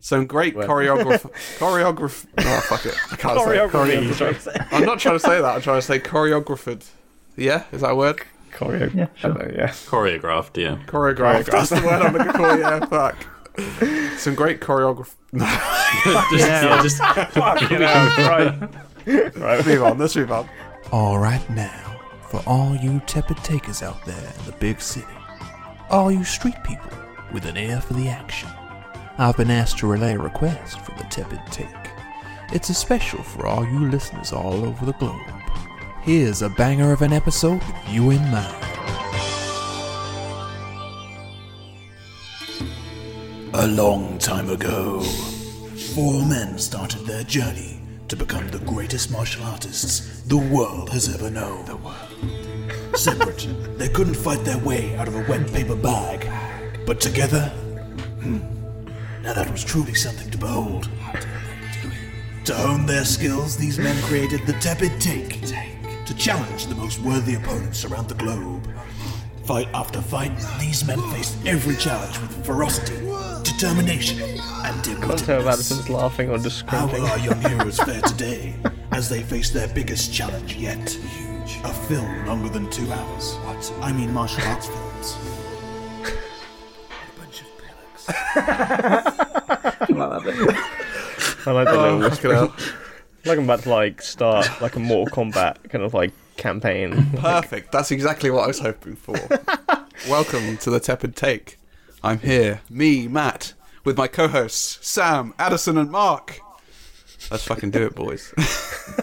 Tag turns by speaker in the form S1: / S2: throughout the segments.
S1: Some great choreograph choreograph. Oh fuck it, I can't say it.
S2: Choreography,
S1: Choreograph-
S2: sorry. Choreo-
S1: I'm not trying to say that. I'm trying to say choreographed. Yeah, is that a word?
S2: yeah,
S3: sure.
S2: uh, yeah.
S3: Choreographed, yeah.
S1: Choreographed. That's the word I'm looking for. Yeah, fuck. Some great choreograph.
S3: Just, yeah, just
S2: Fucking hell, right. right.
S1: Move on. Let's move on.
S4: All right now, for all you tepid takers out there in the big city, all you street people with an ear for the action, I've been asked to relay a request for the tepid take. It's a special for all you listeners all over the globe. Here's a banger of an episode with you in mind. A long time ago, four men started their journey to become the greatest martial artists the world has ever known. The world. Separate, they couldn't fight their way out of a wet paper bag, but together, hmm, now that was truly something to behold. To hone their skills, these men created the tepid take to challenge the most worthy opponents around the globe. Fight after fight, these men faced every challenge with ferocity, determination, and
S2: Can't
S4: dignity.
S2: tell if Addison's laughing or just
S4: How will
S2: scrimping.
S4: our young heroes fare today as they face their biggest challenge yet? A film longer than two hours. What? I mean, martial arts films.
S2: I like the little.
S1: Fucking hell.
S2: Like I'm about to like start like a Mortal Kombat kind of like campaign.
S1: Perfect. That's exactly what I was hoping for. Welcome to the Tepid Take. I'm here, me, Matt, with my co-hosts Sam, Addison, and Mark. Let's fucking do it, boys.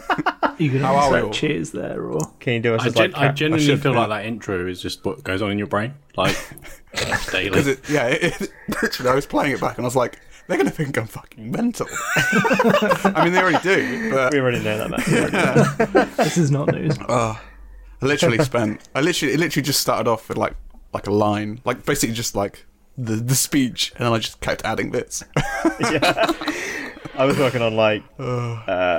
S5: You can
S1: are
S5: always
S1: we
S5: like
S1: all?
S5: cheers there, or
S2: Can you do us
S3: I,
S2: as
S3: gen-
S2: like?
S3: I
S2: ca-
S3: genuinely
S1: should
S3: feel
S1: do.
S3: like that intro is just what goes on in your brain, like daily.
S1: 'Cause it, yeah, it, it- literally, I was playing it back and I was like, they're going to think I'm fucking mental. I mean, they already do, but
S2: we already know that. Now. We already know.
S5: this is not news.
S1: I literally spent. I literally, it literally just started off with like, like a line, like basically just like the the speech, and then I just kept adding bits.
S2: I was working on like uh,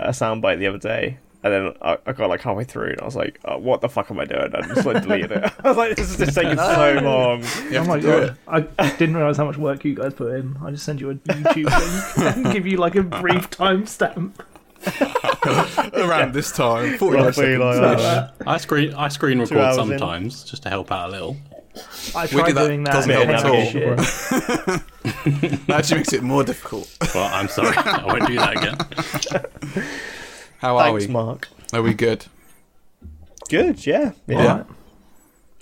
S2: a soundbite the other day, and then I, I got like halfway through, and I was like, oh, "What the fuck am I doing?" I just like deleted it. I was like, "This is just taking so long."
S1: You
S5: Oh
S1: have
S5: my
S1: to do
S5: god, I didn't realize how much work you guys put in. I just send you a YouTube link and give you like a brief timestamp.
S1: it around this time. 45
S2: Roughly
S1: seconds.
S2: like that.
S3: I screen I screen record
S2: hours in.
S3: sometimes just to help out a little.
S5: I tried
S1: do that,
S5: doing that.
S1: doesn't
S5: and
S1: help
S5: it was
S2: at all.
S5: shit.
S1: That actually makes it more difficult.
S3: Well, I'm sorry, I won't do that again.
S1: How are
S2: Thanks,
S1: we?
S2: Mark.
S1: Are we good?
S2: Good. Yeah. Yeah.
S1: Yeah.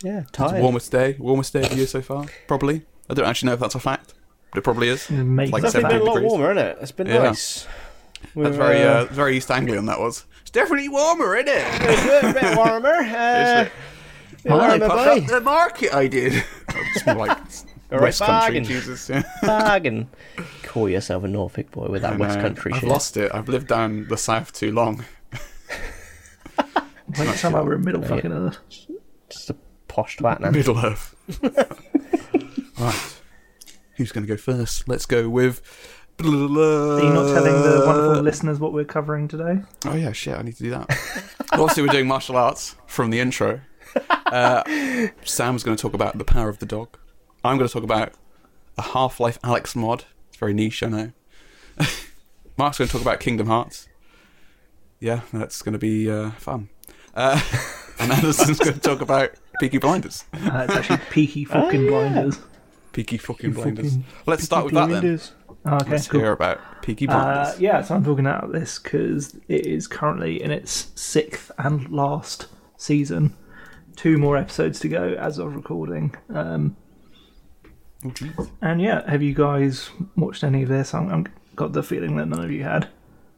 S2: Yeah. Tired.
S1: Warmest day, warmest day of the year so far, probably. I don't actually know if that's a fact, but it probably is.
S5: It makes
S1: Like
S5: it
S2: It's definitely been a
S1: 17
S2: lot
S1: degrees.
S2: warmer, isn't it? It's been
S1: Yeah.
S2: nice. We're,
S1: That's very, uh,
S2: uh,
S1: very East Anglian. That was. It's definitely warmer, isn't it?
S2: a bit warmer. Uh, bit
S1: I
S2: warmer,
S1: puffed
S2: boy.
S1: up the market. I did. It's more like
S2: All right,
S1: West Country,
S2: bargain.
S1: Jesus. Yeah.
S2: bargain. Call yourself a Norfolk boy with that West
S1: No,
S2: Country
S1: I've
S2: shit.
S1: lost it. I've lived down the south too long.
S5: Wait, somehow we're in middle fucking earth.
S2: Just a posh twat now.
S1: Middle Earth. right. Who's going to go first? Let's go with. Are you
S5: Are you not telling the
S1: Uh,
S5: wonderful listeners what we're covering today?
S1: Oh yeah, shit! I need to do that. Well, Obviously, we're doing martial arts from the intro. Uh, Sam's going to talk about the power of the dog. I'm going to talk about a Half-Life Alex mod. It's very niche, I know. Mark's going to talk about Kingdom Hearts. Yeah, that's going to be uh, fun. Uh, and Anderson's going to talk about Peaky Blinders.
S5: Uh, it's actually Peaky
S1: Oh,
S5: fucking Blinders.
S1: Peaky fucking Blinders. Let's start with that then.
S5: Oh, okay,
S1: Let's
S5: cool.
S1: hear about Peaky
S5: Uh,
S1: Blinders.
S5: yeah, so I'm talking about this because it is currently in its sixth and last season. Two more episodes to go as of recording. Um,
S1: Oh, jeez.
S5: and yeah, have you guys watched any of this? I'm, I'm got the feeling that none of you had.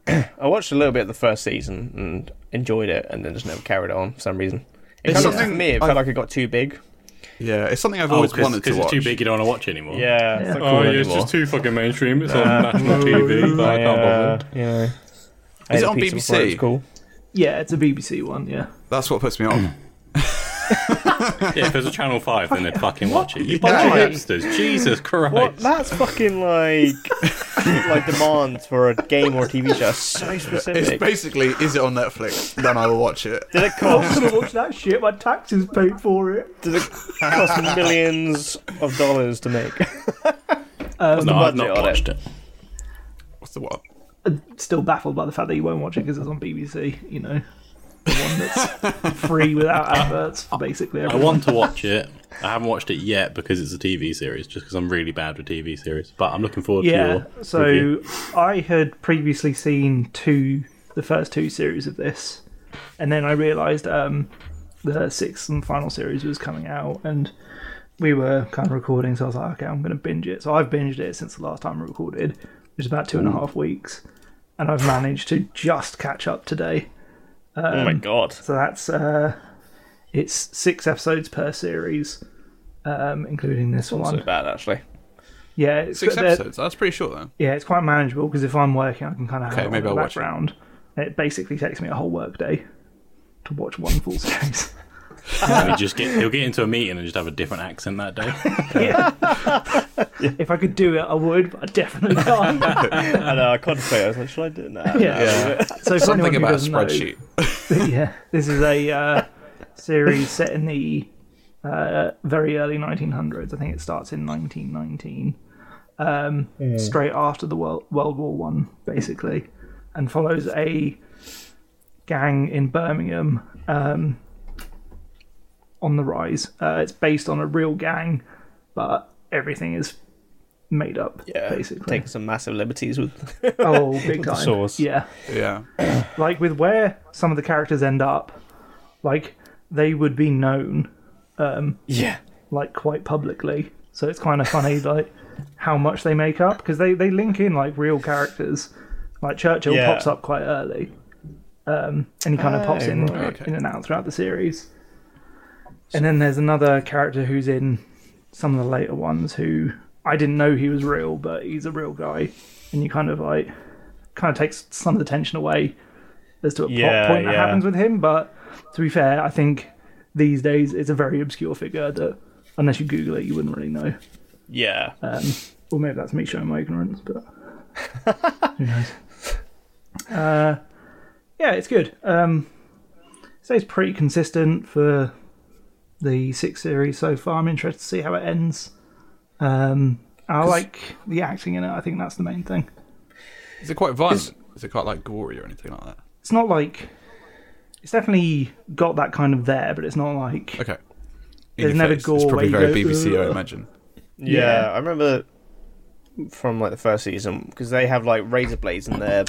S2: I watched a little bit of the first season and enjoyed it, and then just never carried it on for some reason. It
S1: It's
S2: kind of,
S1: something
S2: for me, it
S1: I-
S2: felt like it got too big.
S1: yeah, it's something I've
S3: Oh,
S1: always
S3: because
S1: wanted to
S3: it's
S1: watch.
S3: too big. You don't want to watch anymore.
S2: Yeah.
S5: Yeah.
S2: It's not
S3: Oh,
S2: cool
S3: yeah,
S2: anymore.
S3: it's just too fucking mainstream. It's on national TV. but I
S2: I,
S3: can't bother.
S2: uh, you know, I
S1: Is
S2: ate
S1: it
S2: a
S1: on
S2: pizza before
S1: BBC?
S2: It was cool.
S5: Yeah, it's a BBC one. Yeah,
S1: That's what puts me on.
S3: Yeah, if it was a Channel 5, then they'd fucking watch it. You bunch of
S2: Yeah.
S3: hipsters. Jesus Christ.
S2: What? That's fucking like like demands for a game or TV show. So
S1: It's
S2: specific.
S1: basically, is it on Netflix? Then I will watch it.
S2: Did it cost?
S5: gonna watch that shit. My taxes paid for it.
S2: Did it cost millions of dollars to make?
S3: no, I've
S2: budget
S3: not
S2: on it.
S3: watched it.
S1: What's the what?
S5: I'm still baffled by the fact that you won't watch it because it's on BBC. You know, the one that's free without adverts for basically
S3: I
S5: everyone.
S3: want to watch it. I haven't watched it yet because it's a TV series. Just because I'm really bad with TV series, but I'm looking forward to
S5: Yeah.
S3: your
S5: So
S3: review.
S5: I had previously seen two, the first two series of this, and then I realised um, the sixth and final series was coming out, and we were kind of recording. So I was like, okay, I'm going to binge it. So I've binged it since the last time I recorded, which is about two and a half weeks, and I've managed to just catch up today.
S2: oh my god.
S5: So that's uh, it's six episodes per series, um, including this
S2: Not
S5: one.
S2: so bad actually.
S5: Yeah, it's,
S1: Six
S5: they're-
S1: episodes. That's pretty short, though.
S5: Yeah, it's quite manageable because if I'm working, I can kind of have
S1: Okay,
S5: it on
S1: maybe
S5: in
S1: I'll
S5: the
S1: watch it.
S5: background. It. basically takes me a whole workday to watch one full series.
S3: He'll just get he'll get into a meeting and just have a different accent that day.
S5: yeah. If I could do it, I would, but I definitely can't.
S2: And uh, I contemplated. I was like, should I do it now?
S5: Yeah.
S1: Yeah.
S5: So for anyone
S1: Something
S5: who
S1: about a
S5: doesn't know,
S1: spreadsheet.
S5: yeah, this is a uh, series set in the uh, very early 1900s. I think it starts in 1919, um, straight after the World, World War One, basically, and follows a gang in Birmingham um, on the rise. Uh, it's based on a real gang, but everything is made up,
S2: Yeah,
S5: basically.
S2: Taking some massive liberties with.
S5: Oh, big time!
S2: source.
S5: Yeah
S1: Yeah.
S5: like with where some of the characters end up, like they would be known
S2: yeah.
S5: like quite publicly. So it's kind of funny like how much they make up because they they link in like real characters. Like Churchill
S2: Yeah.
S5: pops up quite early, um, and he kind of pops in
S1: right.
S5: in and out throughout the series. And then there's another character who's in some of the later ones who I didn't know he was real, but he's a real guy, and you kind of like kind of takes some of the tension away as to a
S2: Yeah,
S5: plot point that
S2: yeah.
S5: happens with him. But to be fair, I think these days it's a very obscure figure that unless you Google it, you wouldn't really know.
S2: Yeah.
S5: Uh, Or maybe that's me showing my ignorance, but who knows? Uh, yeah, it's good. Um, so it's pretty consistent for the six series so far. I'm interested to see how it ends. Um, I like the acting in it. I think that's the main thing.
S1: Is it quite violent? Is it quite like gory or anything like that?
S5: It's not like it's definitely got that kind of there, but it's not like
S1: Okay. In
S5: There's
S1: your
S5: never
S1: face.
S5: gore
S1: It's
S5: where
S1: probably
S5: you
S1: very
S5: go,
S1: BBC, I
S5: "Ugh."
S1: imagine.
S2: yeah.
S5: Yeah.
S2: I remember from like the first season because they have like razor blades in their.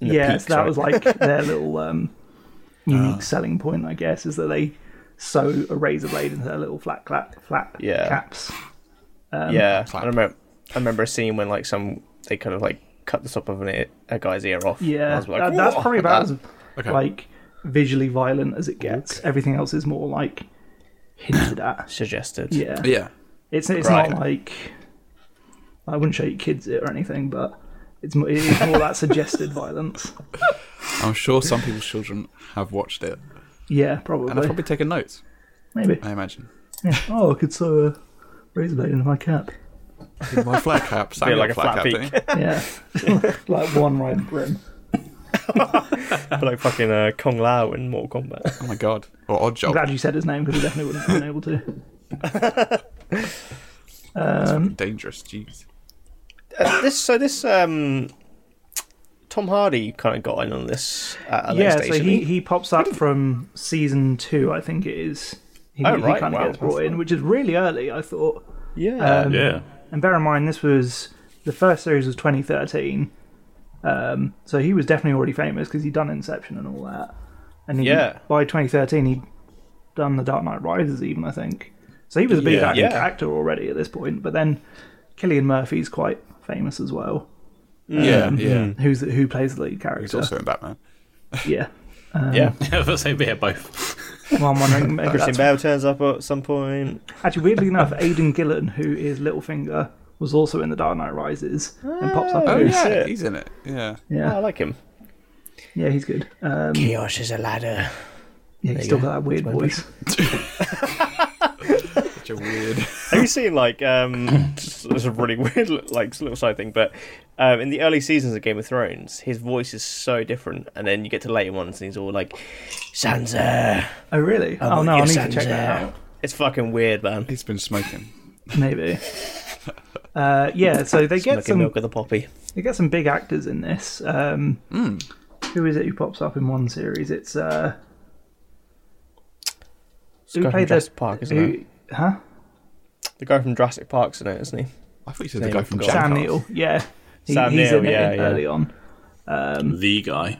S2: In the
S5: yeah,
S2: peaks,
S5: so that
S2: right?
S5: was like their little um,
S2: Uh-huh.
S5: unique selling point, I guess, is that they sew a razor blade into their little flat clap, flat
S2: Yeah.
S5: caps.
S2: yeah,
S1: clap.
S2: I remember. I remember a scene when like some they kind of like cut the top of an ear, a guy's ear off. I
S5: Yeah,
S2: was like,
S5: that- that's
S2: "Whoa,
S5: probably
S2: look
S5: about
S2: at
S5: as
S2: that."
S1: Okay.
S5: like visually violent as it gets. Everything else is more like hinted at.
S2: suggested.
S5: Yeah,
S1: Yeah.
S5: it's it's
S2: Right.
S5: not like I wouldn't show your kids it or anything, but it's mo- it is more that suggested violence.
S1: I'm sure some people's children have watched it
S5: Yeah,
S1: and have
S5: probably,
S1: probably taken notes,
S5: maybe.
S1: I imagine.
S5: Yeah. Oh, I could sew a razor blade into my cap.
S1: In my flat cap,
S2: Bit
S1: Samuel
S2: like a
S1: flat
S2: flat
S1: cap
S2: peak,
S1: thing.
S5: Yeah, like one right brim.
S2: But, like fucking uh, Kong Lao in Mortal Kombat.
S1: Oh my god. Or odd
S2: Oh.
S5: I'm
S1: job.
S5: glad you said his name because he definitely wouldn't have been able to.
S1: Dangerous, jeez.
S2: Uh, this so this um, Tom Hardy kind of got in on this. At a later
S5: yeah,
S2: stage,
S5: so
S2: didn't
S5: he, he pops up from season two, I think it is. He,
S2: Oh,
S5: he
S2: right,
S5: kind of
S2: wow,
S5: gets brought
S2: that's
S5: in, which is really early, I thought.
S2: yeah.
S5: Um,
S3: Yeah.
S5: And bear in mind, this was the first series was 2013, um, so he was definitely already famous because he'd done Inception and all that. And he,
S2: Yeah.
S5: by 2013, he'd done The Dark Knight Rises, even I think. So he was a big
S2: Yeah.
S5: act-
S2: Yeah.
S5: actor already at this point. But then, Killian Murphy's quite famous as well.
S1: Yeah, yeah.
S5: Who's who plays the lead
S1: He's
S5: character?
S1: also in Batman.
S5: Yeah.
S2: yeah.
S3: I was gonna say, yeah, both.
S5: Well, I'm wondering. Maybe
S2: Christian
S5: that's...
S2: Bale turns up at some point.
S5: Actually, weirdly enough, Aidan Gillen, who is Littlefinger, was also in The Dark Knight Rises and pops up.
S2: Oh,
S1: Oh,
S5: in this.
S1: yeah,
S2: shit.
S1: he's in it. Yeah.
S2: Yeah, Oh, I
S5: Yeah,
S2: like him.
S5: yeah, he's good. Um,
S2: Kiosh is a ladder.
S5: yeah, he's
S2: you
S5: still
S2: go.
S5: got that weird
S2: my
S5: voice.
S1: Such a weird.
S2: Have you seen like um? It's a really weird like little side thing, but um, in the early seasons of Game of Thrones, his voice is so different, and then you get to later ones, and he's all like, "Sansa."
S5: Oh really?
S2: I
S5: oh
S2: want
S5: no, I
S2: your
S5: need to
S2: Sansa."
S5: check that out.
S2: It's fucking weird, man.
S1: He's been smoking.
S5: Maybe. Uh, yeah, so they get
S2: Smoking
S5: some
S2: milk of the poppy.
S5: They get some big actors in this. Um, Who is it who pops up in one series? It's uh,
S2: The guy from
S5: played the-
S2: Jurassic Park, isn't it?
S5: who, huh?
S2: The guy from Jurassic Park's in it, isn't he?
S1: I thought you said the
S2: Name
S1: guy
S2: I
S1: from
S2: forgot.
S1: Jackass.
S5: Sam Neill. Yeah, He-
S2: Sam
S5: he's
S2: Neill,
S5: in it
S2: yeah,
S5: in
S2: yeah.
S5: early on.
S3: the guy.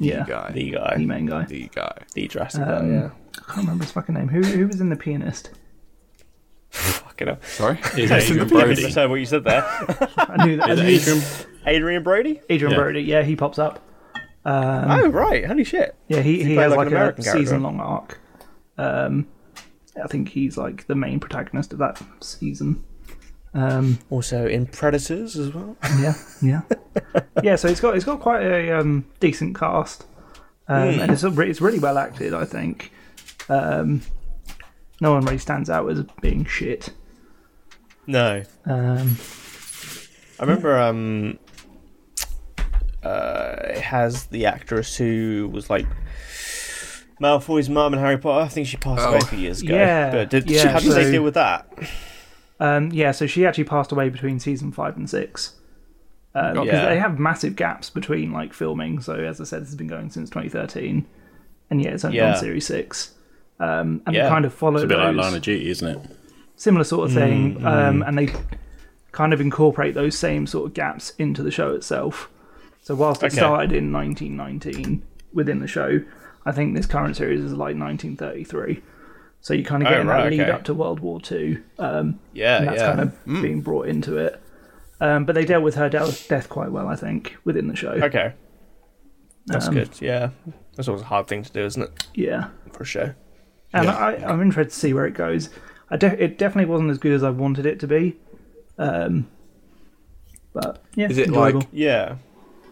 S5: Yeah,
S1: Guy.
S2: The
S5: the
S2: guy,
S5: main guy.
S1: The guy.
S2: the Jurassic
S5: Mm. Um,
S2: guy. Yeah.
S5: I can't remember his fucking name. Who who was in the pianist?
S2: Fucking hell.
S1: Sorry?
S3: Is
S1: in the
S3: Adrian
S1: Brody.
S2: I
S3: Brody.
S2: said what you said there.
S5: I knew that. I
S3: Is
S5: knew-
S3: Adrian?
S2: Adrian Brody.
S5: Adrian
S3: Yeah.
S5: Brody. Yeah, he pops up. Um,
S2: oh right, holy shit.
S5: Yeah, he, he
S2: play
S5: has
S2: like
S5: like,
S2: an
S5: a
S2: American character?
S5: season long arc. Um, I think he's like the main protagonist of that season.
S2: Also in Predators as well.
S5: Yeah, yeah, yeah. So it's got it's got quite a um, decent cast, um,
S2: Hmm.
S5: and it's a re- it's really well acted. I think um, no one really stands out as being shit.
S2: No,
S5: Um,
S2: I
S5: Hmm.
S2: remember. Um, uh, it has the actress who was like Malfoy's mum in Harry Potter. I think she passed
S1: Oh.
S2: away a few years ago.
S5: Yeah,
S2: but did
S5: yeah,
S2: she, how did
S5: so-
S2: they deal with that?
S5: um, yeah, so she actually passed away between season five and six.
S2: God.
S5: Um, 'cause
S2: Yeah.
S5: they have massive gaps between like filming. So as I said, this has been going since 2013, and yeah, it's only
S2: Yeah.
S5: on series six. Um, and
S2: Yeah. Mm,
S5: it kind of followed
S3: It's a bit like
S5: those-
S3: Line of Duty, isn't it?
S5: similar sort of thing, um, and they kind of incorporate those same sort of gaps into the show itself. So whilst it
S2: Okay.
S5: started in 1919 within the show, I think this current series is like 1933. So you kind of get
S2: Oh,
S5: in
S2: right,
S5: that lead
S2: okay.
S5: up to World War Two,
S2: Yeah,
S5: and that's
S2: yeah.
S5: kind of
S1: Mm.
S5: being brought into it. Um, but they dealt with her de- death quite well, I think, within the show.
S2: okay,
S5: Um,
S2: that's good. Yeah, that's always a hard thing to do, isn't it,
S5: Yeah,
S2: for a show?
S5: and I, I'm interested to see where it goes. I de- it definitely wasn't as good as I wanted it to be, um, but yeah,
S1: Is it
S5: enjoyable.
S1: like
S2: Yeah.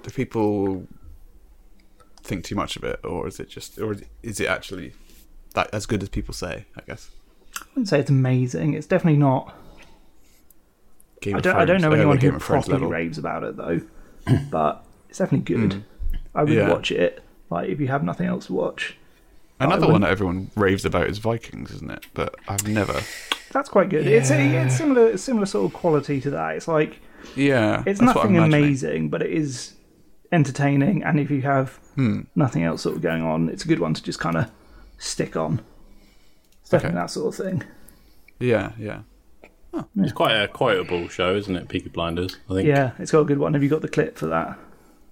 S1: do people think too much of it, or is it just, or is it actually that as good as people say? I guess.
S5: wouldn't say it's amazing. It's definitely not.
S1: Game
S5: I
S1: of
S5: don't. I don't
S1: Thrones,
S5: know
S1: early
S5: anyone
S1: Game
S5: who
S1: of Thrones
S5: properly
S1: level.
S5: raves about it though, but it's definitely good. I would
S1: Mm. Yeah.
S5: watch it. Like if you have nothing else to watch,
S1: Another one that everyone raves about is Vikings, isn't it? But I've never.
S5: that's quite good. It's it's similar it's similar sort of quality to that. It's like
S1: Yeah,
S5: it's
S1: that's what I'm
S5: nothing
S1: imagining.
S5: amazing, but it is entertaining. And if you have
S1: Hmm.
S5: nothing else sort of going on, it's a good one to just kind of stick on. It's definitely
S1: Okay.
S5: that sort of thing.
S1: Yeah, yeah.
S3: It's quite a quotable show, isn't it? Peaky Blinders. I think.
S5: Yeah, it's got a good one. Have you got the clip for that?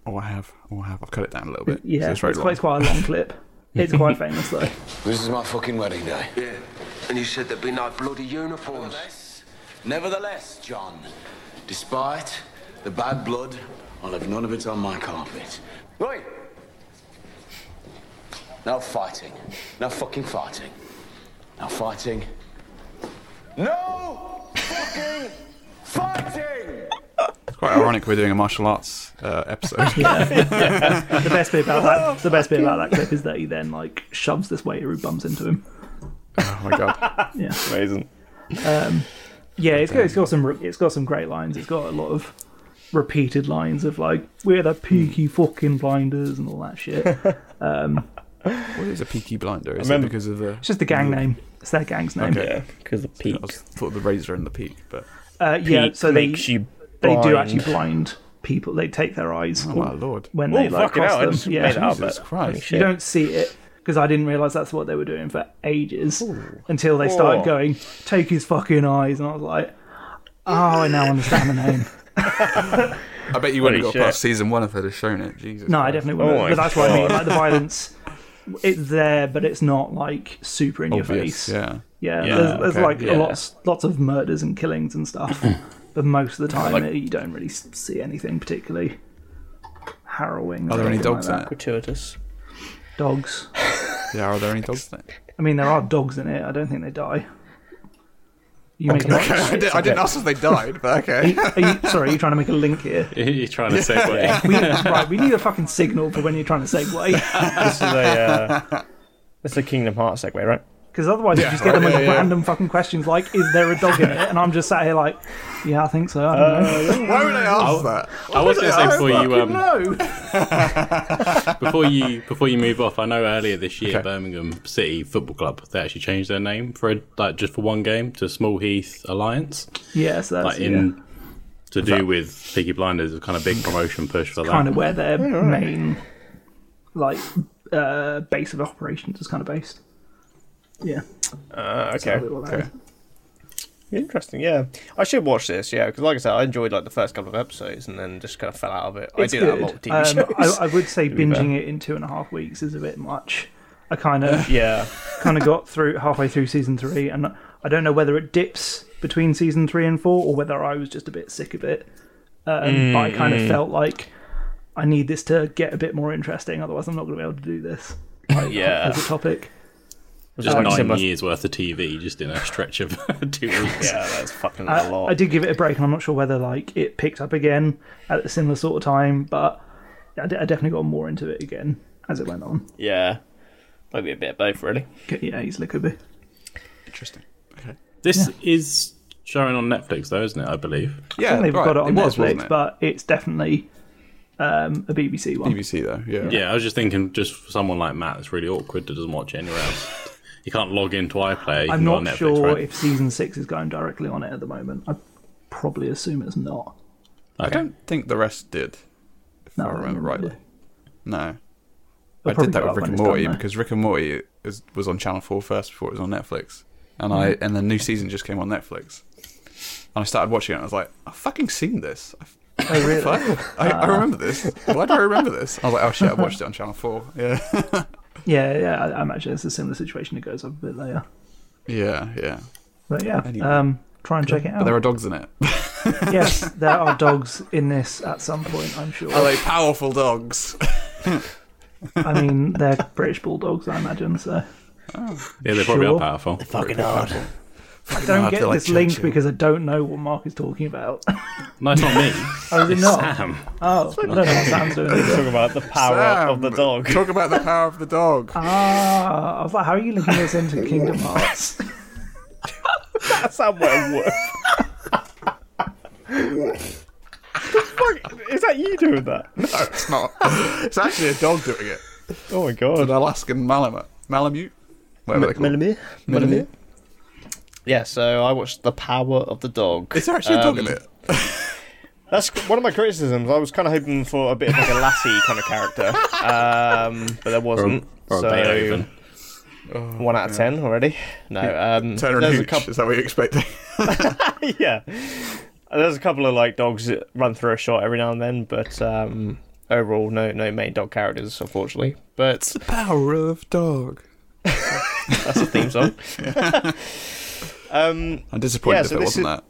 S1: Oh, I have. Oh, I have. I've cut it down a little bit.
S5: Yeah,
S1: so
S5: it's
S1: very
S5: quite it's quite a long clip. It's quite famous though.
S6: This is my fucking wedding day.
S7: Yeah, and you said there'd be no bloody uniforms.
S6: Nevertheless, John, despite the bad blood, I'll have none of it on my carpet. Right. No fighting. No fucking fighting. No fighting. No fucking fighting!
S1: It's quite ironic we're doing a martial arts uh, episode.
S5: The best bit about that, the best bit about that clip is that he then like shoves this waiter who bumps into him.
S1: Oh my god.
S2: Amazing.
S1: Oh,
S5: Yeah, it's got it's got some re- it's got some great lines. It's got a lot of repeated lines of like we're the
S1: Hmm.
S5: peaky fucking blinders and all that shit. It's
S1: What is a Peaky Blinder? Is
S2: remember-
S1: it because of the?
S5: just the gang name. It's their gang's name.
S1: Hmm. Okay.
S2: Yeah, because the peak,
S1: I was, thought the razor and the peak, but
S5: Uh, yeah,
S2: peak
S5: so they
S2: makes you
S5: they do
S2: blind.
S5: actually blind people. They take their eyes
S1: oh my lord,
S5: when
S2: Oh,
S5: they like
S2: fucking hell, I
S5: cross
S2: just
S5: them.
S2: made it
S5: Yeah,
S2: up.
S1: Jesus
S2: but-
S1: Christ.
S2: holy
S5: you
S2: shit.
S5: don't see it because I didn't realize that's what they were doing for ages until they started
S2: Oh.
S5: going take his fucking eyes, and I was like, oh, I now understand the name.
S1: I bet you wouldn't have
S2: Holy
S1: got past
S2: shit.
S1: season one if they'd have shown it. Jesus.
S5: No, I
S1: Christ.
S5: definitely
S2: Oh
S5: wouldn't.
S2: my
S5: but that's what I mean.
S2: God.
S5: Like the violence, it's there, but it's not like super in your
S1: Obvious,
S5: face.
S1: Yeah.
S5: Yeah,
S2: Yeah,
S5: there's, there's
S1: okay,
S5: like
S2: yeah.
S5: lots lots of murders and killings and stuff, but most of the time
S2: Like-
S5: uh, you don't really s- see anything particularly harrowing. or
S1: Are there any
S5: anything like
S1: dogs
S5: that.
S1: in it?
S2: gratuitous.
S5: Dogs.
S1: Yeah. Are there any dogs in it?
S5: I mean, there are dogs in it. I don't think they die. You make a
S1: I, did, I didn't ask if they died, but okay.
S5: Are you, sorry, are you trying to make a link here?
S3: You're trying to segue.
S5: We, right, we need a fucking signal for when you're trying to segue,
S2: This is a uh, that's a Kingdom Hearts segue, right?
S5: because otherwise you just get them with random fucking questions like, "Is there a dog in it?" And I'm just sat here like, "Yeah, I think so." I don't know.
S1: Why would I ask that?
S3: I was going to say before you um,
S5: No.
S3: before you before you move off, I know earlier this year
S1: Okay.
S3: Birmingham City Football Club they actually changed their name for a, like just for one game to Small Heath Alliance,
S5: Yes, that's
S3: like in to do with Peaky Blinders. It was kind of big promotion push for that.
S5: kind of where their main like uh, base of operations is kind of based. Yeah,
S2: Uh, okay.
S5: probably what that is.
S2: Interesting, yeah. I should watch this, yeah, because like I said, I enjoyed like the first couple of episodes and then just kind of fell out of it.
S5: It's
S2: I do that a
S5: good.
S2: lot with TV
S5: Um,
S2: shows.
S5: I, I would say
S2: be fair.
S5: binging it in two and a half weeks is a bit much. I kind of
S2: yeah,
S5: kind of got through halfway through season three, and I don't know whether it dips between season three and four or whether I was just a bit sick of it. Um, but I kind
S2: Mm.
S5: of felt like I need this to get a bit more interesting, otherwise I'm not going to be able to do this
S2: yeah.
S5: as a topic.
S3: just
S2: like
S3: nine
S2: similar-
S3: years worth of TV just in a stretch of two weeks.
S2: Yeah, that's fucking a
S5: I,
S2: lot.
S5: I did give it a break, and I'm not sure whether like it picked up again at a similar sort of time, but I de- I definitely got more into it again as it went on.
S2: Yeah. Maybe a bit of both, really.
S5: C- Yeah, easily could be.
S1: Interesting. Okay.
S3: This is showing on Netflix, though, isn't it? I believe.
S1: Yeah,
S5: I think they've
S1: right.
S5: got it on
S1: was,
S5: Netflix,
S1: wasn't it?
S5: but it's definitely um, a BBC one.
S1: BBC though. Yeah.
S3: Yeah, I was just thinking, just for someone like Matt, it's really awkward that doesn't watch anywhere else. you can't log into iPlay.
S5: I'm not
S3: on Netflix,
S5: sure
S3: right?
S5: if season six is going directly on it at the moment. I probably assume it's not.
S1: I don't think the rest did, if
S5: No,
S1: I remember rightly. No.
S5: They'll
S1: I
S5: probably
S1: did that
S5: go up
S1: with Rick
S5: when
S1: and
S5: it's done,
S1: Morty
S5: though.
S1: because Rick and Morty is, was on Channel Four first before it was on Netflix, and I
S5: Mm-hmm.
S1: and the new season just came on Netflix, and I started watching it. and I was like, I've fucking seen this. I've,
S5: Oh, really?
S1: fuck? I, I remember this. Why do I remember this? I was like, oh shit, I watched it on Channel Four. Yeah,
S5: yeah, yeah. I, I imagine it's a similar situation. It goes up a bit later,
S1: yeah, yeah.
S5: but yeah.
S1: Anyway.
S5: Um, try and check it out.
S1: There are dogs in it.
S5: yes, there are dogs in this at some point. I'm sure.
S1: Are they powerful dogs?
S5: I mean, they're British bulldogs, I imagine. So
S3: Yeah, they probably
S5: Sure.
S3: are powerful.
S2: Fucking hard.
S5: I don't
S1: hard,
S5: get
S1: they're like
S5: this link
S1: Churchill.
S5: because I don't know what Mark is talking about.
S3: No, it's not me.
S5: Oh, is it
S3: it's
S5: not?
S3: Sam.
S5: Oh, I don't know what Sam's doing. either.
S2: Talk about the power of the
S1: Sam,
S2: dog.
S1: Talk about the power of the dog.
S5: Ah, I was like, how are you linking this into Kingdom Hearts?
S2: Somewhere work. the fuck? Is that you doing that?
S1: No, it's not. It's actually a dog doing it.
S2: Oh my
S1: An
S2: god.
S1: Alaskan Malamute. Malamute. Whatever they call it. Malamute?
S2: Yeah, so I watched The Power of the Dog.
S1: Is there actually a dog in
S2: Um,
S1: it?
S2: That's one of my criticisms. I was kind of hoping for a bit of like a lassie kind of character, um, but there wasn't.
S3: Or
S2: so
S3: a Beethoven.
S2: one out of ten already. No, um,
S1: Turner and
S2: there's a
S1: Hooch.
S2: couple.
S1: Is that what you're expecting?
S2: yeah, there's a couple of like dogs that run through a shot every now and then, but um, overall, no, no main dog characters, unfortunately. But
S1: Power of dog.
S2: that's a theme song. um,
S1: I'm disappointed
S2: Yeah,
S1: if
S2: so
S1: it
S2: this
S1: wasn't
S2: is-
S1: that.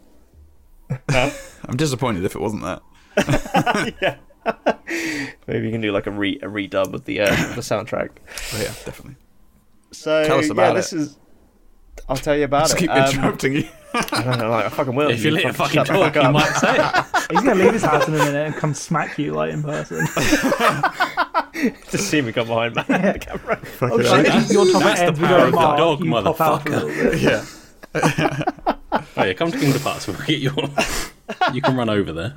S1: I'm disappointed if it wasn't that.
S2: maybe you can do like a re a redub of the uh, the soundtrack.
S1: Oh, yeah, definitely.
S2: So
S1: Tell us
S2: yeah,
S1: about
S2: this
S1: it.
S2: is. is. I'll tell you about
S1: Just
S2: it.
S1: keep
S2: Um,
S1: interrupting you.
S2: I don't know, like, I fucking will.
S3: If you let him fucking
S2: shut the
S3: talk,
S2: fuck
S3: you
S2: up.
S3: might say it.
S5: He's gonna leave his house in a minute and come smack you like in person.
S2: Just see me come behind man. the camera.
S5: Oh,
S1: it.
S5: shit,
S3: That's-
S5: your top
S3: that's
S5: end,
S3: the
S5: we
S3: power
S5: go,
S3: of the
S5: Mark,
S3: dog,
S5: you pop out for a
S3: motherfucker.
S5: little bit.
S1: Yeah.
S3: Oh, yeah, come to Kingdom Hearts. We'll get you on. You can run over there.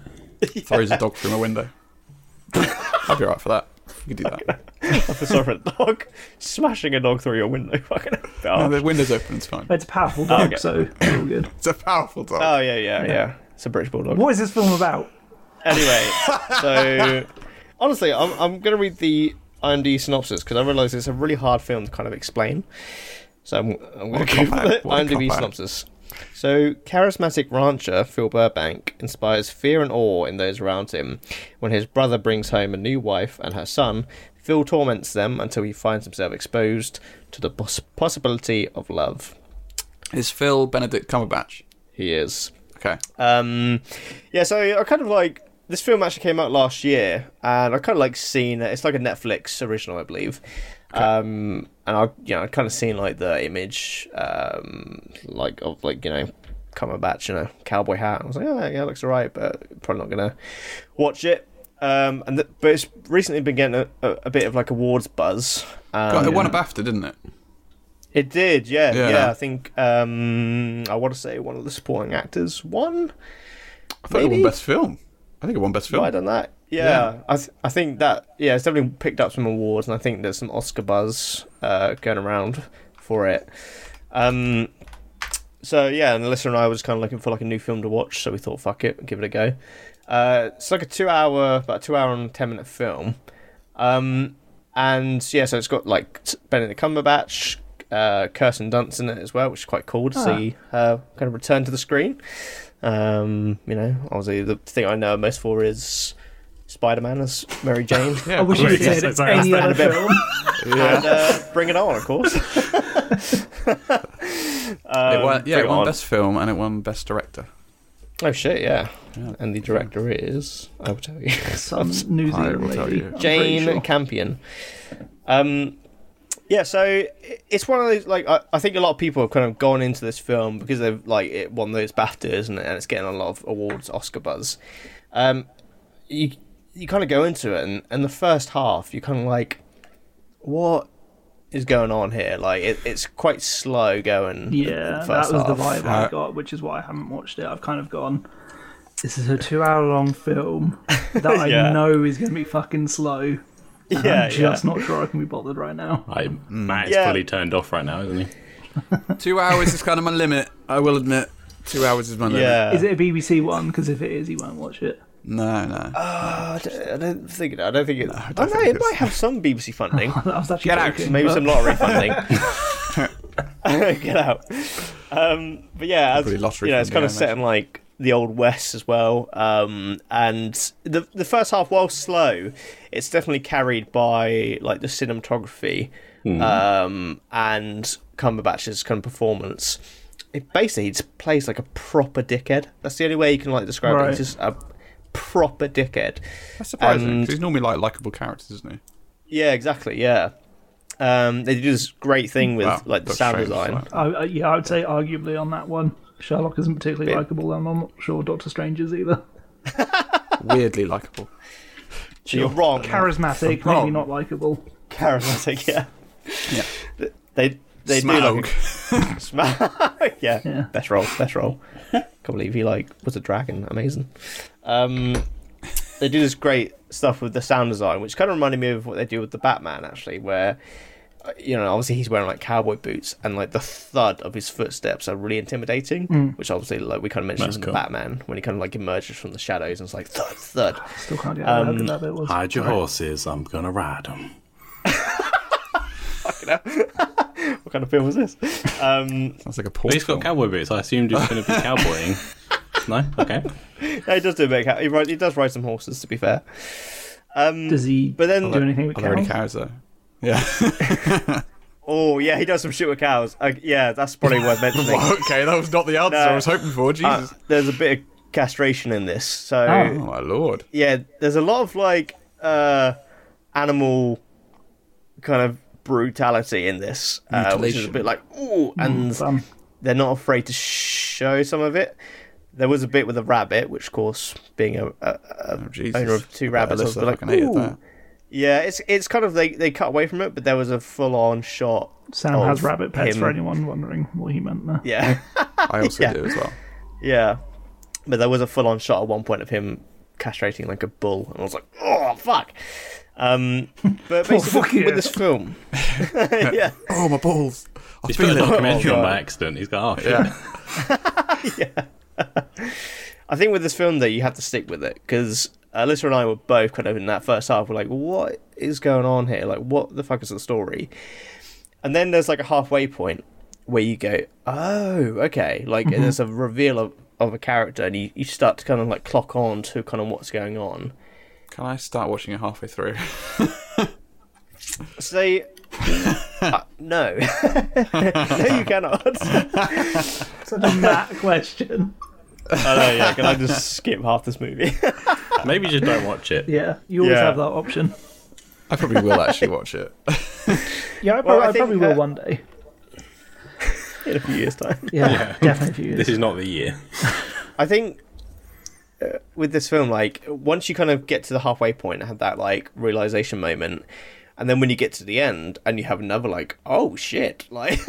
S1: Throws a dog through my window. I'll be alright for that. You can do that.
S2: The sovereign dog smashing a dog through your window. Fucking.
S1: No,
S2: hell.
S1: Oh, the window's open, it's fine.
S5: But It's a powerful dog,
S2: okay.
S5: so it's all good.
S1: It's a powerful dog.
S2: Oh yeah, yeah, yeah. It's a British bulldog.
S5: What is this film about?
S2: Anyway, so honestly, I'm I'm gonna read the IMDb synopsis because I realise it's a really hard film to kind of explain. So I'm, I'm going
S1: What a
S2: to go
S1: cop-out.
S2: for the
S1: What a
S2: IMDb
S1: cop-out.
S2: synopsis. So, charismatic rancher Phil Burbank inspires fear and awe in those around him. When his brother brings home a new wife and her son, Phil torments them until he finds himself exposed to the poss- possibility of love.
S1: It's Phil Benedict Cumberbatch.
S2: He is
S1: Okay.
S2: Um, yeah, so I kind of like this film actually came out last year, and I kind of like seen it's like a Netflix original, I believe. Um, and I, you know, I kind of seen like the image, um, like of like you know, Cumberbatch in a cowboy hat. I was like, oh yeah, it looks alright, but probably not gonna watch it. Um, and th- but it's recently been getting a, a, a bit of like awards buzz. Um,
S1: Well, it won a BAFTA, didn't it?
S2: it did, yeah,
S1: Yeah.
S2: yeah. I think um, I want to say one of the supporting actors won.
S1: I thought it won
S2: Maybe?
S1: best film. I think it won best film.
S2: right on that. Yeah, I th- I think that yeah, it's definitely picked up some awards, and I think there's some Oscar buzz uh, going around for it. Um, so yeah, and Alyssa and I were just kind of looking for like a new film to watch, so we thought, fuck it, give it a go. Uh, it's like a two-hour, about a two-hour and ten-minute film, um, and yeah, so it's got like t- Benedict Cumberbatch, uh, Kirsten Dunst in it as well, which is quite cool to see her kind of return to the screen. Um, you know, obviously the thing I know her most for is Spider-Man as Mary Jane.
S5: I wish you
S2: Really?
S5: said it's any other film.
S2: and uh, Bring It On, of course.
S1: it won, yeah, it
S2: bring it
S1: won
S2: on.
S1: Best Film and it won Best Director.
S2: Oh shit, yeah. And the director is I will tell you.
S5: Some New
S1: I
S5: Zealand
S1: will tell
S5: lady.
S1: you.
S5: I'm pretty
S2: Jane
S5: sure.
S2: Campion. Um yeah, so i- it's one of those like I, I think a lot of people have kind of gone into this film because they've like it won those BAFTAs and, and it's getting a lot of awards, Oscar buzz. Um, you you kind of go into it and, and the first half you kind of like, what is going on here? Like it, it's quite slow going.
S5: Yeah,
S2: the first
S5: that was the
S2: half.
S5: vibe I got, which is why I haven't watched it. I've kind of gone. This is a two-hour-long film that I
S2: Yeah.
S5: know is going to be fucking slow. I'm just not sure I can be bothered right now.
S3: I, Matt is
S2: Yeah.
S3: fully turned off right now, isn't he?
S1: Two hours is kind of my limit. I will admit, two hours is my limit.
S2: Yeah.
S5: Is it a BBC one? Because if it is, you won't watch it.
S1: No, no.
S2: I don't, I don't think it. I don't think it. I
S1: don't
S2: don't know.
S1: think
S2: It
S1: it's-
S2: might have some BBC funding.
S5: I was actually
S1: Get out.
S5: joking,
S2: Maybe
S5: but-
S2: some lottery funding. Get out. Um, but yeah, as,
S1: Probably lottery
S2: you know, it's kind
S1: funding,
S2: of
S1: I
S2: set in like the old west as well. Um, and the the first half, while slow, it's definitely carried by like the cinematography
S1: Hmm.
S2: um, and Cumberbatch's kind of performance. It basically he just plays like a proper dickhead. That's the only way you can like describe it.
S5: Right.
S2: He's just a proper dickhead.
S1: That's surprising.
S2: and-
S1: 'cause he's normally like likable characters, isn't he?
S2: Yeah, exactly. Yeah, um, they do this great thing with
S1: Wow,
S2: like the
S1: that's
S2: sound
S1: strange,
S2: design.
S1: like-
S5: I, I, yeah, I would say arguably on that one. Sherlock isn't particularly
S2: Bit-
S5: likable, and I'm not sure Doctor Strange is either.
S1: Weirdly likable.
S2: So you're wrong.
S5: Charismatic, maybe
S1: Wrong.
S5: not likable.
S2: charismatic. Yeah.
S1: Yeah.
S2: They they
S1: Smaug.
S2: do like a, Smaug. yeah.
S5: Yeah.
S2: Best role. Best role. Can't believe he like was a dragon. Amazing. Um, they do this great stuff with the sound design, which kind of reminded me of what they do with the Batman actually, where. uh, You know, obviously he's wearing like cowboy boots, and like the thud of his footsteps are really intimidating. Which obviously, like we kind of mentioned
S3: That's
S2: in
S3: cool.
S2: the Batman when he kind of like emerges from the shadows and it's like thud, thud.
S5: Still can't get over
S2: um,
S5: how good that bit was.
S3: Hide your horses, I'm gonna ride them.
S2: What kind of film was this? Um,
S1: Sounds like a
S3: But
S1: porn
S3: he's got
S1: film.
S3: cowboy boots. I assumed he's gonna be cowboying. No, okay.
S2: No, he does do a bit of cow- he, ride, he does ride some horses, to be fair. Um,
S5: Does he
S2: But then-
S5: do anything with
S1: Are there any cows
S5: cows?
S1: there? Yeah.
S2: oh, yeah, he does some shit with cows. Uh, yeah, that's probably worth mentioning.
S1: okay, that was not the answer
S2: No.
S1: I was hoping for.
S2: Uh,
S1: Jesus.
S2: there's a bit of castration in this. So,
S1: oh my lord.
S2: yeah, there's a lot of, like, uh, animal kind of brutality in this. Uh, which is a
S1: Mutilation.
S2: bit like, ooh,
S5: Mm.
S2: and
S5: Fun.
S2: they're not afraid to show some of it. There was a bit with a rabbit, which, of course, being a, a, a
S1: Oh, Jesus.
S2: owner of
S1: I
S2: two
S1: bet
S2: rabbits, I was
S1: Alyssa
S2: like,
S1: fucking hated
S2: ooh.
S1: that.
S2: Yeah, it's it's kind of they they cut away from it, but there was a full on shot.
S5: Sam
S2: of
S5: has rabbit pets
S2: him.
S5: for anyone wondering what he meant there.
S2: Yeah,
S1: I also
S2: Yeah.
S1: do as well.
S2: yeah, but there was a full on shot at one point of him castrating like a bull, and I was like, oh fuck. Um, but basically,
S5: fuck
S2: with,
S5: yeah.
S2: this film, yeah,
S1: Oh my balls. I
S3: He's put a
S1: feel it.
S3: documentary on
S2: God.
S3: by accident. He's got, oh, shit.
S1: Yeah.
S2: I think with this film though, you have to stick with it because Alyssa and I were both kind of in that first half. We're like, what is going on here? Like, what the fuck is the story? And then there's like a halfway point where you go, oh, okay. Like there's a reveal of, of a character, and you, you start to kind of like clock on to kind of what's going on.
S1: Can I start watching it halfway through?
S2: So they, uh, no, no, you cannot.
S5: Such a Matt question.
S2: I
S3: Oh,
S2: know. Yeah, can I just skip half this movie?
S3: Maybe just don't watch it.
S5: Yeah, you always
S2: Yeah.
S5: have that option.
S1: I probably will actually watch it.
S5: Yeah,
S2: Well,
S5: I, prob-
S2: I
S5: I probably
S2: think,
S5: will
S2: uh,
S5: one day.
S2: in a few years' time.
S5: Yeah, definitely for you.
S3: This is not the year.
S2: I think uh, with this film, like once you kind of get to the halfway point and have that like realization moment, and then when you get to the end and you have another like, oh shit, like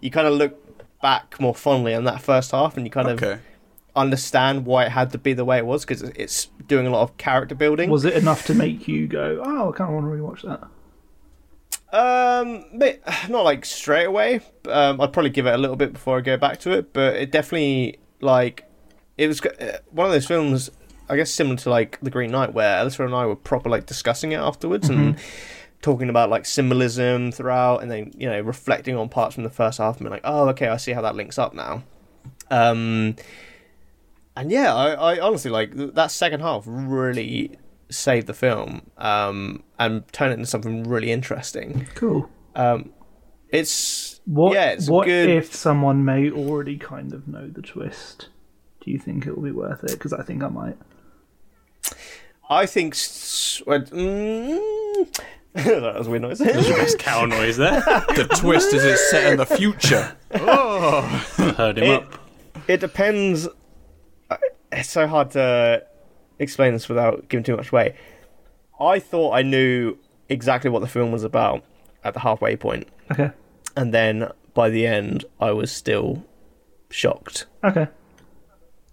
S2: you kind of look back more fondly on that first half and you kind
S1: Okay.
S2: of understand why it had to be the way it was because it's doing a lot of character building.
S5: Was it enough to make you go, oh, I kind of want to rewatch that?
S2: Um, ma- not like straight away. but, Um, I'd probably give it a little bit before I go back to it, but it definitely like it was g- uh, one of those films. I guess similar to like The Green Knight, where Alistair and I were proper like discussing it afterwards and talking about like symbolism throughout, and then you know reflecting on parts from the first half and being like, oh, okay, I see how that links up now. Um, and yeah, I, I honestly like th- that second half really saved the film um, and turned it into something really interesting.
S5: Cool.
S2: It's
S5: What,
S2: yeah, it's
S5: what
S2: good.
S5: if someone may already kind of know the twist? Do you think it will be worth it? Because I think I might.
S2: I think s- well, mm, that was a weird noise. it
S3: Best cow noise there.
S1: The twist is it's set in the future.
S3: Heard him up.
S2: depends. I- It's so hard to explain this without giving too much away. I thought I knew exactly what the film was about at the halfway point,
S5: Okay.
S2: and then by the end, I was still shocked.
S5: Okay.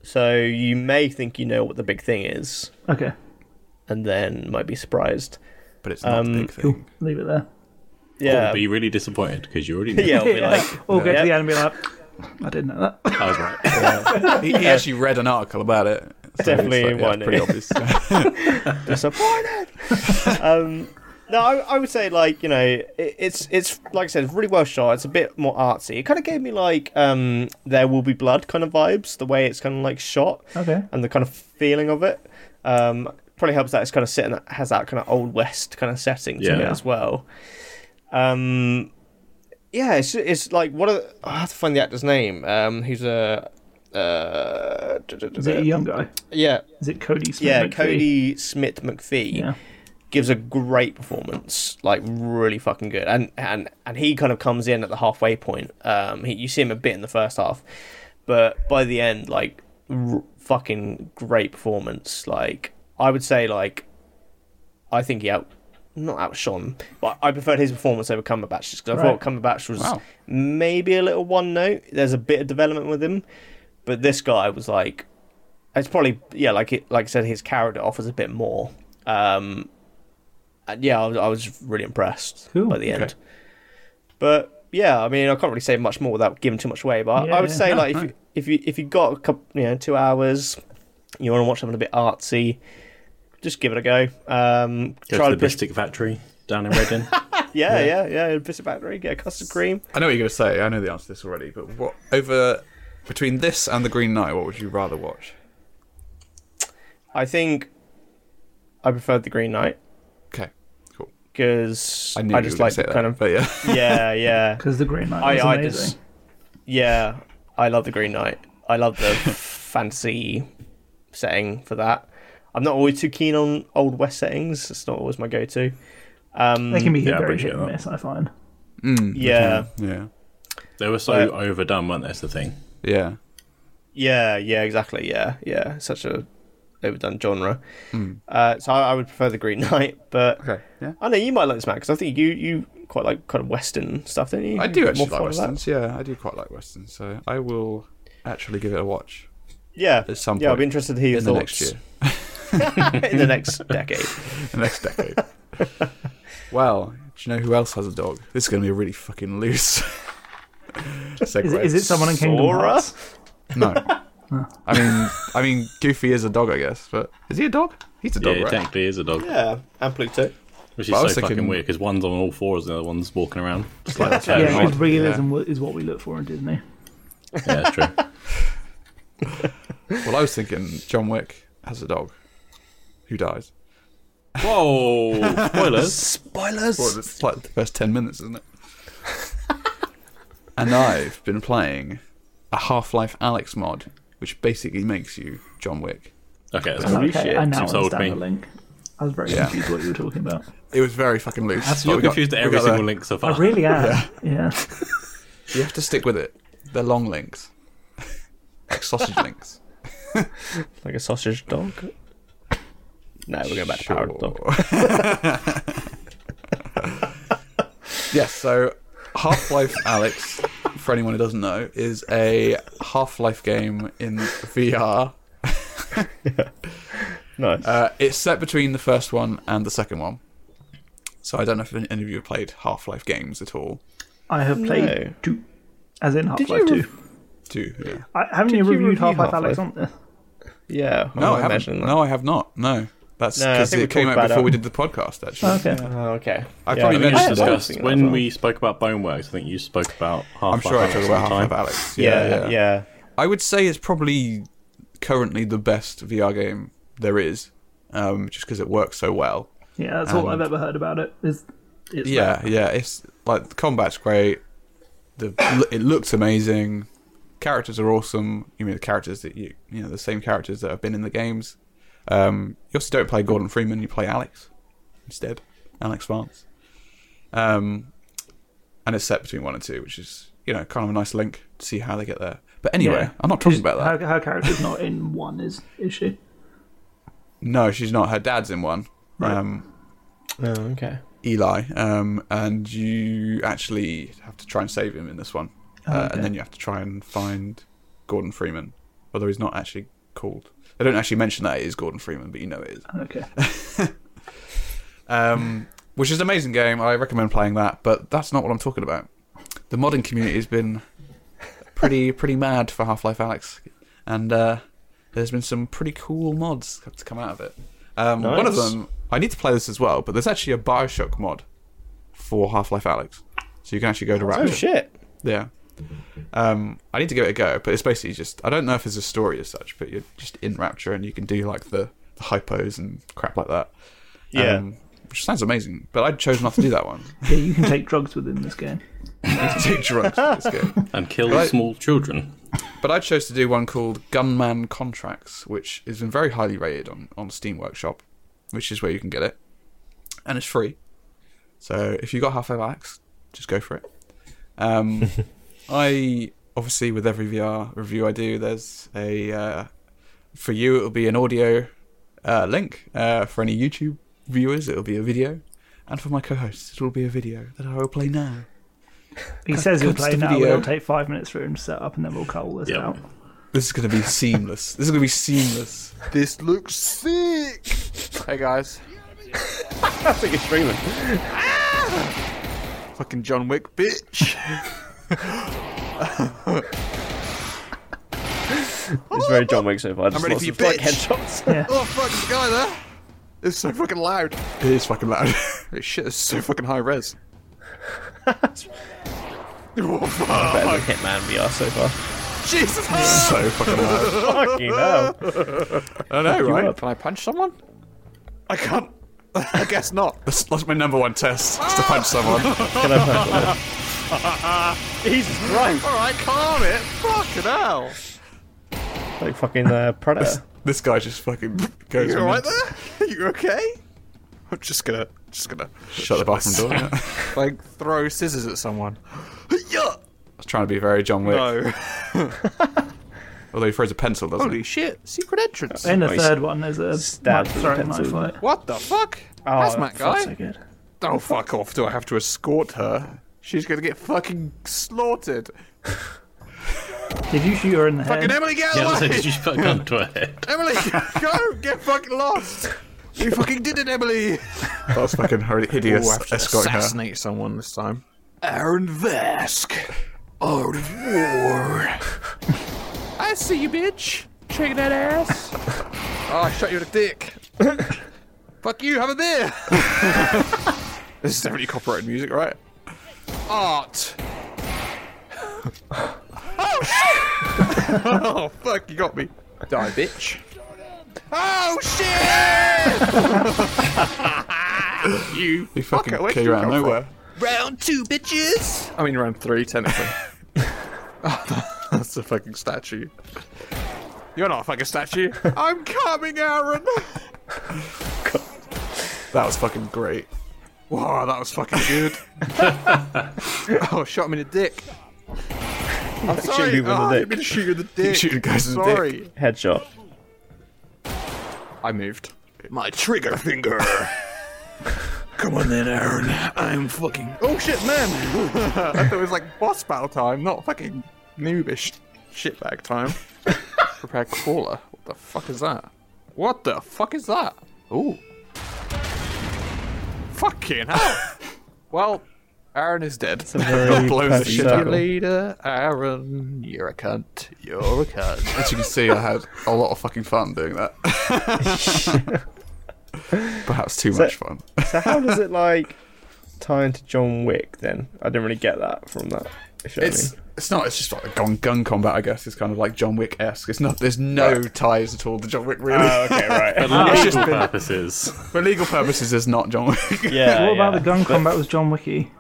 S2: So you may think you know what the big thing is,
S5: Okay.
S2: and then might be surprised.
S1: But it's not a
S2: Um,
S1: big thing.
S5: Cool. Leave it there.
S2: Yeah,
S3: Or be really disappointed because you already know.
S2: yeah. I'll be like,
S5: Or go
S2: Yeah.
S5: to the end and be like, I didn't know that.
S3: I was right.
S1: He, he actually read an article about it. So it's
S2: Definitely
S1: like, yeah,
S2: one.
S1: pretty obvious.
S2: disappointed. um, no, I, I would say like you know it, it's it's like I said, it's really well shot. It's a bit more artsy. It kind of gave me like um, there will be blood kind of vibes. The way it's kind of like shot
S5: Okay.
S2: and the kind of feeling of it um, probably helps that it's kind of sitting that has that kind of old west kind of setting to
S3: Yeah.
S2: it as well. Um, yeah, it's it's like what are, I have to find the actor's name. Um, who's a uh,
S5: Is it a young guy?
S2: yeah
S5: Is it Cody Smith?
S2: yeah
S5: McPhee?
S2: Cody Smith McPhee
S5: Yeah.
S2: gives a great performance, like really fucking good. And and and he kind of comes in at the halfway point. Um, he, you see him a bit in the first half, but by the end, like r- fucking great performance. Like I would say, like I think he out. Not outshone, but I preferred his performance over Cumberbatch's because I thought
S5: Right.
S2: Cumberbatch was
S1: Wow.
S2: maybe a little one note. There's a bit of development with him, but this guy was like, it's probably yeah, like it, like I said, his character offers a bit more. Um, and yeah, I was, I was really impressed
S5: Cool.
S2: by the end. But yeah, I mean, I can't really say much more without giving too much away. But I- I would
S5: Yeah,
S2: say
S5: no,
S2: like if you, if you if you got a couple, you know, two hours, you want to watch something a bit artsy, just give it a go. Um,
S3: Go
S2: try
S3: to the
S2: push-
S3: Bistic Factory down in Reading.
S2: Yeah, yeah, yeah. yeah. Visit Battery, get a custard cream.
S1: I know what you're going to say. I know the answer to this already. But what over between this and the Green Knight, what would you rather watch?
S2: I think I preferred the Green Knight
S1: Okay, cool.
S2: because
S1: I
S2: I,
S1: knew you
S2: just
S1: were going to
S2: like
S1: say that.
S2: kind of
S1: but yeah.
S2: yeah, yeah.
S5: Because the Green Knight
S2: I,
S5: was
S2: I
S5: amazing.
S2: just yeah, I love the Green Knight. I love the fantasy setting for that. I'm not always too keen on old west settings. It's not always my go-to. Um,
S5: They can be
S3: Yeah, I
S5: very
S3: appreciate
S5: hit and
S3: that.
S5: miss, I find.
S1: Mm,
S2: yeah,
S1: Yeah.
S3: they were so overdone, weren't they? That's the thing.
S1: Yeah.
S2: yeah, yeah, exactly. Yeah, yeah. Such a overdone genre. Uh, so I, I would prefer the Green Knight, but
S1: Mm. Okay. Yeah.
S2: I know you might like this, Matt, because I think you you quite like kind of western stuff, don't you?
S1: I do
S2: More
S1: actually like
S2: fond of that.
S1: westerns. Yeah, I do quite like westerns. So I will actually give it a watch
S2: Yeah,
S1: at some
S2: yeah. I'll
S1: point
S2: be interested to hear your
S1: in the
S2: thoughts
S1: next year,
S2: in the next decade.
S1: the next decade. well, do you know who else has a dog? This is going to be a really fucking loose.
S5: Is it, is it someone in Kingdom
S2: Sora?
S5: Hearts?
S1: No. I mean, I mean, Goofy is a dog, I guess. But is he a dog? He's a
S3: Yeah,
S1: dog,
S3: it
S1: right?
S3: technically is a dog,
S2: Yeah, and Pluto.
S3: which
S1: But I
S3: is so
S1: was thinking-
S3: fucking weird because one's on all fours, the other one's walking around. It's like, that's
S5: Yeah,
S3: very odd.
S5: because realism wa- is what we look for in Disney.
S3: yeah, it's true.
S1: Well, I was thinking John Wick has a dog who dies.
S3: Whoa! Spoilers.
S1: Well, it's like the first 10 minutes, isn't it? and I've been playing a Half Life Alex mod, which basically makes you John Wick.
S3: Okay, that's
S2: Holy
S3: cool.
S5: okay,
S2: shit.
S5: I now
S3: You've sold
S5: understand
S3: me.
S5: the link. I was very
S1: Yeah.
S5: confused what you were talking about.
S1: It was very fucking loose.
S3: That's-
S1: but
S3: You're
S1: we got-
S3: confused at
S1: we
S3: every
S1: got Oh,
S3: single
S1: there.
S3: link so
S5: I
S3: far.
S5: really am. yeah.
S1: You have to stick with it. They're long links, like sausage links.
S2: Like a sausage dog? No, we're going back to powered dog.
S1: yes, so Half Life Alex, for anyone who doesn't know, is a Half Life game in VR.
S2: Nice.
S1: Uh, it's set between the first one and the second one. So I don't know if any of you have played Half Life games at all.
S5: I have played
S2: No.
S5: two, as in Half Life
S2: you re-
S1: Do
S5: Two.
S1: yeah.
S5: I, haven't you
S2: Did you
S5: reviewed
S2: review
S5: Half Life
S2: Half-Life?
S5: Alex on this?
S2: Yeah.
S1: No, I,
S2: imagine
S1: haven't.
S2: that.
S1: No, I have not. No, that's
S2: No, I
S1: because
S2: think we
S1: it came
S2: talked
S1: out
S2: about
S1: before
S2: it.
S1: we did the podcast. Actually,
S5: Okay.
S2: Oh, okay.
S1: I probably
S3: We
S1: Yeah,
S3: just
S1: I
S2: remember
S3: discussed
S2: seeing that as
S3: when
S2: well.
S3: we spoke about Boneworks. I think you spoke about Half
S1: I'm sure I talk about Half Life
S3: Alex.
S1: Alex.
S2: Yeah,
S1: yeah.
S2: yeah.
S1: I would say it's probably currently the best VR game there is, um, just because it works so well.
S5: Yeah, that's all I've ever heard about it. Is it's
S1: Yeah, yeah. It's like the combat's great. The it looks amazing. Characters are awesome. You mean the characters that you you know the same characters that have been in the games. Um, you also don't play Gordon Freeman. You play Alex instead. Alex Vance. Um, and it's set between one and two, which is you know kind of a nice link to see how they get there. But anyway,
S5: Yeah.
S1: I'm not talking about that.
S5: Her, her character's not in one, is is she?
S1: No, she's not. Her dad's in one. Um,
S2: Oh, okay.
S1: Eli, um, and you actually have to try and save him in this one, uh, and then you have to try and find Gordon Freeman, although he's not actually called. They don't actually mention that it is Gordon Freeman, but you know it is.
S5: Okay.
S1: Um, which is an amazing game. I recommend playing that, but that's not what I'm talking about. The modding community has been pretty pretty mad for Half Life Alex, and uh, there's been some pretty cool mods to come out of it. Um, One of
S2: Nice.
S1: them, I need to play this as well, but there's actually a Bioshock mod for Half Life Alex, so you can actually go to Rapture.
S2: Oh shit.
S1: Yeah. Um, I need to give it a go, but it's basically just I don't know if it's a story as such, but you're just in Rapture and you can do like the, the hypos and crap like that.
S2: Yeah.
S1: Um, which sounds amazing, but I chose not to do that one.
S5: Yeah, you can take drugs within this game.
S1: Take drugs for this game.
S3: And kill
S1: Right.
S3: small children.
S1: But I chose to do one called Gunman Contracts, which has been very highly rated on, on Steam Workshop, which is where you can get it. And it's free. So if you got half of Axe, just go for it. Um, I obviously with every VR review I do, there's a uh, for you it'll be an audio uh, link. Uh, for any YouTube viewers, it'll be a video, and for my co-hosts, it'll be a video that I will play now.
S5: He says he'll
S1: cuts
S5: play
S1: the
S5: now.
S1: video.
S5: It'll take five minutes for him to set up, and then we'll cull this
S3: Yep.
S5: out.
S1: This is going to be seamless. This is going to be seamless.
S8: This looks sick. Hey guys,
S2: I think it's streaming.
S8: fucking John Wick, bitch.
S2: It's very John Wick so far. Just
S8: ready
S2: lots
S8: for
S2: of,
S8: you,
S2: like
S8: bitch.
S2: headshots.
S8: Oh fuck, this guy there. It's so fucking loud.
S1: It is fucking loud.
S8: This shit is so fucking high res.
S1: Oh,
S2: Better than Hitman VR so far.
S8: Jesus.
S1: so fucking loud.
S2: Fucking hell.
S1: I know, right?
S8: Can I punch someone? I can't. I guess not.
S1: That's, that's my number one test: is to punch someone.
S2: Can I punch on it?
S8: Jesus Christ. All right, calm it. Fucking hell.
S2: Like fucking uh, Predator.
S1: This guy just fucking goes.
S8: You all right
S1: mental.
S8: there? You okay? I'm just gonna, just gonna
S1: Shut the bathroom door. yeah. I
S8: like throw scissors at someone. Yeah.
S1: was trying to be very John Wick.
S8: No.
S1: Although he throws a pencil, doesn't
S8: Holy
S1: he?
S8: shit! Secret entrance.
S5: In the
S2: Nice.
S5: third one, there's a
S2: Stab with
S5: knife
S2: a
S5: throwing
S2: pencil.
S5: knife fight.
S8: What the fuck?
S5: Oh,
S8: That's my guy.
S5: So good.
S8: Oh fuck off! Do I have to escort her? She's gonna get fucking slaughtered.
S5: Did you shoot her in the
S8: Fucking
S5: head?
S8: Emily, get
S3: Yeah,
S8: out
S3: I
S8: of the way!
S3: said, did you put a gun to her head?
S8: Emily, go get fucking lost. We fucking did it, Emily.
S1: That was fucking hor- hideous. escorting her.
S8: someone this time. Aaron Vask, out of war. I see you, bitch. Shaking that ass. oh, I shot you in the dick. Fuck you. Have a beer. this is definitely copyrighted music, right? Art. oh shit! oh fuck! You got me. Die, bitch. Oh shit! you
S1: He fucking
S8: Fucker, where'd
S1: came
S8: you
S1: out of
S8: come from?
S1: nowhere.
S8: Round two, bitches. I mean, round three, technically. That's a fucking statue. You're not a fucking statue. I'm coming, Aaron.
S1: That was fucking great.
S8: Wow, that was fucking good. oh, shot him in the dick. I'm sorry.
S2: you in the
S8: oh, I
S2: dick.
S8: didn't mean to shoot you in the dick.
S1: Shooting guys in the dick.
S8: sorry.
S2: Headshot.
S8: I moved.
S4: My trigger finger. Come on then, Aaron. I'm fucking.
S8: Oh shit, man! I thought it was like boss battle time, not fucking noobish shitbag time. Prepare crawler. What the fuck is that? What the fuck is that? Ooh. Fucking hell. well, Aaron is dead.
S2: It's a very
S1: blows the
S2: patched
S1: shit
S2: up-
S1: out
S8: Your leader, Aaron. You're a cunt. You're a cunt.
S1: As you can see, I had a lot of fucking fun doing that. Perhaps too much fun.
S2: So how does it like tie into John Wick then? I didn't really get that from that. If you know what
S1: It's it's not. It's just like a gun gun combat. I guess it's kind of like John Wick esque. It's not. There's no ties at all to John Wick really.
S2: I mean. Oh, okay, right.
S3: For
S1: Ah.
S3: legal purposes.
S1: For legal purposes, it's not John Wick.
S2: yeah.
S5: What about
S2: yeah.
S5: the gun combat with John Wicky?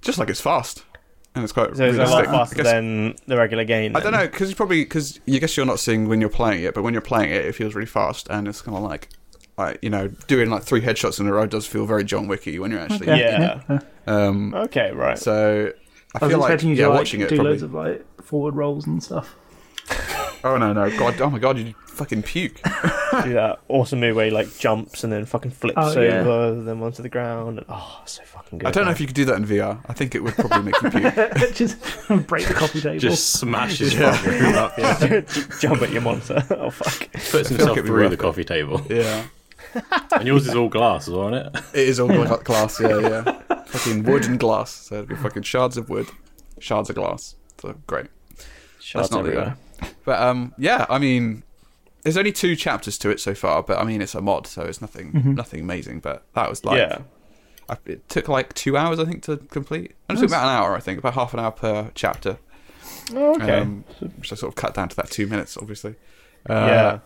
S1: just like it's fast and it's quite
S2: So it's a lot
S1: realistic.
S2: faster
S1: I guess-
S2: than the regular game.
S1: I don't know because you probably because you guess you're not seeing when you're playing it, but when you're playing it, it feels really fast and it's kind of like. Like, you know, doing like three headshots in a row does feel very John Wicky when you're actually.
S2: Yeah.
S1: Um,
S2: Okay, right.
S1: so I,
S5: I was
S1: feel like
S5: expecting you to
S1: yeah,
S5: like,
S1: watching it
S5: do
S1: probably.
S5: loads of like forward rolls and stuff.
S1: Oh no no god! Oh my god! You fucking puke.
S2: do that awesome move where he like jumps and then fucking flips
S5: Oh, yeah.
S2: over, then onto the ground. And, oh, so fucking good.
S1: I don't know
S2: man.
S1: if you could do that in VR. I think it would probably make you puke.
S5: Just break the coffee table.
S3: Just smashes fucking room up. Yeah.
S2: jump at your monitor. oh fuck.
S3: Puts himself
S1: it'd be
S3: through
S1: worth
S3: the
S1: it.
S3: coffee table.
S1: Yeah,
S3: And yours is all glass as well, isn't it?
S1: it is all gla- glass. Yeah, yeah. fucking wood and glass. So it'd be fucking shards of wood, shards of glass. So great.
S2: Shots
S1: not
S2: everywhere.
S1: the- uh, But um, yeah. I mean, there's only two chapters to it so far. But I mean, it's a mod, so it's nothing, nothing amazing. But that was like,
S2: Mm-hmm. Yeah.
S1: I, it took like two hours, I think, to complete. And it took about an hour, I think, about half an hour per chapter.
S2: Oh, okay.
S1: Um, uh, which I sort of cut down to that two minutes, obviously.
S2: yeah.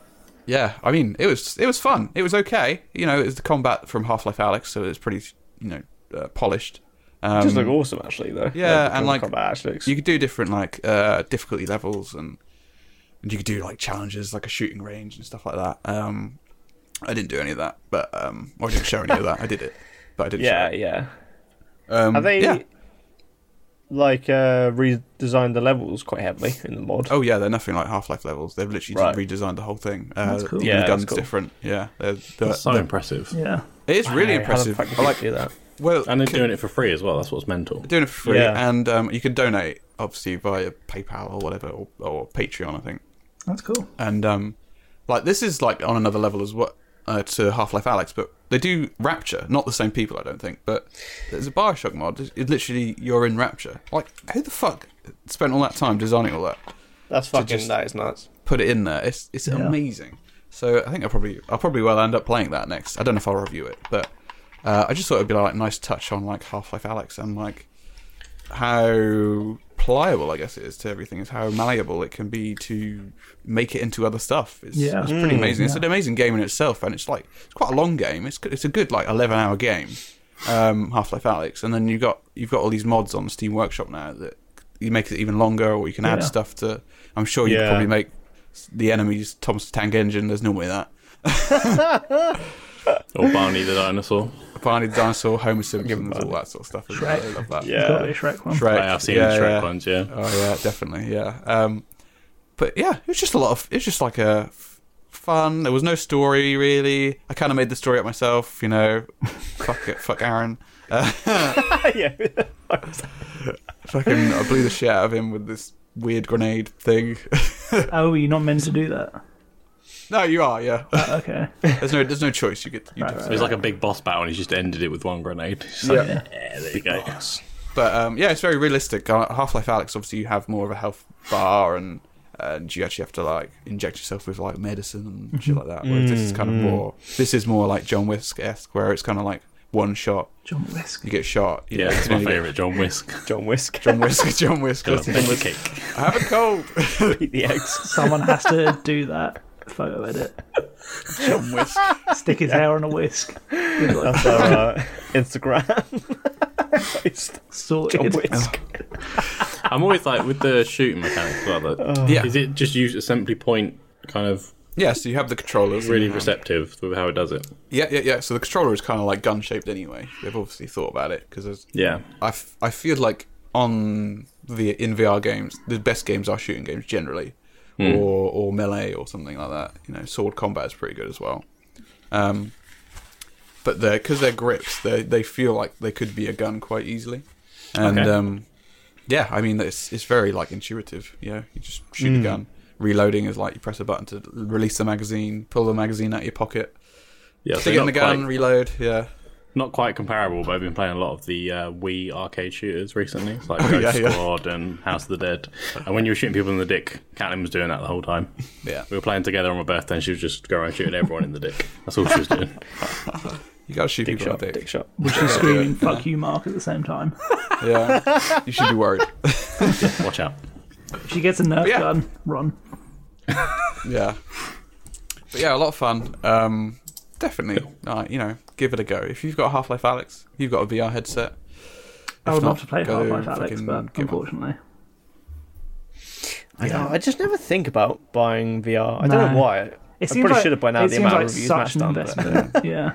S1: Yeah, I mean, it was it was fun. It was okay. You know, it was the combat from Half Life Alex, so it was pretty, you know, uh, polished. Um,
S2: It does look awesome actually though.
S1: yeah,
S2: the
S1: and, like,
S2: combat actually looks
S1: you could do different like uh, difficulty levels, and and you could do like challenges, like a shooting range and stuff like that. Um, I didn't do any of that, but um, or I didn't show any of that. I did it, but I didn't.
S2: Yeah,
S1: show it.
S2: yeah.
S1: Um,
S2: Are they
S1: Yeah.
S2: like uh redesigned the levels quite heavily in the mod?
S1: Oh yeah, they're nothing like Half Life levels. They've literally
S2: Right.
S1: redesigned the whole thing. Uh,
S5: That's cool.
S1: even
S2: Yeah,
S1: the
S2: that's
S1: gun's
S2: cool.
S1: different. Yeah, they're, they're,
S3: That's so impressive.
S5: yeah.
S1: it is really
S2: Hey, how the
S1: impressive.
S2: fuck did
S1: I
S2: you
S1: like
S2: do that.
S1: well,
S3: And they're doing it for free as well. That's what's mental.
S1: doing it for free,
S2: Yeah.
S1: and um, you can donate obviously via PayPal or whatever, or, or Patreon, I think.
S5: That's cool.
S1: And um, like this is like on another level as what uh, to Half Life Alex, but they do Rapture, not the same people, I don't think. But there's a Bioshock mod. It it literally you're in Rapture. Like who the fuck spent all that time designing all that?
S2: That's fucking
S1: just-
S2: that is nuts.
S1: Put it in there. It's it's amazing. So I think I'll probably I'll probably well end up playing that next. I don't know if I'll review it, but uh, I just thought it'd be like a nice touch on like Half Life Alex and like how pliable I guess it is to everything is how malleable it can be to make it into other stuff. It's,
S5: Yeah.
S1: it's pretty amazing. It's an amazing game in itself, and it's like it's quite a long game. It's good- it's a good like eleven hour game, um, Half Life Alex, and then you got you've got all these mods on Steam Workshop now that you make it even longer, or you can add
S5: Yeah.
S1: stuff to. I'm sure you could
S2: Yeah.
S1: probably make the enemies Thomas the Tank Engine. There's normally that.
S3: Or Barney the dinosaur.
S1: Barney the Dinosaur, Homer Simpson, all that sort of stuff. Shrek. I love that.
S5: Got to
S2: Yeah.
S5: be a Shrek one.
S1: Shrek.
S3: Like, I've seen
S1: yeah,
S3: the Shrek
S1: yeah.
S3: ones, yeah.
S1: Oh yeah, definitely, yeah. Um, but yeah, it was just a lot of. It's just like a f- fun. There was no story really. I kind of made the story up myself, you know. fuck it, fuck Aaron.
S2: yeah.
S1: Fucking, I blew the shit out of him with this weird grenade thing.
S5: Oh, you're not meant to do that.
S1: no, you are, yeah.
S5: Okay.
S1: There's no, there's no choice. You get, you
S5: Right,
S1: do
S5: right.
S3: It was like a big boss battle, and he just ended it with one grenade. He's just like, yeah. there you go.
S1: But um, yeah, it's very realistic. Half Life Alex, obviously, you have more of a health bar and and you actually have to like inject yourself with like medicine and shit like that. Whereas this is kind of more this is more like John Wisk esque, where it's kind of like one shot,
S5: John Wisk.
S1: you get shot. You
S3: Yeah,
S1: know,
S3: it's
S1: and
S3: my
S1: you get
S3: favourite, John Whisk.
S2: John Whisk.
S1: John Wisk, John Wisk.
S3: Got
S1: Let's
S3: a
S1: see.
S3: big kick.
S1: I have a cold.
S2: beat the eggs.
S5: Someone has to do that photo edit.
S1: John Wisk.
S5: Stick his hair on a whisk. We've got
S2: That's our uh, Instagram. Post.
S5: it sorted.
S2: John Whisk.
S3: I'm always like with the shooting mechanic as well. Like,
S1: Oh. Yeah.
S3: Is it just use assembly point kind of
S1: Yeah, so you have the controllers.
S3: really receptive with how it does it?
S1: Yeah, yeah, yeah. So the controller is kind of like gun shaped anyway. They've obviously thought about it because
S3: Yeah.
S1: I, f- I feel like on the in VR games, the best games are shooting games generally, or or melee or something like that. You know, sword combat is pretty good as well. Um, but they're because they're grips, they they feel like they could be a gun quite easily, and
S3: Okay.
S1: um, yeah, I mean it's it's very like intuitive. You know, you just shoot a gun. Reloading is like you press a button to release the magazine, pull the magazine out of your pocket,
S3: Yeah, so
S1: stick it in
S3: not
S1: the gun,
S3: quite-
S1: reload. Yeah,
S3: not quite comparable, but I've been playing a lot of the uh, Wii arcade shooters recently. It's like Ghost
S1: yeah, yeah.
S3: Squad and House of the Dead. And when you were shooting people in the dick, Catelyn was doing that the whole time.
S1: Yeah.
S3: We were playing together on my birthday and she was just going around shooting everyone in the dick. That's all she was doing.
S1: You gotta shoot people
S2: shot,
S1: with dick.
S2: dick shot.
S5: Which is screaming "fuck you, Mark" at the same time.
S1: Yeah, you should be worried.
S3: Yeah, watch out.
S5: If she gets a nerf
S1: Yeah.
S5: gun, run.
S1: Yeah, but yeah, a lot of fun. Um, definitely, uh, you know, give it a go. If you've got Half Life Alex, you've got a VR headset.
S5: I would
S1: not,
S5: love to play
S1: go
S5: Half Life Alex,
S1: fucking
S5: but
S1: give up.
S5: unfortunately,
S2: I know. I just never think about buying VR. I don't
S5: No.
S2: know why.
S5: it
S2: I probably should have by now
S5: it
S2: the
S5: seems
S2: amount
S5: like
S2: of reviews
S5: such
S2: matched
S5: an
S2: on. But...
S5: investment. yeah,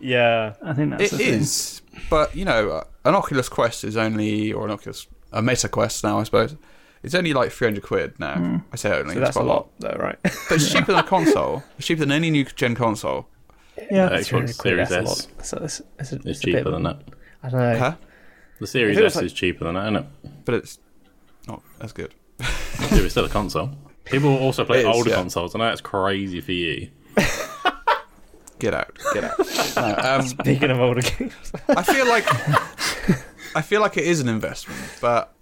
S2: Yeah.
S5: I think that's
S1: It
S5: the thing.
S1: is, but you know, uh, an Oculus Quest is only, or an Oculus, a Meta Quest now, I suppose. It's only like 300 quid now. I say only,
S2: Hmm. So
S1: it's
S2: that's a
S1: quite
S2: lot, though, right?
S1: But it's cheaper than a console. It's cheaper than any new gen console.
S5: Yeah,
S3: Xbox Series S
S2: So it's, it's, a,
S3: is
S2: a bit
S3: cheaper
S2: of-
S3: than that.
S2: I don't know.
S1: Huh?
S3: The Series
S2: If it was
S3: S
S2: like-
S3: is cheaper than that, isn't it?
S1: But it's not as good.
S3: It was still a console. People also play
S1: It is,
S3: older
S1: yeah.
S3: consoles. I know that's crazy for you.
S1: Get out. Get out. No, um,
S2: Speaking of older games,
S1: I feel like I feel like it is an investment, but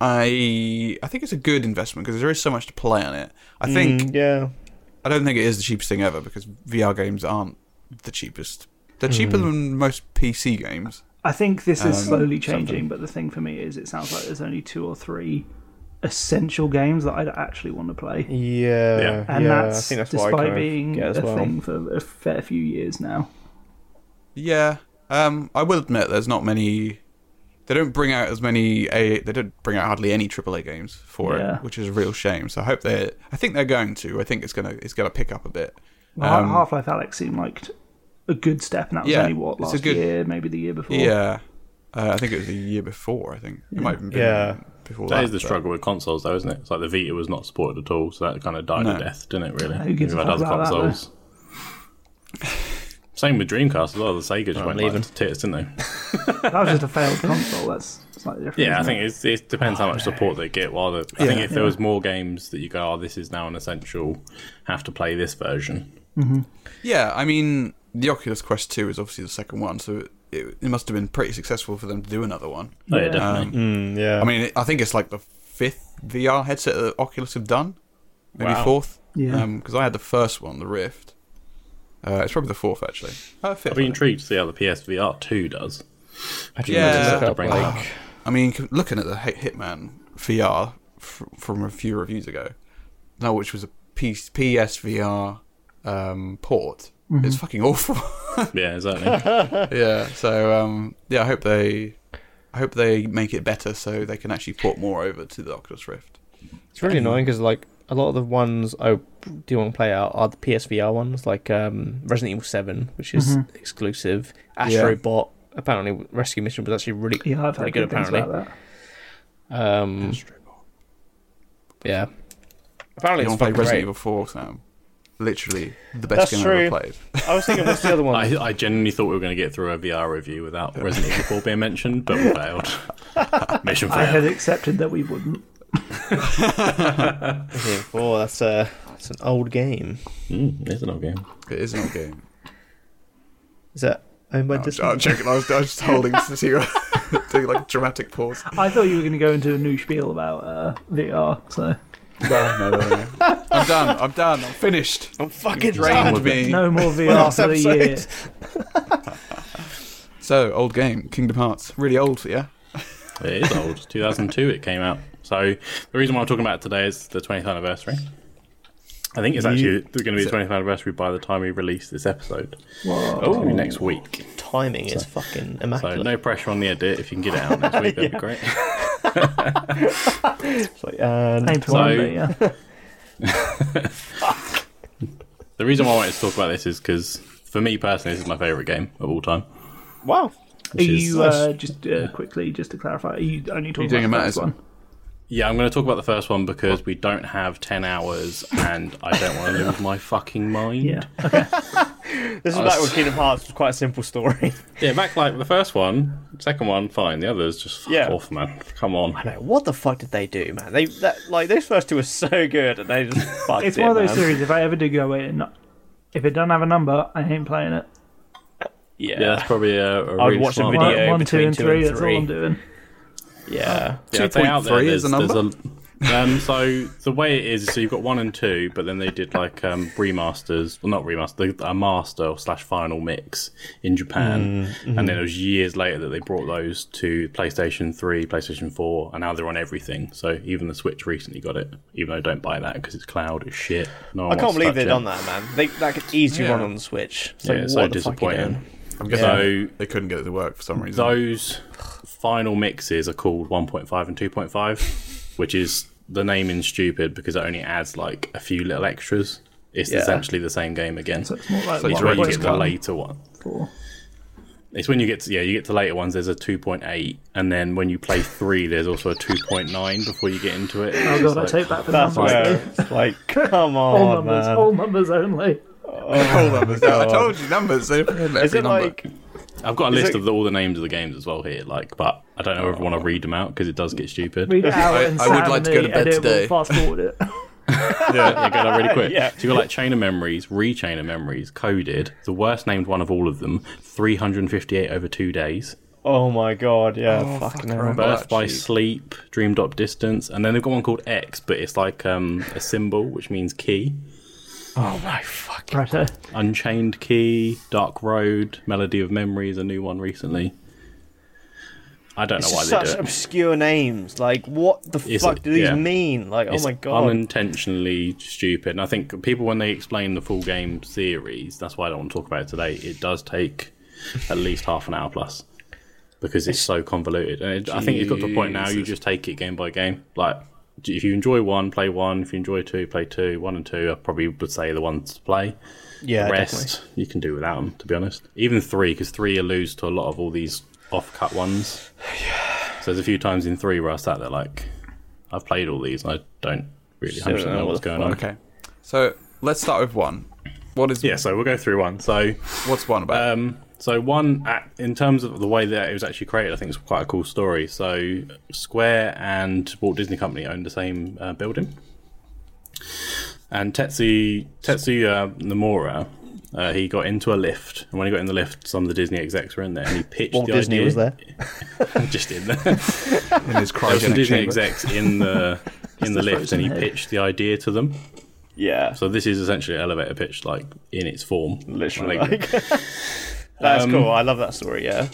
S1: I I think it's a good investment because there is so much to play on it. I think
S2: yeah,
S1: I don't think it is the cheapest thing ever because VR games aren't the cheapest. They're cheaper than most PC games.
S5: I think this is slowly changing, but the thing for me is, it sounds like there's only two or three essential games that I'd actually want to play,
S2: yeah,
S3: Yeah.
S5: and
S2: yeah,
S5: that's,
S2: I think that's why I kind
S5: despite
S2: of
S5: being
S2: get as
S5: a
S2: well.
S5: thing for a fair few years now.
S1: Yeah, um, I will admit there's not many. They don't bring out as many. A they don't bring out hardly any AAA games for
S5: Yeah.
S1: it, which is a real shame. So I hope they. are I think they're going to. I think it's gonna. It's gonna pick up a bit.
S5: Well,
S1: Um,
S5: Half Life Alex seemed like a good step, and that was
S1: Yeah,
S5: only what
S1: it's a
S5: last
S1: good-
S5: year, maybe the year before.
S1: Yeah, uh, I think it was the year before. I think it might have been
S2: Yeah.
S1: before
S3: That
S1: that.
S3: is the
S1: but-
S3: struggle with consoles, though, isn't it? It's like the Vita was not supported at all, so that kind of died
S1: No.
S3: a death, didn't it? Really?
S5: Who gives a
S3: We've had
S5: fuck
S3: other
S5: about that,
S3: consoles. Same with Dreamcast as well. The Sega just went
S2: leaving.
S3: like, to tits, didn't they?
S5: that was just a failed console. That's slightly different.
S3: Yeah, I
S5: isn't
S3: think
S5: it?
S3: it's, it depends how
S5: Oh,
S3: much support they get. While the, I think if there was more games that you go, oh, this is now an essential, have to play this version.
S1: Yeah, I mean, the Oculus Quest 2 is obviously the second one, so it, it must have been pretty successful for them to do another one. Um,
S3: Oh, yeah,
S5: Yeah. Um,
S3: definitely.
S2: Mm, yeah.
S1: I mean, it, I think it's like the fifth VR headset that Oculus have done, maybe
S3: Wow.
S1: fourth.
S5: Yeah.
S1: Because I had the first one, the Rift. Uh, it's probably the fourth, actually. Uh, fifth,
S3: I'll
S1: I
S3: be
S1: think.
S3: intrigued to see how the PSVR 2 does.
S2: I didn't
S1: yeah.
S2: really look
S3: Just to
S2: up,
S3: bring
S2: like-
S3: that up.
S1: I mean, c- looking at the Hit- Hitman VR f- from a few reviews ago, no, which was a P- PSVR um, port, it's fucking awful.
S3: Yeah, exactly.
S1: yeah. So um, yeah, I hope they, I hope they make it better so they can actually port more over to the Oculus Rift.
S2: It's
S5: Um,
S2: really annoying because like a lot of the ones I do want to play out are the PSVR ones, like um, Resident Evil Seven, which is
S5: Mm-hmm.
S2: exclusive. Astro
S1: Yeah.
S2: Bot apparently Rescue Mission was actually really
S5: Yeah, I've
S2: pretty
S5: heard
S2: good
S5: good things
S2: apparently.
S5: about that.
S2: Um, yeah,
S1: You
S2: apparently
S1: want
S2: it's
S1: to play
S2: fucking
S1: Resident
S2: great.
S1: Evil Four, Sam? Literally the best
S2: That's
S1: game I've
S2: true.
S1: ever played.
S2: I was thinking, what's the other one?
S3: I, I genuinely thought we were going to get through a VR review without Resident Evil 4 being mentioned, but we failed. Mission
S5: I had
S3: failed.
S5: accepted that we wouldn't.
S2: Resident Evil Four. That's a that's an old game.
S3: Mm, it's an old game.
S1: It is an old game.
S2: Is that owned by
S1: I'm, I'm
S2: Disney?
S1: joking. I was, I was just holding to see you doing like a dramatic pause.
S5: I thought you were going to go into a new spiel about uh, VR. So
S1: No, no, no, no. I'm done. I'm done. I'm finished.
S2: I'm fucking
S1: Drained
S2: done.
S1: me.
S5: no more VR for the year.
S2: episode.
S1: So old game, Kingdom Hearts. Really old, yeah.
S3: It is old. 2002 it came out. So the reason why I'm talking about it today is the 20th anniversary. I think it's actually going to be the 20th anniversary by the time we release this episode. It's gonna be next week.
S2: Timing is fucking
S3: So
S2: immaculate.
S3: no pressure on the edit. If you can get it out next week, that'd be great.
S2: It's like, um, and
S5: Aim for one,
S3: So-
S5: but yeah.
S3: The reason why I wanted to talk about this is because for me personally, this is my favourite game of all time.
S2: wow.
S5: Are
S3: which is-
S5: you uh, just uh, quickly, just to clarify, are you only talking
S1: doing a
S5: about the first
S1: Madison?
S5: one?
S3: Yeah, I'm going to talk about the first one because we don't have 10 hours and I don't want to lose my fucking mind.
S5: Yeah.
S2: This is back when Kingdom Hearts was quite a simple story.
S3: Yeah, back like the first one, second one, fine. The others just fuck
S2: Yeah.
S3: off, man. Come on.
S2: Like, what the fuck did they do, man? They that like those first two were so good, and they just fucked
S5: It's
S2: it,
S5: one of those
S2: man.
S5: series. If I ever do go in, if it doesn't have a number, I ain't playing it.
S2: Yeah,
S3: Yeah, that's probably a, a
S2: I'd
S3: really
S2: watch a
S3: smart-
S2: video.
S5: One, one, two,
S2: between
S5: and
S2: two
S5: three.
S2: and
S5: That's
S2: three.
S5: all I'm doing.
S2: yeah.
S3: Yeah, if they're out there,
S1: 2.3 is
S3: there's-
S1: a
S3: there's a- um, so the way it is, so you've got one and two, but then they did like um, remasters, well not remaster, the- a master slash final mix in Japan,
S1: Mm,
S3: and
S1: mm-hmm.
S3: then it was years later that they brought those to PlayStation Three, PlayStation Four, and now they're on everything. So even the Switch recently got it, even though don't buy that because it's cloud as shit. No one
S2: I can't
S3: wants to
S2: believe
S3: touch
S2: they've
S3: it.
S2: done that, man. They that could easily
S1: Yeah.
S2: run on the Switch. So
S3: Yeah,
S2: what
S3: it's so
S2: the Fuck
S3: disappointing.
S1: I'm guessing
S3: So
S1: they couldn't get it to work for some reason.
S3: those final mixes are called 1.5 and 2.5 which is the naming stupid because it only adds like a few little extras it's
S2: Yeah.
S3: essentially the same game again
S5: So it's more like
S1: So
S5: what
S1: it's
S3: it's
S1: more
S5: what
S3: when you
S1: like
S5: it's
S3: get the
S1: one.
S3: later one
S5: for.
S3: it's when you get to yeah you get to later ones there's a 2.8 and then when you play 3 there's also a 2.9 before you get into it
S5: Oh god, I take back the
S2: That's
S5: numbers.
S2: where it's like, come
S5: All
S2: on,
S5: numbers, Oh,
S2: man.
S5: all numbers only.
S1: Hold on, there's no- I told you numbers. They
S2: Is it like
S3: i've got a list
S2: it-
S3: of the, all the names of the games as well here like but i don't know if i want to read them out because it does get stupid
S5: Read it out
S1: I-
S5: and
S1: I would
S5: Sam
S1: like
S5: and
S1: to go to
S5: the
S1: bed
S5: edit will
S1: today.
S5: Fast forward it.
S3: yeah, go down really quick.
S2: Yeah.
S3: So you got like chain of memories, rechain of memories, coded, the worst named one of all of them, 358 over two days,
S2: Oh my god, yeah, fucking hell.
S3: birth by
S1: cheap.
S3: sleep, dreamed up distance, and then they've got one called X, but it's like um, a symbol which means key,
S2: Oh my fucking.
S5: Righto.
S3: unchained key, dark road, melody of memories, a new one recently. I don't know why
S2: It's
S3: they
S2: such
S3: do it.
S2: obscure names. Like, what the
S3: It's
S2: fuck
S3: a-
S2: do these
S3: yeah.
S2: mean? Like, oh
S3: It's
S2: my god.
S3: unintentionally stupid. And I think people, when they explain the full game series, that's why I don't want to talk about it today. It does take at least half an hour plus because it's so convoluted. And it, I think it's got to a point now you just take it game by game. Like, if you enjoy one, play one. If you enjoy two, play two. One and two, I probably would say the ones to play.
S2: yeah,
S3: The
S2: definitely.
S3: rest, you can do without them, to be honest. Even three, because three alludes to a lot of all these off cut ones. So there's a few times in three where I sat there like, I've played all these and I don't really 100%
S2: don't know
S3: know what's
S2: what the
S3: going on.
S1: Okay, so let's start with one. What is
S3: Yeah, so we'll go through one. So,
S1: what's one about?
S3: um, so one act- in terms of the way that it was actually created, I think it's quite a cool story. So, Square and Walt Disney Company owned the same uh, building, and Tetsu Tetsuya Nomura. Uh, he got into a lift, and when he got in the lift, some of the Disney execs were in there, and he pitched
S2: Walt
S3: the
S2: Disney
S3: idea.
S2: was there.
S3: just in there.
S1: in his
S3: There were some
S1: cryogenic
S3: Disney
S1: chamber.
S3: execs in the in the lift, and he
S5: frozen head.
S3: pitched the idea to them.
S2: Yeah,
S3: So this is essentially elevator pitch, like in its form.
S2: literally.
S3: Like,
S2: Like, that's
S3: Um,
S2: cool. I love that story, yeah.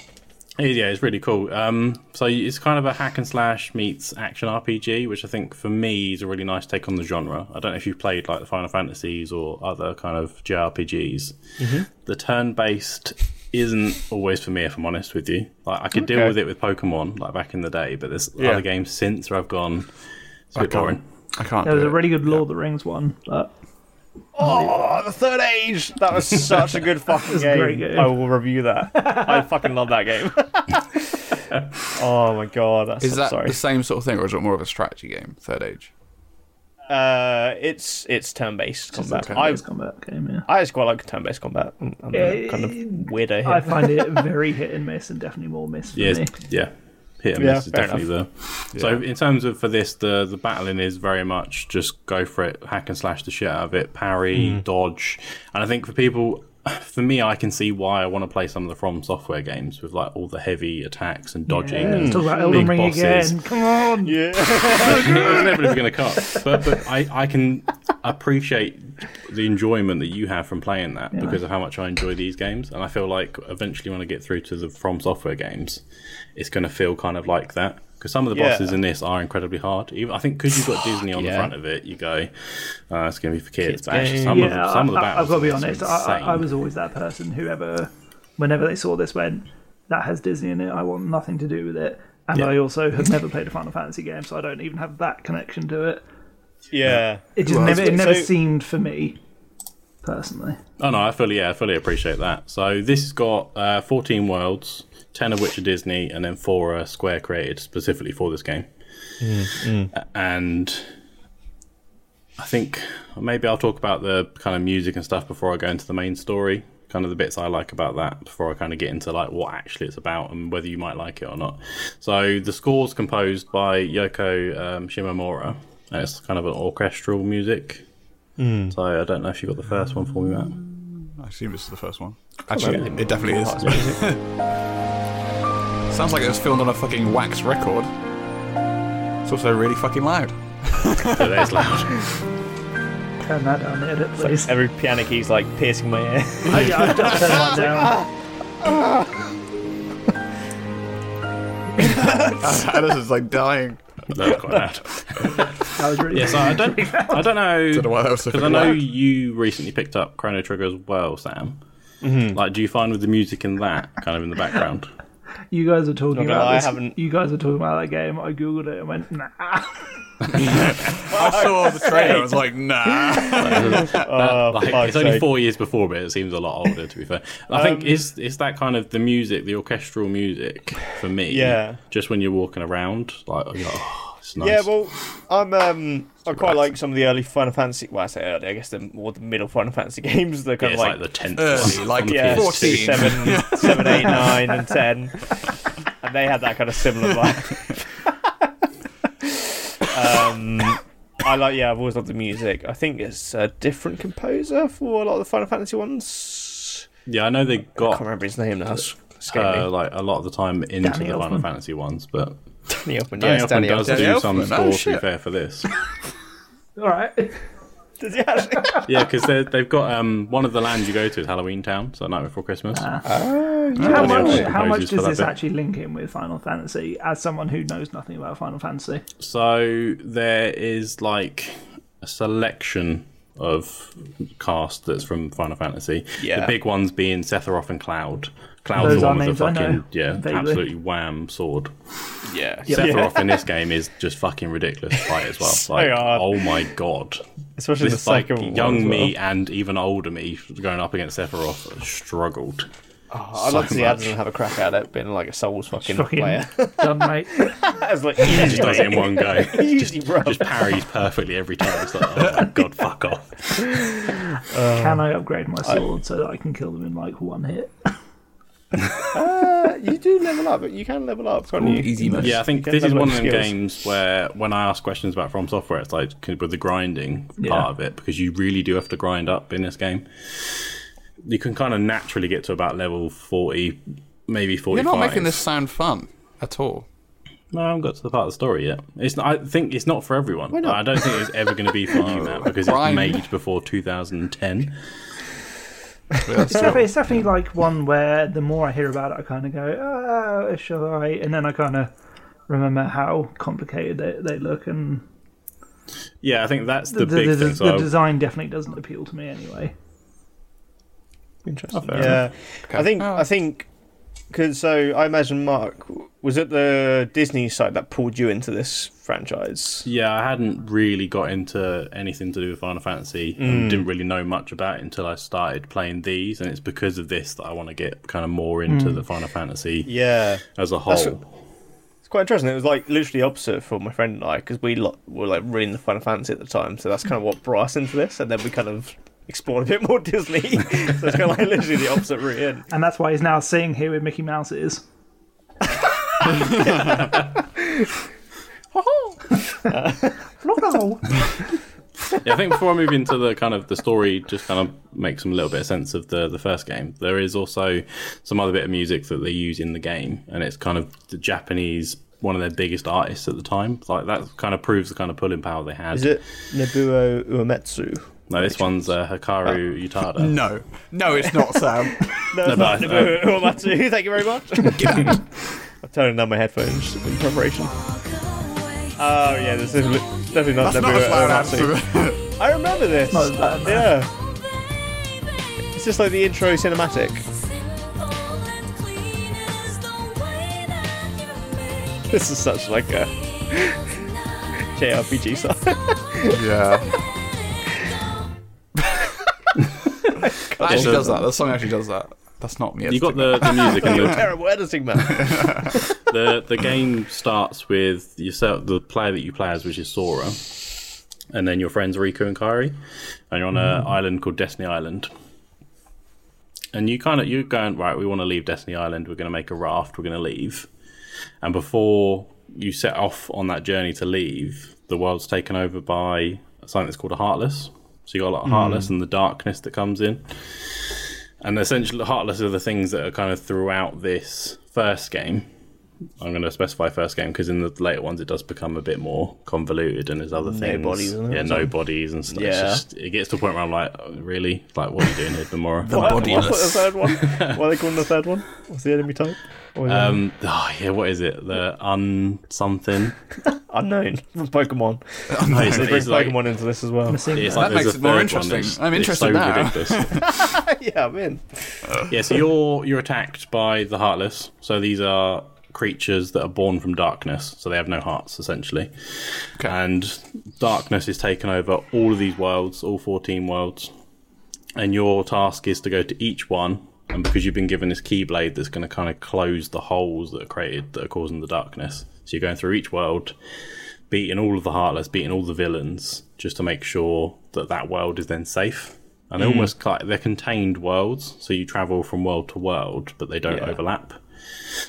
S3: It- Yeah, it's really cool. Um, so it's kind of a hack and slash meets action RPG, which I think for me is a really nice take on the genre. I don't know if you've played like the Final Fantasies or other kind of JRPGs. The turn based isn't always for me, if I'm honest with you. Like I could deal
S2: Okay.
S3: with it with Pokemon, like back in the day, but there's
S1: Yeah.
S3: other games since where I've gone. It's a
S1: I
S3: bit boring.
S1: can't. I can't.
S5: There was
S1: do
S5: a
S1: it.
S5: really good Lord of the Rings one, but
S2: Oh, the Third Age! That was such a good fucking
S5: It's a
S2: game.
S5: great game.
S2: I will review that. I fucking love that game. oh my god, that's
S1: Is that
S2: sorry.
S1: the same sort of thing, or is it more of a strategy game? Third Age.
S2: Uh, it's it's turn-based combat.
S1: turn-based
S2: I
S5: it's come back game, yeah.
S2: I just quite like turn-based combat. I'm, I'm a kind of weirdo here.
S5: I find it very hit and miss, and definitely more miss for
S3: Yeah,
S5: me.
S3: it's- yeah. Hit and
S2: Yeah,
S3: miss is
S2: fair
S3: definitely there. So in terms of for this, the the battling is very much just go for it, hack and slash the shit out of it, parry,
S5: Hmm.
S3: dodge, and I think for people. For me, I can see why I want to play some of the From Software games with like all the heavy attacks and dodging
S2: Hmm.
S3: and
S5: Talk about Elden
S3: Oh, big
S5: Ring
S3: bosses.
S5: again. Come on.
S3: I was never going to cut, but, but I, I can appreciate the enjoyment that you have from playing that because of how much I enjoy these games, and I feel like eventually when I get through to the From Software games, it's going to feel kind of like that because some of the
S2: Yeah.
S3: bosses in this are incredibly hard. Even, I think because you've got Disney on
S2: yeah.
S3: the front of it, you go, uh, "It's going to be for kids." But actually,
S2: game.
S3: some of
S5: Yeah,
S3: the, some of the
S5: I,
S3: battles.
S5: have got to be
S3: in this are
S5: honest. I, I, I
S3: insane.
S5: was always that person. Whoever, whenever they saw this, went that has Disney in it. I want nothing to do with it. And
S3: Yeah.
S5: I also have never played a Final Fantasy game, so I don't even have that connection to it.
S2: yeah.
S5: It just never, it
S2: so-
S5: never seemed for me personally.
S3: Oh no, I fully yeah, I fully appreciate that. So this has got uh, 14 worlds, 10 of which are Disney, and then four are Square created specifically for this game. Uh, And I think maybe I'll talk about the kind of music and stuff before I go into the main story. Kind of the bits I like about that before I kind of get into like what actually it's about and whether you might like it or not. So the score's composed by Yoko um, Shimomura, and it's kind of an orchestral music. So I don't know if you got the first one for me, Matt.
S1: I assume it's the first one. Actually, it definitely is. Sounds like it was filmed on a fucking wax record. It's also really fucking loud.
S3: So that is loud.
S5: Turn that down, edit, please.
S2: Every piano key's like piercing my ear.
S5: Oh, yeah, I've got to turn that down.
S1: Addison's like dying.
S3: That was quite loud.
S5: That was really
S3: Yeah, so I don't, I don't know.
S1: Don't know why that was so
S3: Because I
S1: fucking
S3: know
S1: loud.
S3: you recently picked up Chrono Trigger as well, Sam. Like, do you find with the music in that kind of in the background?
S5: You guys were talking
S2: gonna
S5: about
S2: lie, I
S5: this.
S2: haven't-
S5: You guys were talking about that game. I googled it and went, nah.
S1: I saw the trailer. and was like, nah.
S2: Oh,
S3: Like,
S2: fuck's
S3: it's only
S2: sake.
S3: four years before, but it seems a lot older. To be fair, I think it's it's that kind of the music, the orchestral music for me.
S2: Yeah.
S3: just when you're walking around, like, you're like, oh, it's nice.
S2: Yeah, well, I'm um, I quite like some of the early Final Fantasy. Well, I say early, I guess the more the middle Final Fantasy games. They're
S3: Yeah,
S2: kind
S3: it's
S2: of like,
S3: like, the tenth,
S1: Early,
S3: one
S1: like,
S3: on the
S2: yeah,
S3: PS2.
S1: 14.
S2: seven, seven, eight, nine, and ten, and they had that kind of similar vibe. um, I like, yeah, I've always loved the music. I think it's a different composer for a lot of the Final Fantasy ones.
S3: Yeah, I know they
S2: I can't
S3: got
S2: remember his name now. It's scaring
S3: Oh. uh,
S2: me.
S3: like a lot of the time into
S5: Danny
S3: the Final
S5: Elfman.
S3: Fantasy ones, but
S2: Danny Elfman,
S3: Danny
S2: yes,
S3: Elfman
S2: Danny
S3: does
S2: Elfman.
S1: Danny
S3: do
S1: Elfman,
S3: some
S1: oh,
S3: score. to be
S1: shit.
S3: fair for this,
S5: All right.
S2: Does he actually?
S3: yeah, because they've got um, one of the lands you go to is Halloween Town, so Night Before Christmas.
S5: Ah. How
S3: Danny
S5: much,
S3: Elfman
S5: how much does
S3: proposes for
S5: this
S3: that bit.
S5: actually link in with Final Fantasy as someone who knows nothing about Final Fantasy?
S3: So there is like a selection of cast that's from Final Fantasy.
S2: Yeah.
S3: The big ones being Sephiroth and Cloud. Cloud's
S5: Those
S3: the
S5: are
S3: one with
S5: names I
S3: the
S5: know,
S3: fucking yeah,
S5: vaguely.
S3: absolutely wham sword.
S2: yeah,
S3: Sephiroth in this game is just fucking ridiculous to fight as well. Like,
S2: hard.
S3: oh my god.
S2: especially the
S3: This like
S2: second one as
S3: young
S2: well.
S3: me and even older me going up against Sephiroth struggled.
S2: I'd love to see
S3: much.
S2: Adam have a crack at it, being like a Souls fucking,
S5: Fucking
S2: player.
S5: done, mate.
S2: That's like yeah,
S3: Just does it in one go.
S2: easy, bro.
S3: Just parries perfectly every time. It's like, oh my god, fuck off.
S5: Can I upgrade my sword so that I can kill them in like one hit?
S2: you do level up, but you can level up, can't you?
S1: Easy mode.
S3: Yeah, I think
S2: Get
S3: this is
S2: level
S3: one
S2: up
S3: of them
S2: skills.
S3: games where when I ask questions about From Software, it's like c- with the grinding part of it because you really do have to grind up in this game. You can kind of naturally get to about level forty, maybe
S1: You're
S3: forty-five.
S1: not making this sound fun at all.
S3: No, I haven't got to the part of the story yet. It's. Not, I think it's not for everyone. I don't think it's ever going to be for you, Matt, because it's
S1: Grind.
S3: made before 2010.
S1: That's
S5: It's definitely, it's definitely like one where the more I hear about it, I kind of go, oh, shall I? And then I kind of remember how complicated they, they look, and
S3: Yeah, I think that's
S5: the,
S3: the,
S5: the,
S3: big
S5: the,
S3: thing.
S5: the
S3: So I-
S5: design definitely doesn't appeal to me anyway.
S2: Interesting. yeah, I think I think because so I imagine Mark was it the Disney side that pulled you into this franchise.
S3: Yeah, I hadn't really got into anything to do with Final Fantasy
S5: Mm.
S3: and didn't really know much about it until I started playing these, and it's because of this that I want to get kind of more
S5: Mm.
S3: into the Final Fantasy
S2: Yeah,
S3: as a whole.
S2: it's quite interesting. It was like literally opposite for my friend and I because we lo- were like really into Final Fantasy at the time, so that's kind of what brought us into this, and then we kind of explored a bit more Disney. so it's kind of like literally the opposite route in.
S5: And that's why he's now seeing here where Mickey Mouse is. Look out.
S3: yeah, I think before I move into the kind of the story, just kind of make some little bit of sense of the the first game. There is also some other bit of music that they use in the game, and it's kind of the Japanese one of their biggest artists at the time. Like that kind of proves the kind of pulling power they had.
S2: Is it Nobuo Uematsu?
S3: No, this one's uh, Hikaru Utada.
S1: No, no, it's not Sam.
S2: No, it's
S3: but uh,
S2: not.
S3: I-
S2: No, well, that's it. Thank you very much. I'm turning down my headphones in preparation. Oh yeah, this is li- definitely not.
S1: That's not
S2: Nobuo
S1: as loud
S2: Uematsu.
S1: as
S2: I remember this.
S5: Not as bad, no.
S2: yeah. It's just like the intro cinematic. This is such like a JRPG song.
S1: yeah. that actually does that. The song actually does that. That's not me.
S3: You got the, the music and the,
S2: Terrible editing, man.
S3: the the game starts with yourself, the player that you play as, which is Sora, and then your friends Riku and Kairi, and you're on an
S2: Mm-hmm.
S3: island called Destiny Island. And you kind of you're going right. We want to leave Destiny Island. We're going to make a raft. We're going to leave. And before you set off on that journey to leave, the world's taken over
S2: Mm-hmm.
S3: by something that's called a Heartless. So you got a lot of Heartless and the darkness that comes in And essentially, Heartless are the things that are kind of throughout this first game. I'm going to specify first game because in the later ones it does become a bit more convoluted and there's other things.
S2: bodies in there
S3: yeah,
S2: or
S3: no bodies and stuff. It's
S2: Yeah.
S3: just, it gets to a point where I'm like, oh, really? Like, what are you doing here, Gamora?
S1: The
S2: What's the
S1: bodiless.
S2: third one? what are they calling the third one? What's the enemy type? Or is it
S3: Um, oh, yeah, what is it? The un something.
S2: unknown from Pokemon.
S1: No,
S3: It's,
S2: They bring
S3: it's like,
S2: Pokemon into this as well.
S5: Missing
S3: it's
S5: that.
S3: like
S1: That
S3: there's
S1: makes
S3: a
S1: it more
S3: third one
S1: interested.
S3: that's-
S1: I'm
S3: it's so
S1: interested now.
S3: ridiculous.
S2: yeah, I'm in.
S3: yeah, so you're you're attacked by the heartless. So these are creatures that are born from darkness, so they have no hearts essentially.
S1: Okay.
S3: And darkness is taken over all of these worlds, all 14 worlds. And your task is to go to each one, and because you've been given this keyblade that's going to kind of close the holes that are created that are causing the darkness. So you're going through each world, beating all of the heartless, beating all the villains, just to make sure that that world is then safe. And
S2: Mm.
S3: they're almost like they're contained worlds, so you travel from world to world, but they don't
S2: Yeah.
S3: overlap.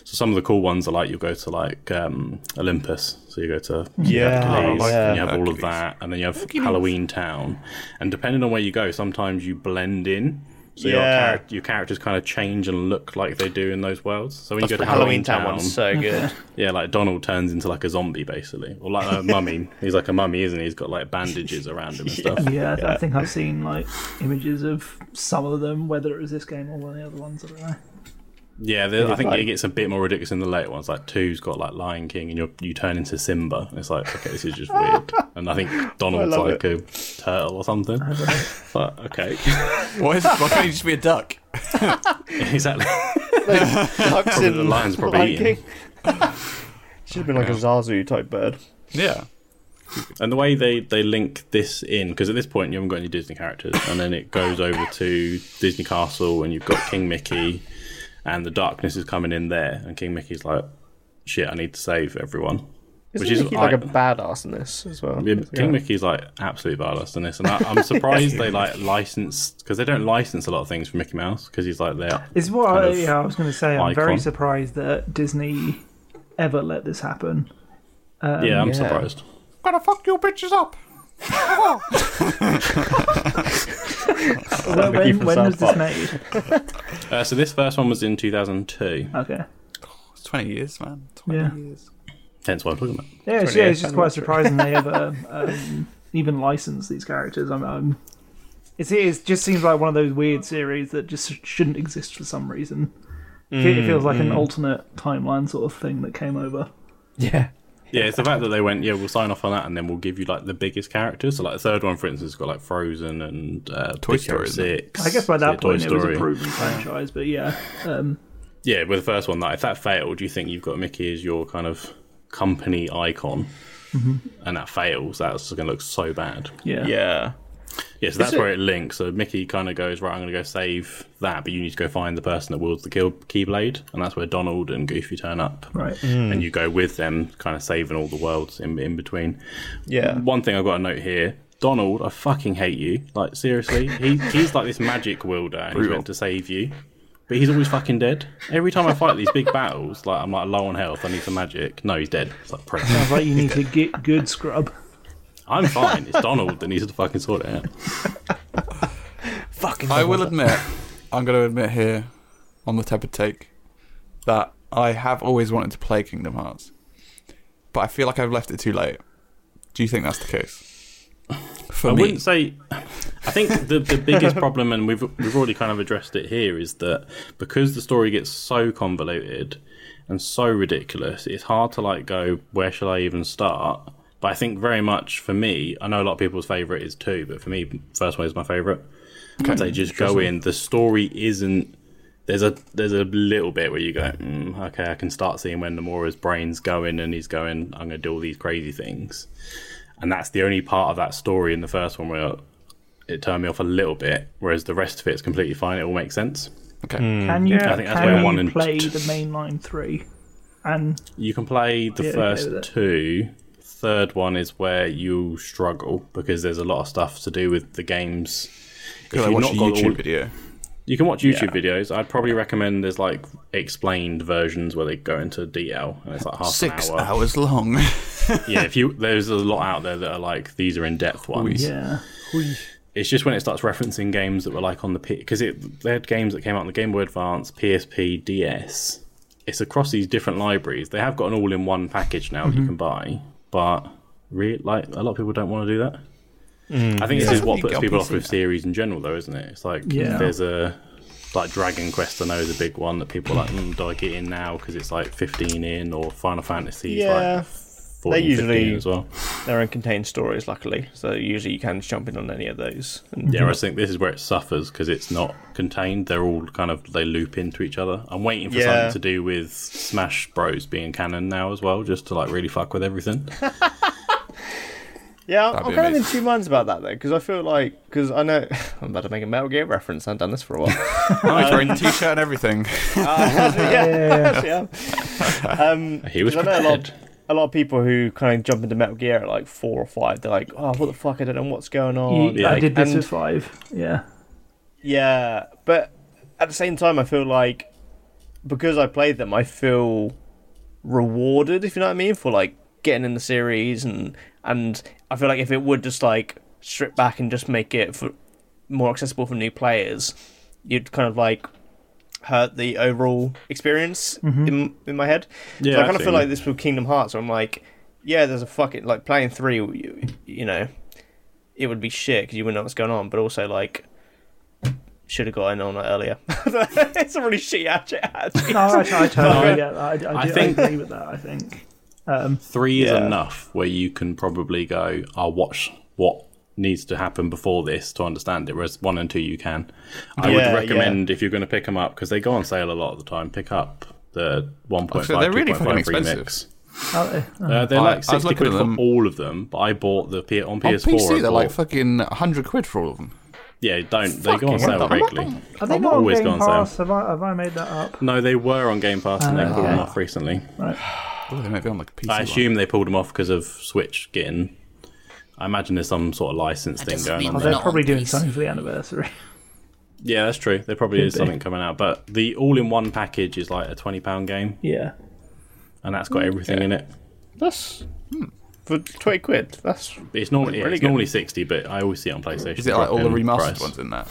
S3: So some of the cool ones are like you'll go to like um, Olympus, so you go to
S2: Yeah,
S3: Hercules,
S2: yeah.
S3: and you have all of that, and then you have Halloween Town, and depending on where you go, sometimes you blend in. So
S2: Yeah.
S3: your, charac- your characters kind of change and look like they do in those worlds. So when you go to
S2: Halloween Town one's so good.
S3: yeah, like Donald turns into like a zombie basically, or like a mummy. He's like a mummy, isn't he? He's got like bandages around him and stuff.
S5: Yeah, I- I think I've seen like images of some of them, whether it was this game or one of the other ones. I don't know.
S3: Yeah, the, I think
S2: like-
S3: it gets a bit more ridiculous in the later ones. Like two's got like Lion King, and you you turn into Simba. And it's like okay, this is just weird. And I think Donald's
S2: love
S3: like a turtle or something. It's like okay,
S1: Why, is, why can't you just be a duck?
S3: exactly.
S2: Ducks in
S3: the lion's probably
S2: Lion
S3: eating.
S2: King. Should have been like a Zazu type bird.
S1: Yeah.
S3: And the way they, they link this in, because at this point you haven't got any Disney characters, and then it goes over to Disney Castle, and you've got King Mickey, and the darkness is coming in there, and King Mickey's like, shit, I need to save everyone.
S2: Isn't
S3: Which is
S2: Mickey like
S3: I-
S2: a badass in this as well?
S3: Yeah,
S2: Is he
S3: King
S2: not?
S3: Mickey's like absolute badass in this, and I, I'm surprised they like license because they don't license a lot of things for Mickey Mouse because he's like there.
S5: It's what
S3: kind
S5: I,
S3: of
S5: yeah, I was going to say. I'm
S3: icon.
S5: very surprised that Disney ever let this happen. Um,
S3: yeah, I'm
S2: yeah.
S3: surprised.
S8: Gonna fuck you bitches up.
S5: When,
S2: Mickey
S5: when,
S2: from
S5: when was
S2: South
S5: this
S2: Park.
S5: made?
S3: Uh, so this first one was in 2002.
S5: Okay.
S1: It's 20 years, man. 20
S5: Yeah.
S1: years.
S3: Hence what I'm talking about.
S5: Yeah, it's, yeah,
S2: 28,
S5: it's just
S2: I'm
S5: quite
S2: not sure.
S5: surprising they ever um, even license these characters. I'm, I'm, it's, it just seems like one of those
S3: Mm.
S5: weird series that just shouldn't exist for some reason. It- it
S3: Mm,
S5: feels like an alternate timeline sort of thing that came over.
S2: Yeah.
S3: Yeah, it's the fact that they went, yeah, we'll sign off on that, and then we'll give you like the biggest characters. So, like the third one, for instance, has got like Frozen and uh,
S1: Toy
S3: Big Hero
S1: Story, isn't it?
S3: Six.
S5: I guess by that
S3: yeah, Toy
S5: point it was a
S3: Story.
S5: proven franchise, but yeah, um,
S3: Yeah, with the first one, that if that failed, you think you've got Mickey as your kind of company icon,
S5: Mm-hmm.
S3: and that fails, that's going to look so bad.
S5: yeah,
S2: Yeah.
S3: Yeah, so that's where it links. So Mickey kind of goes, right, I'm going to go save that, but you need to go find the person that wields the kill- Keyblade, and that's where Donald and Goofy turn up.
S5: right.
S3: and you go with them, kind of saving all the worlds in, in between.
S2: Yeah.
S3: One thing I've got a note here. Donald, I fucking hate you. Like seriously, he, he's like this magic wielder, and he's
S1: Brutal.
S3: meant to save you, but he's always fucking dead. Every time I fight these big battles, like I'm like low on health, I need some magic. No, he's dead. It's like prick.
S5: Sounds like you need to get good scrub.
S3: I'm fine. It's Donald that needs to fucking sort it out.
S1: I will admit, I'm going to admit here on the tepid take that I have always wanted to play Kingdom Hearts, but I feel like I've left it too late. Do you think that's the case? For
S3: I
S1: me,
S3: wouldn't say. I think the the biggest problem, and we've we've already kind of addressed it here, is that because the story gets so convoluted and so ridiculous, it's hard to like go where shall I even start. But I think very much for me, I know a lot of people's favorite is two, but for me, first one is my favorite. They just go in. The story isn't. There's a there's a little bit where you go, mm, okay, I can start seeing when Namora's brain's going, and he's going, I'm gonna do all these crazy things and that's the only part of that story in the first one where it turned me off a little bit. Whereas the rest of it's completely fine; it all makes sense.
S1: okay.
S5: Can you,
S3: Mm. I think that's where
S5: can
S3: one
S5: you
S3: and-
S5: play the mainline three? And
S3: You can play the
S5: Yeah, okay
S3: first
S5: with it.
S3: two. Third one is where you struggle because there's a lot of stuff to do with the games.
S1: Because I
S3: you've
S1: watched a
S3: not got
S1: YouTube
S3: all-
S1: video.
S3: You can watch YouTube videos. I'd probably recommend there's like explained versions where they go into detail and it's like half
S1: Six
S3: an hour.
S1: hours long.
S3: yeah, if you there's a lot out there that are like these are in depth ones.
S5: yeah,
S3: It's just when it starts referencing games that were like on the P because it they had games that came out on the Game Boy Advance, PSP, DS. It's across these different libraries. They have got an all-in-one package now
S2: Mm-hmm.
S3: that you can buy, but re- like a lot of people don't want to do that.
S2: Mm,
S3: I think this is what
S1: You
S3: puts
S1: got
S3: people
S1: PC
S3: off with series in general, though, isn't it? It's like
S5: Yeah.
S3: there's a like Dragon Quest. I know is a big one that people are like. Mm, do I get in now because it's like 15 in or Final Fantasy? is,
S2: Yeah.
S3: like 14,
S2: They usually-
S3: 15 as well.
S2: They're in contained stories, luckily, so usually you can jump in on any of those. And
S3: Yeah, I think this is where it suffers because it's not contained. They're all kind of they loop into each other. I'm waiting for
S2: Yeah.
S3: something to do with Smash Bros being canon now as well, just to like really fuck with everything.
S2: Yeah,
S1: That'd
S2: I'm
S1: be
S2: kind of in
S1: amazing.
S2: two minds about that though, because I feel like because I know I'm about to make a Metal Gear reference. I've done this for a while.
S1: Nice, wearing the t-shirt and everything.
S2: yeah, yeah. Um,
S3: He was
S2: 'cause I know a lot,
S3: prepared.
S2: a lot of people who kind of jump into Metal Gear at like four or five. They're like, "Oh, what the fuck? I don't know what's going
S3: Oh,
S2: on."
S5: You- I
S2: Like,
S5: did this
S2: and-
S5: with five. Yeah.
S2: Yeah, but at the same time, I feel like because I played them, I feel rewarded, if you know what I mean, for like getting in the series and and I feel like if it would just like strip back and just make it for more accessible for new players, you'd kind of like hurt the overall experience in in my head.
S3: Yeah,
S2: so I kind of
S3: I
S2: feel
S3: see.
S2: like this with Kingdom Hearts, where I'm like, yeah, there's a fucking like playing three, you, you know, it would be shit because you wouldn't know what's going on, but also like. Should have got in on it earlier. it's a really shitty attitude.
S5: No, I, I totally get that. I, I, do,
S3: I
S5: I,
S3: think-
S5: agree with that. I think.
S3: Three is
S2: Yeah.
S3: enough where you can probably go. I'll watch what needs to happen before this to understand it. Whereas one and two, you can. I
S2: Yeah, yeah.
S3: would recommend if you're going to pick them up because they go on sale a lot of the time. Pick up the 1.5,
S1: So they're really
S3: 2.5
S1: fucking
S3: remix.
S1: expensive.
S5: Aren't they? Oh,
S3: Uh, they're
S1: I-
S3: like
S1: I was
S3: sixty
S1: looking
S3: quid
S1: at
S3: for
S1: them.
S3: all of them, but I bought the P- on
S1: On
S3: PS4. I
S1: PC, they're like
S3: bought-
S1: fucking 100 quid for all of them.
S3: yeah, don't they go
S1: Fucking hell.
S3: on sale
S1: I'm not-
S3: regularly?
S5: Are they
S3: I've
S5: not on
S3: always
S5: Game
S3: gone
S5: Pass?
S3: south.
S5: Have I, have I made that up?
S3: No, they were on Game Pass and they pulled them
S5: okay.
S3: off recently.
S1: Oh, they might be on like a PC.
S3: I
S1: one.
S3: assume they pulled them off because of Switch getting. I imagine there's some sort of license thing
S9: doesn't
S3: going
S9: mean
S5: Oh,
S3: on.
S9: Not
S3: there.
S5: they're
S9: on
S5: probably doing
S9: PC.
S5: something for the anniversary.
S3: Yeah, that's true. There probably is something coming out, but the all-in-one package is like a twenty-pound game,
S5: Yeah.
S3: and that's got everything in it.
S2: That's hmm, for twenty quid. That's
S3: It's normally yeah,
S2: Really
S3: it's
S2: good.
S3: normally sixty, but I always see it on PlayStation.
S1: Is it like all the
S3: drop in
S1: remastered
S3: price.
S1: ones in there?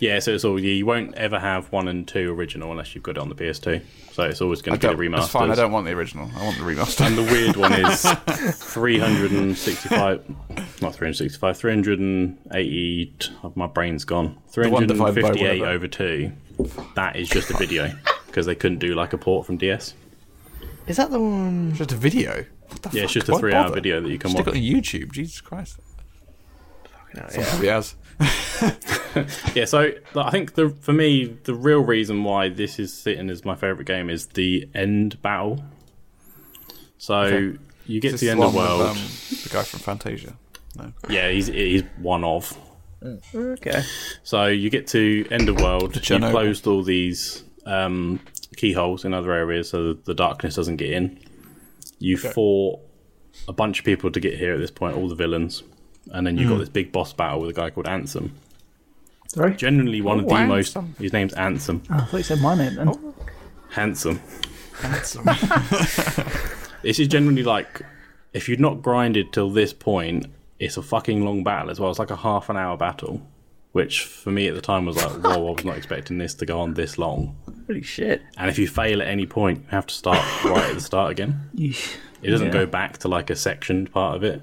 S3: Yeah, so it's all yeah, you won't ever have one and two original unless you've got it on the PS2. So it's always
S1: I
S3: going to be the
S1: don't,
S3: remaster.
S1: that's fine, I don't want the original. I want the remastered.
S3: The weird one is 365, not 365, 380. oh, My brain's gone.
S1: one divided by
S3: 358
S1: whatever.
S3: over two. That is just a video because they couldn't do like a port from DS.
S2: is that the one?
S1: It's just a video. What the
S3: Yeah, it's
S1: fuck?
S3: just a
S1: Why
S3: three-hour
S1: bother?
S3: video that you can
S1: Stick
S3: watch.
S1: it on YouTube. Jesus Christ.
S2: yeah.
S1: Probably has.
S3: Yeah, so like, I think the for me the real reason why this is sitting as my favorite game is the end battle. So you get
S1: Is
S3: to
S1: this
S3: the end of the
S1: one
S3: world.
S1: with, um, the guy from Fantasia. No.
S3: Yeah, he's he's one of.
S2: Okay.
S3: So you get to end of world. You
S1: Chernobyl.
S3: closed all these um, keyholes in other areas so that the darkness doesn't get in. You fought a bunch of people to get here at this point, all the villains, and then you
S1: Hmm.
S3: got this big boss battle with a guy called Ansem.
S5: Sorry.
S3: Generally, one of the
S1: Oh,
S3: most.
S1: Ansem.
S3: His name's Ansem.
S5: Oh, I thought you said my name then.
S3: Handsome. this is generally like if you'd not grinded till this point, it's a fucking long battle as well. It's like a half an hour battle, which for me at the time was like, whoa, I was not expecting this to go on this long.
S2: Holy shit.
S3: And if you fail at any point, you have to start right at the start again.
S5: Yeesh.
S3: It doesn't
S5: Yeah.
S3: go back to like a sectioned part of it.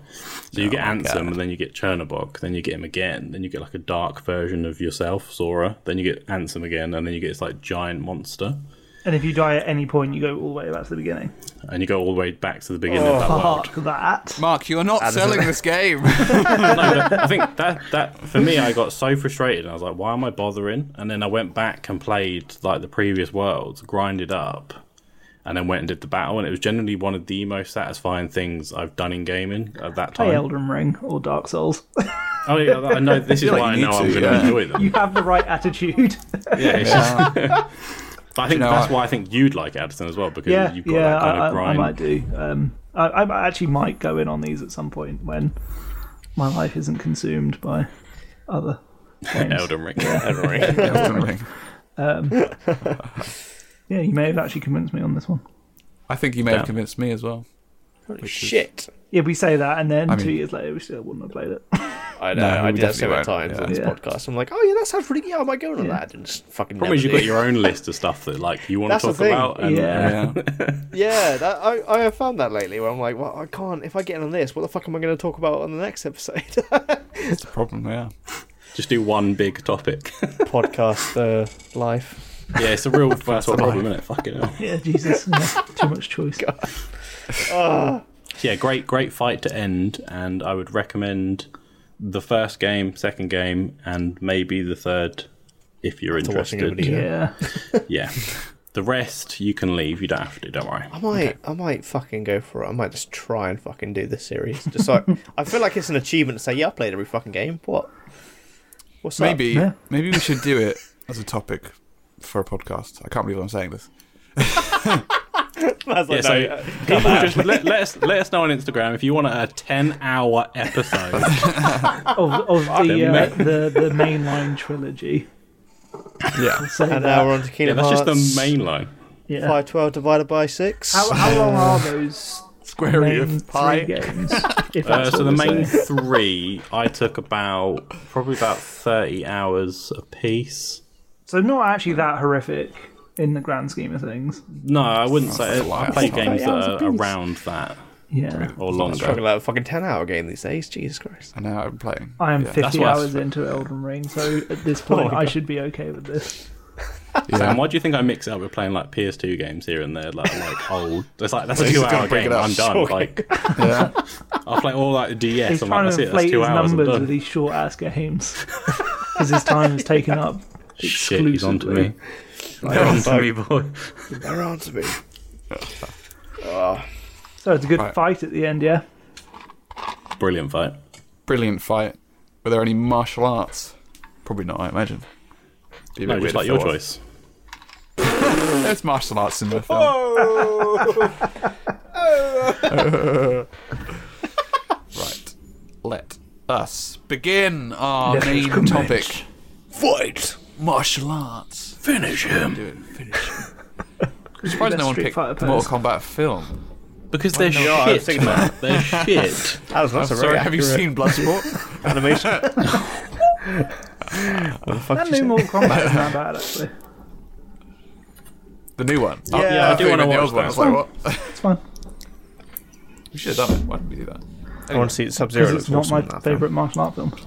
S3: So you get Ansem, and then you get Chernobog, then you get him again, then you get like a dark version of yourself, Sora, then you get Ansem again, and then you get this like giant monster.
S5: And if you die at any point, you go all the way back to the beginning.
S3: and you go all the way back to the beginning of that world.
S5: Fuck that.
S1: Mark, you are not selling this game.
S3: No, but I think that that for me, I got so frustrated. I was like, "Why am I bothering?" And then I went back and played like the previous worlds, grinded up, and then went and did the battle. And it was generally one of the most satisfying things I've done in gaming at that
S5: Play
S3: time.
S5: Elden Ring or Dark Souls.
S3: Oh, yeah, I know this is
S1: feel like
S3: why I
S1: you
S3: know
S1: need
S3: I'm
S1: to,
S3: going to
S1: yeah.
S3: enjoy them.
S5: you have the right attitude.
S3: Yeah, it's just- But I think
S1: know,
S3: that's
S1: I-
S3: why I think you'd like Addison as well because
S5: yeah,
S3: you've got
S5: yeah,
S3: that
S5: I,
S3: kind of
S5: I, I
S3: grind.
S5: might do. Um, I, I actually might go in on these at some point when my life isn't consumed by other games.
S3: Elden Ring.
S2: Elden Ring.
S1: Elden Ring.
S5: Yeah, you may have actually convinced me on this one.
S1: I think you may
S3: Damn.
S1: have convinced me as well.
S2: Holy shit.
S5: Yeah, we say that, and then
S1: mean-
S5: two years later, we still wouldn't have played it.
S2: I know.
S1: No,
S2: I
S1: we
S2: did that
S1: definitely
S2: so many
S1: won't,
S2: times on this
S5: yeah.
S2: podcast. I'm like, oh yeah, that sounds pretty. Yeah, I might go on that and just fucking.
S3: Problem is,
S2: never
S3: you've got
S2: do.
S3: your own list of stuff that like you want
S2: That's
S3: to
S2: the
S3: talk
S2: thing.
S3: about. And,
S5: Yeah.
S1: Yeah.
S2: Yeah, that, I I have found that lately where I'm like, well, I can't. If I get in on this, what the fuck am I going to talk about on the next episode?
S1: It's a problem, yeah.
S3: Just do one big topic.
S2: podcast uh, life.
S3: yeah, it's a real first world problem, isn't it? Fucking hell.
S5: Yeah, Jesus, yeah, too much choice.
S3: yeah, great, great fight to end, and I would recommend the first game, second game, and maybe the third if you're
S2: After watching
S3: interested.
S2: everybody,
S5: Yeah,
S3: Yeah. The rest you can leave. You don't have to. Don't worry.
S2: I might I might fucking go for it. I might just try and fucking do this series. Just like I feel like it's an achievement to say, yeah, I played every fucking game. What? What's up?
S1: Maybe
S5: Yeah.
S1: maybe we should do it as a topic for a podcast. I can't believe I'm saying this.
S2: I was
S3: Yeah,
S2: like,
S3: so
S2: no, uh,
S3: people just let, let us let us know on Instagram if you want a ten-hour episode.
S5: of, of the,
S3: Fucking
S5: uh,
S3: mate.
S5: the the mainline trilogy.
S1: Yeah.
S5: Say
S2: and
S5: that.
S2: now we're on to
S3: yeah,
S2: Kingdom
S3: that's just
S2: Hearts.
S3: the main line.
S5: Yeah.
S2: Five twelve divided by six.
S5: How, how long are those
S1: Square root
S5: main
S1: of pi.
S5: three games? If
S3: Uh,
S5: what
S3: so the
S5: we're
S3: main
S5: saying.
S3: three, I took about probably about thirty hours a piece.
S5: So not actually that horrific in the grand scheme of things.
S3: No, I wouldn't say.
S1: a lot.
S3: I play
S1: Oh, That's a lot.
S3: games that
S2: hours a
S3: are
S2: piece.
S3: around that
S5: Yeah,
S3: or
S2: Talking
S3: longer.
S2: about a fucking ten hour game these days. Jesus Christ.
S1: I know I'm playing.
S5: I am
S1: yeah.
S5: 50
S3: what I
S5: hours into Elden Ring, so at this point I should be okay with this.
S3: Sam,
S1: Yeah.
S3: why do you think I mix it up with playing like PS2 games here and there, like like old? It's like that's a
S1: He's just
S3: two-hour
S1: gonna break
S3: game.
S1: it up.
S3: I'm done.
S2: Sure.
S3: Like
S1: yeah.
S3: I'll play all like DS.
S5: He's
S3: I'm
S5: trying
S3: like, that's
S5: to
S3: it. That's
S5: inflate his
S3: two hours. I'm
S5: numbers
S3: done.
S5: with these short ass games because his time is taken up.
S3: Shit, he's onto me.
S5: exclusively.
S3: They're onto me, boy.
S2: They're on to me.
S5: So it's a good
S1: Right.
S5: fight at the end, yeah.
S3: Brilliant fight.
S1: Brilliant fight. Were there any martial arts? Probably not, I imagine. Be a bit
S3: No,
S1: weird
S3: just like
S1: if
S3: your
S1: there was.
S3: choice.
S1: There's martial arts in the film. Oh! right. Let us begin our
S5: Let us
S1: main
S5: commence.
S1: topic
S4: Fight!
S1: martial arts.
S4: Finish him!
S1: I'm surprised no one
S5: Street
S1: picked
S5: Fighter
S1: the Mortal
S5: person.
S1: Kombat film.
S3: Because they're
S2: I was
S3: shit,
S2: thinking
S3: man. They're shit.
S2: That was not so
S1: Sorry,
S2: very
S1: have you
S2: accurate
S1: seen Bloodsport?
S2: animation? what the fuck
S5: That
S2: did you say?
S5: new Mortal Kombat is not bad actually.
S1: the new one. Oh,
S2: Yeah, I
S1: thought
S3: do
S1: you
S3: wanna
S1: meant the
S3: watch
S1: old one. I was like, what?
S5: It's fine
S1: we should have done it. Why didn't we do that?
S2: I want to see Sub Zero.
S5: because it's not my favourite martial art film.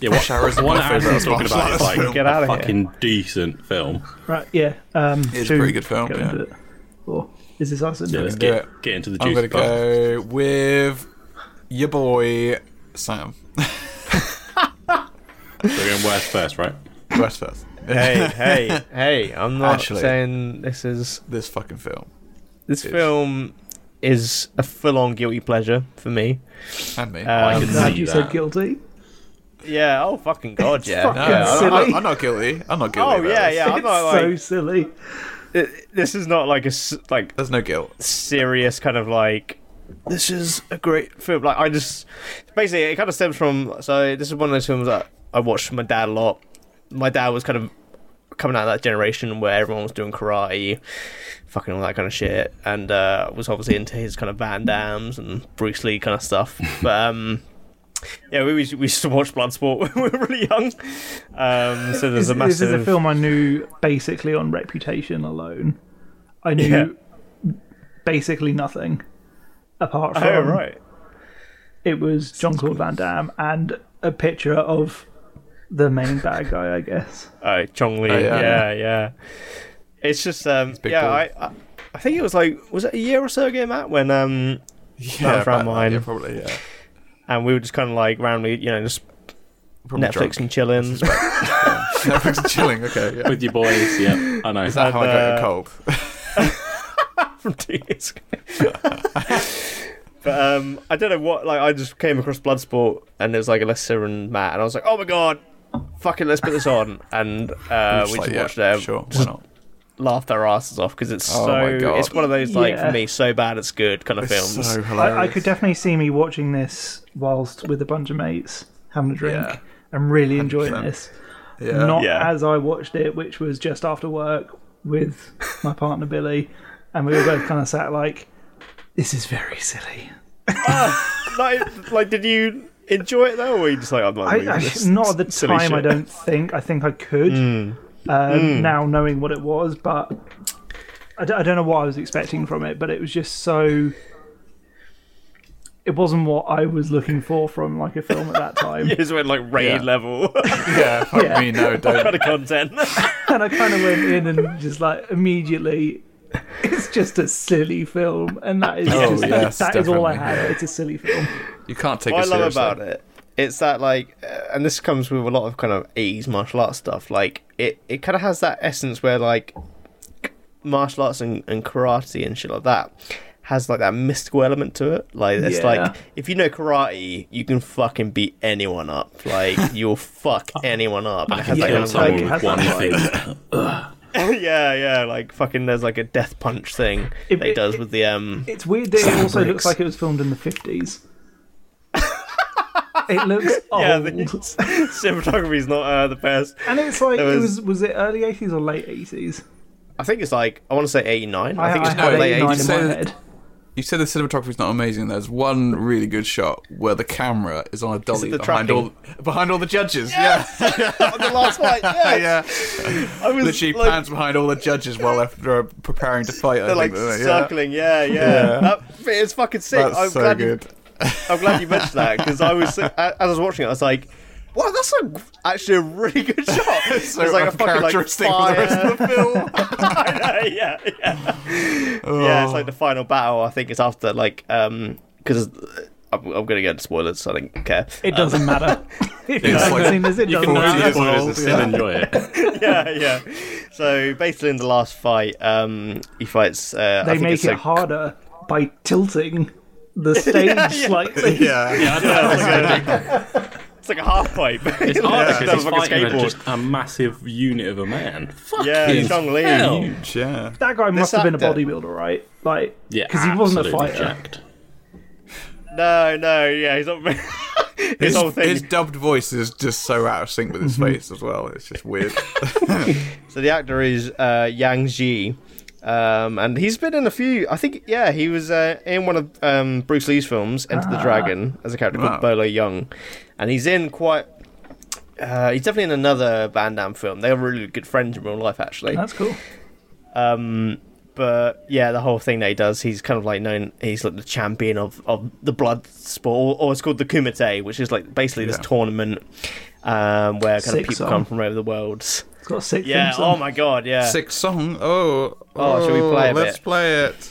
S3: Yeah, what,
S1: Hour is
S3: one
S1: my
S3: hour
S1: favourite
S3: talking about is
S1: martial arts
S3: like
S2: Get out
S3: a
S2: of here.
S3: fucking decent film.
S5: Right, yeah. Um,
S1: It's a
S5: should
S1: pretty
S5: we
S1: good film,
S5: go
S1: yeah.
S5: into it? Or is this us?
S3: Yeah, let's
S1: do
S3: get,
S1: it.
S3: get into the
S1: I'm
S3: juice.
S1: gonna
S3: Go.
S1: go with your boy Sam.
S3: We're going worst first, right?
S1: West first.
S2: Hey, hey, hey! I'm not
S1: Actually.
S2: saying this is
S1: This fucking film
S2: this
S1: It's-
S2: film is a full-on guilty pleasure for me.
S1: and me.
S2: Um,
S3: can
S5: Glad
S3: see
S5: you
S3: that.
S5: said guilty.
S2: yeah. Oh fucking god, yeah.
S5: fucking
S1: no,
S2: yeah,
S1: I'm,
S2: I-
S5: silly.
S1: I'm not, I'm not guilty. I'm not guilty.
S2: Oh
S1: about
S2: yeah,
S1: this.
S2: yeah. I'm
S5: it's
S2: not
S5: so
S2: like
S5: silly.
S2: it- this is not like a s- like
S1: There's no guilt.
S2: serious kind of like this is a great film. Like I just basically it kind of stems from so this is one of those films that I watched with my dad a lot. My dad was kind of coming out of that generation where everyone was doing karate, fucking all that kind of shit, and uh, was obviously into his kind of Van Dams and Bruce Lee kind of stuff. But um, yeah, we, we used- we used to watch Bloodsport when we were really young. Um, so
S5: This,
S2: there's a
S5: this is
S2: massive
S5: a film I knew basically on reputation alone. I knew
S2: Yeah.
S5: basically nothing apart from
S2: Oh right.
S5: it was John Claude Van Damme and a picture of the main bad guy, I guess.
S2: Oh, Chong Li.
S1: yeah.
S2: yeah. yeah, It's just, um,
S1: big
S2: yeah,
S1: ball.
S2: I, I, I think it was like, was it a year or so ago, Matt, when, um,
S1: Yeah,
S2: Not from
S1: about that,
S2: mine.
S1: yeah, probably. Yeah.
S2: and we were just kind of like randomly, you know, just
S1: Probably
S2: Netflix
S1: drunk.
S2: and chilling.
S1: Netflix and chilling. Okay. Yeah.
S3: With your boys, yeah. I know.
S1: Is that how I got a
S2: uh,
S1: cold?
S2: from two years ago. but um, I don't know what. Like, I just came across Bloodsport, and it was like Alyssa and Matt, and I was like, oh my god, fucking let's put this on, and uh,
S1: Just
S2: we
S1: like,
S2: just
S1: yeah,
S2: watched it,
S1: Sure. Why
S2: just
S1: not?
S2: laughed our asses off because it's
S1: Oh my
S2: so.
S1: God.
S2: It's one of those like
S5: Yeah.
S2: for me, so bad it's good kind of films.
S1: So hilarious.
S5: I, I could definitely see me watching this whilst with a bunch of mates having a drink
S1: Yeah.
S5: and really enjoying
S1: 100%.
S5: this.
S1: yeah.
S5: Not
S2: Yeah.
S5: as I watched it, which was just after work with my partner Billy, and we were both kind of sat like, this is very silly.
S2: like, like, did you enjoy it though, or are you just like I'm not.
S5: I,
S2: doing
S5: I,
S2: this
S5: not at the
S2: silly
S5: time. I
S2: shit? Hmm.
S5: don't think. I think I could. Uh, Now knowing what it was, but I d- I don't know what I was expecting from it. But it was just so. It wasn't what I was looking for from like a film at that time,
S2: It's when like raid
S1: Yeah.
S2: level
S1: Yeah, fuck
S5: Yeah.
S1: me, no, don't.
S2: kind of content.
S5: and I kind of went in and just like immediately. It's just a silly film, and that is
S1: Oh,
S5: just
S1: yes,
S5: that is all I
S1: definitely.
S5: had. It's a silly film.
S1: You can't take
S2: what I
S1: it seriously.
S2: love about it, it's that like, uh, and this comes with a lot of kind of 80s martial arts stuff. Like it, it kind of has that essence where like martial arts and, and karate and shit like that has like that mystical element to it. Like it's
S5: Yeah.
S2: like if you know karate, you can fucking beat anyone up. Like you'll fuck anyone up. And it has that
S3: Kill
S2: kind of, like,
S3: someone
S5: like,
S3: with
S5: has
S3: one
S5: that
S3: thing.
S2: yeah, yeah, like fucking. There's like a death punch thing
S5: It-
S2: that he
S5: it-
S2: does with the um.
S5: It's weird that it also looks
S2: bricks.
S5: like it was filmed in the fifties. it looks old,
S2: Yeah, the cinematography's not uh, the best.
S5: and it's like
S2: There
S5: it
S2: was-
S5: was was it early eighties or late eighties?
S2: I think it's like I want to say 89. I,
S5: I,
S2: think
S5: I
S2: it's
S5: had
S2: probably late
S5: eighty
S2: 80s.
S5: nine in
S1: So-
S5: my head.
S1: You said the cinematography's not amazing. There's one really good shot where the camera is on a dolly
S2: the
S1: behind all
S2: tracking?
S1: behind all the judges.
S2: on the last fight. Yeah,
S1: Yeah, yeah.
S2: I was
S1: Literally
S2: like,
S1: pans behind all the judges while after they're preparing to fight. I
S2: they're like
S1: think, don't they? Yeah.
S2: circling. Yeah, yeah. That- it's fucking sick.
S1: That's
S2: I'm
S1: so
S2: glad
S1: good.
S2: You, I'm glad you mentioned that because I was as I was watching it, I was like. Wow, that's a, actually a really good shot. It's
S1: So
S2: like a fucking like
S1: uncharacteristic for the rest
S2: fire.
S1: of the film.
S2: I know, yeah, yeah. Yeah, it's like
S1: Oh.
S2: the final battle. I think it's after like um because I'm, I'm gonna get into spoilers, so I don't care.
S5: It doesn't matter. If you
S1: It's
S5: haven't
S1: like-
S5: seen this, it
S3: You
S5: doesn't
S3: can know
S1: Forty
S3: the
S1: years
S5: matter.
S3: spoilers
S1: old,
S3: and still
S1: yeah.
S3: enjoy it.
S2: yeah, yeah. So basically, in the last fight, um, he fights. Uh, I
S5: They
S2: think
S5: make
S2: it's
S5: it
S2: like-
S5: harder by tilting the stage slightly.
S1: Yeah.
S2: It's like a half pipe.
S3: It's hard because he's
S2: Sounds like a
S3: fighting a,
S2: skateboard.
S3: just a massive unit of a man. Fuck
S2: Yeah,
S3: you.
S2: Zhong Li.
S3: Hell.
S1: Yeah.
S5: That guy must have been a
S2: actor-
S5: bodybuilder, right? Like,
S3: Yeah,
S5: because he wasn't a
S3: absolutely
S5: fighter.
S3: Jacked.
S2: No, no, yeah, he's not. his
S1: His,
S2: whole thing. Mm-hmm.
S1: his dubbed voice is just so out of sync with his face as well. It's just weird.
S2: So the actor is uh, Yang Ji, um, and he's been in a few. I think, yeah, he was uh, in one of um, Bruce Lee's films, Enter the Dragon, as a character
S1: Ah. Wow.
S2: called Bolo Young, and he's in quite. Uh, he's definitely in another Van Damme film. They're really good friends in real life, actually.
S5: That's cool.
S2: Um, but yeah, the whole thing that he does, he's kind of like known. He's like the champion of, of the blood sport, or, or it's called the Kumite, which is like basically
S1: Yeah.
S2: this tournament um, where kind of
S5: Sick
S2: people
S5: song.
S2: come from all over the world.
S5: It's got a sick
S2: Yeah.
S5: theme song.
S2: Oh my god. Yeah.
S1: Sick song. Oh.
S2: Oh, shall we play a
S1: Let's
S2: bit?
S1: play it.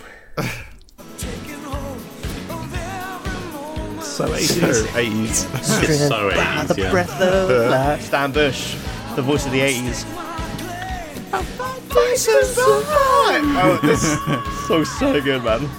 S5: so
S1: So
S5: 80s.
S1: 80s.
S3: It's so 80s, yeah.
S2: Breath of life. Stan Bush, the voice of the eighties. Oh, this so so good, man.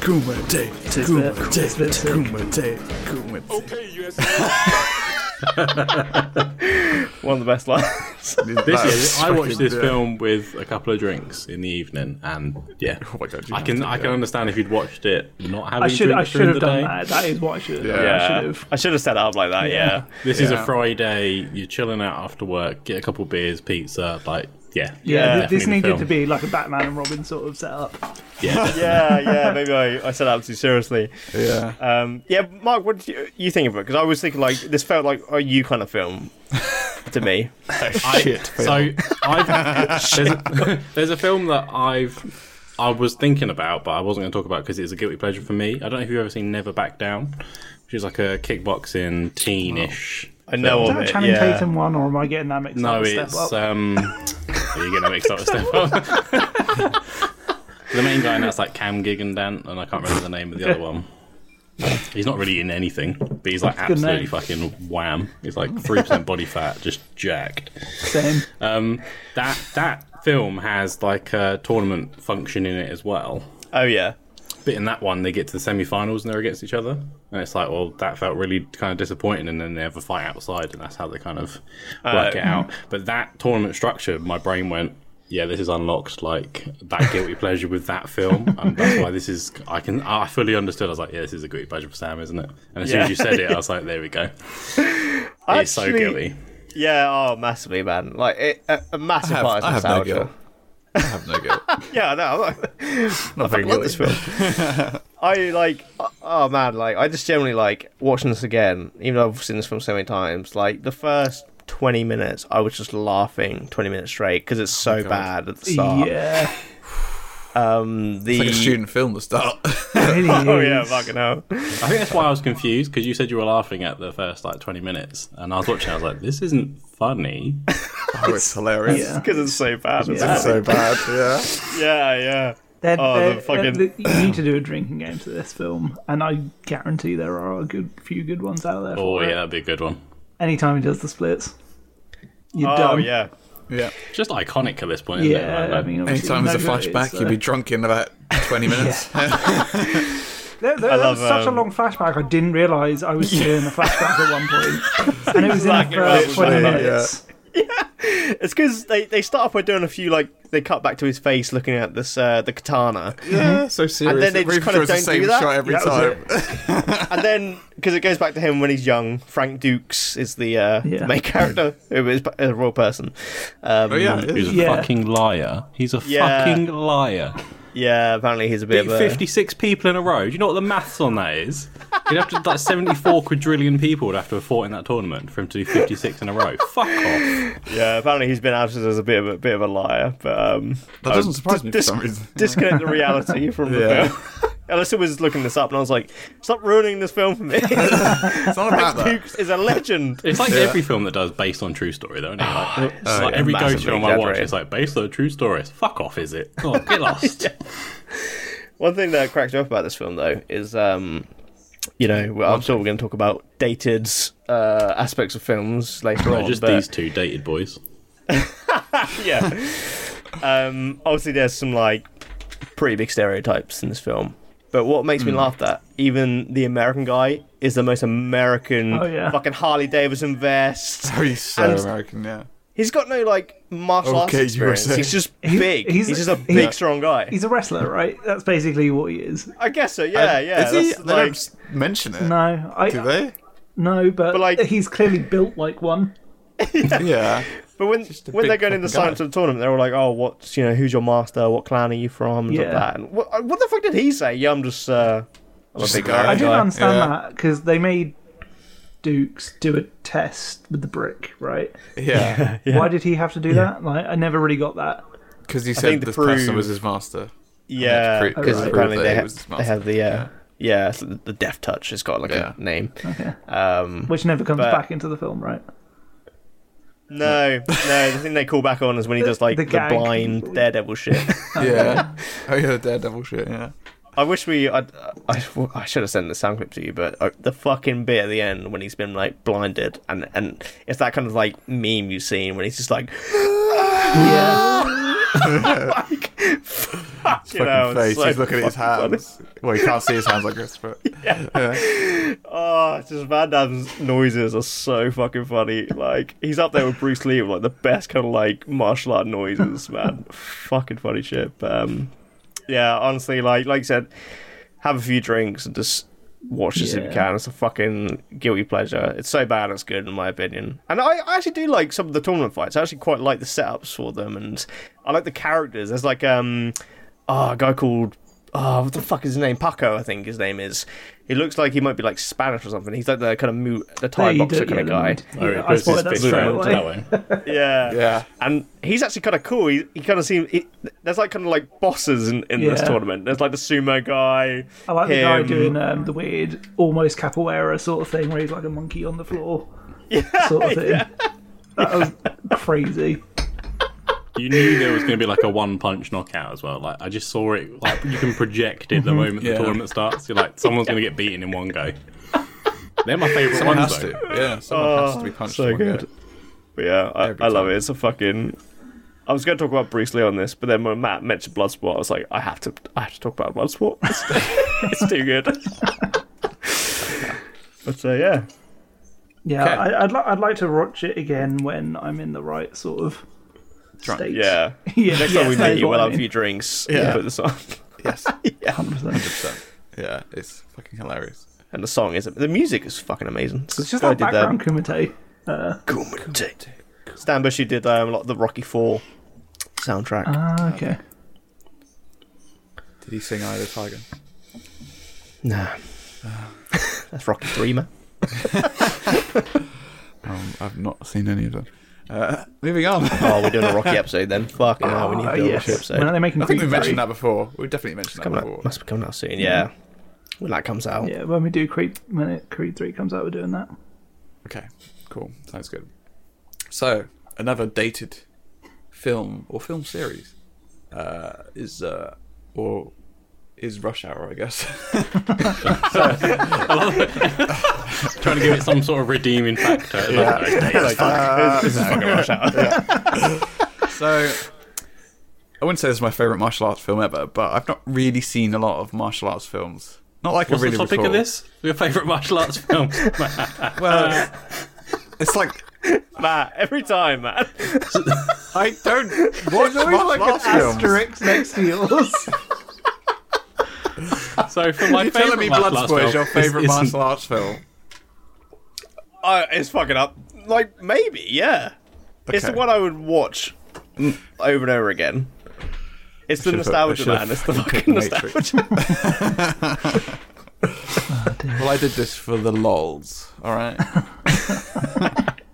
S4: Kumite,
S5: bit,
S4: kumite,
S5: this bit's sick.
S4: kumite, kumite.
S2: One of the best lines.
S3: This
S1: That
S3: is, I watched
S1: fucking-
S3: this
S1: yeah.
S3: film with a couple of drinks in the evening, and yeah,
S1: Oh my God, you
S3: I
S1: have
S3: can
S1: to do
S3: I can
S1: that.
S3: understand if you'd watched it not having
S5: I should I
S3: drinks
S5: should
S3: during
S5: have
S3: the
S5: done
S3: day.
S5: that. That is what I should have done. I should
S2: Yeah,
S5: have.
S2: I should have set it up like that. Yeah,
S3: This is
S1: Yeah.
S3: a Friday. You're chilling out after work. Get a couple beers, pizza. Like, yeah,
S5: Yeah, th-
S3: definitely
S5: this
S3: the
S5: needed
S3: film.
S5: to be like a Batman and Robin sort of setup.
S3: Yeah,
S2: yeah, yeah. Maybe I, I set it up too seriously.
S1: Yeah.
S2: Um, yeah, Mark, what did you, you think of it? Because I was thinking like this felt like a you kind of film to me.
S3: I- So I've, there's, a, there's a film that I've I was thinking about, but I wasn't going to talk about because it's a guilty pleasure for me. I don't know if you've ever seen Never Back Down, which is like a kickboxing teenish.
S2: I know
S5: Is
S2: of
S5: that a
S2: it.
S5: Channing
S2: yeah.
S5: Tatum one, or am I getting that mixed
S3: No,
S5: up? Step
S3: it's
S5: up?
S3: um. Are you gonna mix up a step up? the main guy in that's like Cam Gigandant, and I can't remember the name of the other one. He's not really in anything, but he's like
S5: Good
S3: absolutely
S5: name.
S3: fucking wham. He's like three percent body fat, just jacked.
S5: Same.
S3: Um, that that film has like a tournament function in it as well.
S2: Oh yeah.
S3: But in that one, they get to the semi-finals and they're against each other, and it's like, well, that felt really kind of disappointing. And then they have a fight outside, and that's how they kind of work
S2: Uh,
S3: it out. But that tournament structure, my brain went, yeah, this is unlocked like that guilty pleasure with that film, and that's why this is. I can, I fully understood. I was like, yeah, this is a guilty pleasure for Sam, isn't it? And as soon
S2: Yeah.
S3: as you said it, I was like, there we go. He's so
S2: Actually,
S3: guilty.
S2: Yeah, oh, massively, man. Like it, a, a massive
S1: I have,
S2: part
S1: I
S2: of
S1: have
S2: the
S1: no
S2: soundtrack.
S1: guilt. I have no guilt.
S2: Yeah, no, I'm not- Not very good at this film. I like, oh man, like I just generally like watching this again, even though I've seen this film so many times. Like the first twenty minutes, I was just laughing twenty minutes straight because it's
S1: Oh,
S2: so bad at the start.
S5: Yeah.
S2: Um, the
S1: It's like a student film to start.
S2: oh yeah, fucking hell.
S3: I think that's why I was confused because you said you were laughing at the first like 20 minutes, and I was watching. I was like, "This isn't funny."
S1: oh, it's hilarious.
S2: Because it's so bad. It's
S1: It's so bad. Yeah.
S2: yeah, yeah.
S5: They're-
S2: Oh,
S5: they're-
S2: the fucking-
S5: they're- you need to do a drinking game to this film, and I guarantee there are a good few good ones out there.
S3: Oh
S5: for it.
S3: yeah, that'd be a good one.
S5: Anytime he does the splits, you're
S2: Oh
S5: dumb.
S2: yeah.
S1: Yeah.
S3: Just iconic at this point. Isn't
S5: Yeah,
S3: it? Like,
S5: I mean, obviously
S1: Anytime there's a
S5: no good at it,
S1: flashback,
S5: so-
S1: you'd
S2: uh,
S1: be drunk in about 20 minutes.
S5: There, there,
S2: I
S5: that
S2: love,
S5: was such
S2: um,
S5: a long flashback. I didn't realise I was seeing a flashback at one point, and it was
S2: exactly
S5: in
S2: what
S5: the
S2: I
S5: first
S2: was
S5: twenty
S1: saying,
S5: minutes.
S2: It's because they, they start off by doing a few like they cut back to his face looking at this uh, the katana,
S1: yeah, so serious.
S2: And then they
S1: It really
S2: just kind of
S1: throws the
S2: don't
S1: same
S2: do that?
S1: shot every
S5: That was
S1: time.
S2: and then because it goes back to him when he's young. Frank Dukes is the, uh, the
S5: Yeah.
S2: main character who is a real person. Um,
S1: Oh, yeah. it is.
S3: He's a
S5: Yeah.
S3: fucking liar. He's a
S2: Yeah.
S3: fucking liar.
S2: yeah, Apparently he's a bit
S3: Beat
S2: of a
S3: 56 people in a row. Do you know what the maths on that is? You'd have to like 74 quadrillion people would have to have fought in that tournament for him to do 56 in a row. Fuck off.
S2: yeah. Apparently he's been outed as a bit of a bit of a liar, but um,
S1: That doesn't surprise me for
S2: dis-
S1: some reason.
S2: disconnect the reality from the
S1: Yeah.
S2: film. Unless I was looking this up, and I was like, "Stop ruining this film for me."
S1: It's not about that.
S2: Dukes is a legend.
S3: It's like every film that does based on true story, though. Isn't it? Like, it's like
S2: Oh, Uh, yeah,
S3: every ghost
S2: massively
S3: film I watch,
S2: exaggerated.
S3: it's like based on a true story. It's fuck off, is it? Oh, get lost.
S2: One thing that cracks me up about this film, though, is um, you know, well, I'm sure we're going to talk about dated uh, aspects of films later
S3: No,
S2: on.
S3: just
S2: but,
S3: these two dated boys.
S2: yeah. um, obviously, there's some like pretty big stereotypes in this film. But what makes me laugh that even the American guy is the most American
S5: Oh, yeah.
S2: fucking Harley Davidson vest.
S1: Oh, he's so
S2: And-
S1: American, yeah.
S2: He's got no like martial arts
S1: Okay,
S2: experience.
S1: USA.
S2: He's just
S5: He-
S2: big. He's,
S5: he's-
S2: just a
S5: he-
S2: big, strong guy.
S5: He's a wrestler, right? That's basically what he is.
S2: I guess so. Yeah, yeah.
S1: Um, Is he?
S2: that's,
S1: They
S2: like-
S1: don't s- mention it.
S5: No, I
S1: Do they?
S5: no, but,
S2: But, like-
S5: he's clearly built like one.
S1: Yeah.
S2: But when
S1: Just a
S2: when
S1: big
S2: they're going in the
S1: fucking
S2: silence
S1: guy.
S2: of the tournament, they're all like, "Oh, what's you know, who's your master? What clan are you from?" And
S5: Yeah.
S2: stuff like that. And what, what the fuck did he say? Yeah, I'm just uh, I'm
S1: Just
S2: a big
S1: a guy.
S5: I
S2: guy.
S5: didn't understand
S1: yeah.
S5: that 'cause that because they made Dukes do a test with the brick, right?
S1: Yeah.
S5: Why did he have to do that? Like, I never really got that.
S1: Because he
S2: think
S1: said
S2: to
S1: this person
S2: prove-
S1: was his master.
S2: Yeah,
S1: Just to prove-
S2: because
S1: just to
S2: apparently
S1: prove that
S2: they,
S1: he
S2: ha-
S1: was his
S2: they
S1: master.
S2: have the uh, yeah, it's the- the death touch. It's got like
S1: Yeah.
S2: a name. Um,
S5: Which never comes
S2: But-
S5: back into the film, right?
S2: No, no, the thing they call back on is when he does like the,
S5: the gag.
S2: blind daredevil shit.
S1: Yeah. Oh, yeah, the Daredevil shit, yeah.
S2: I wish we. I, I, I should have sent the sound clip to you, but uh, the fucking bit at the end when he's been like blinded, and and it's that kind of like meme you've seen when he's just like,
S5: Yeah.
S1: His fucking
S2: know, it's
S1: face.
S2: so
S1: He's looking at his
S2: fucking
S1: hands. Well, you can't see his hands like this, but.
S2: Oh, it's just Van Damme's noises are so fucking funny. Like he's up there with Bruce Lee with like the best kind of like martial art noises, man. fucking funny shit. But, um, yeah, honestly, like like I said, have a few drinks and just watch this if you
S5: Yeah.
S2: can. It's a fucking guilty pleasure. It's so bad, it's good in my opinion. And I, I actually do like some of the tournament fights. I actually quite like the setups for them, and I like the characters. There's like um, oh, a guy called oh, what the fuck is his name? Paco, I think his name is. He looks like he might be like Spanish or something. He's like the kind of mo- the Thai
S5: There you
S2: boxer
S5: do-
S2: kind of
S5: yeah,
S2: guy.
S3: Oh,
S5: never mind. Yeah, I spotted that straight away.
S2: Yeah.
S1: Yeah.
S2: And he's actually kind of cool. He, he kind of seems. He, there's like kind of like bosses in, in this
S5: Yeah.
S2: tournament. There's like the sumo guy.
S5: I like the guy
S2: him.
S5: doing um, the weird, almost capoeira sort of thing, where he's like a monkey on the floor, sort of thing. That was crazy.
S3: You knew there was going to be like a one punch knockout as well. Like I just saw it. Like you can project it the moment
S1: Yeah.
S3: the tournament starts. You're like, someone's going to get beaten in one go. They're my favourite
S1: Someone
S3: ones
S1: has
S3: though.
S1: to. Yeah, someone has to be punched.
S2: Oh, so
S1: in one go.
S2: good. But yeah, I,
S1: Every
S2: I love
S1: time.
S2: it. It's a fucking. I was going to talk about Bruce Lee on this, but then when Matt mentioned Bloodsport, I was like, I have to, I have to talk about Bloodsport. It's, it's too good. but uh, yeah,
S5: Yeah,
S1: Okay.
S5: I, I'd, li- I'd like to watch it again when I'm in the right sort of
S1: Drunk.
S5: state.
S2: yeah.
S5: yeah.
S2: Next
S5: yeah,
S2: time we
S5: that
S2: meet
S5: is
S2: you,
S5: what
S2: we'll
S5: I
S2: have a
S5: mean.
S2: few drinks.
S1: Yeah.
S2: Yeah. Put this on.
S1: Yes.
S5: 100%.
S1: So, yeah, it's fucking hilarious.
S2: And the song is the music is fucking amazing.
S5: It's just that background kumite.
S2: Stan Bush who
S5: Uh.
S2: did um, a lot of the Rocky Four soundtrack.
S5: Ah, okay.
S8: Did he sing Eye of the Tiger?
S2: Nah. That's Rocky Three, man.
S8: Um, I've not seen any of them. Uh, moving on.
S2: Oh, we're doing a Rocky episode then. Fucking hell, we need eh? to do a
S5: Ah, yes.
S2: Rocky episode.
S5: When are they making
S8: I think
S5: Creed
S8: we
S5: 3?
S8: mentioned that before. We definitely mentioned that
S2: Coming
S8: before.
S2: out, must be coming out soon. Yeah, when that comes out.
S5: Mm-hmm. Yeah, when we do Creed, when it, Creed 3 comes out, we're doing that.
S8: Okay, cool. Sounds good. So, another dated film or film series uh, is, uh, or is Rush Hour, I guess.
S3: Trying to give it some sort of redeeming factor. Like,
S2: Like, this is fucking rush hour.
S8: so, I wouldn't say this is my favourite martial arts film ever, but I've not really seen a lot of martial arts films. Not like
S3: What's
S8: I really
S3: the topic
S8: recall.
S3: of this? Your favourite martial arts film?
S8: Well, it's like
S2: Matt, every time, man.
S8: I don't watch martial arts films.
S5: next to yours.
S3: so for my favourite
S8: You're telling me
S3: martial arts
S8: Bloodsport
S3: film,
S8: is your favourite
S3: it's-
S8: martial arts film?
S2: Uh, it's fucking up. Like maybe, yeah. It's the
S8: Okay.
S2: one I would watch mm, over and over again. It's the
S8: Should've-
S2: nostalgia,
S8: should've
S2: man. It's the
S8: fucking
S2: fucking
S8: put
S3: Oh,
S2: nostalgia.
S8: Matrix. Well, I did this for the lols. All right.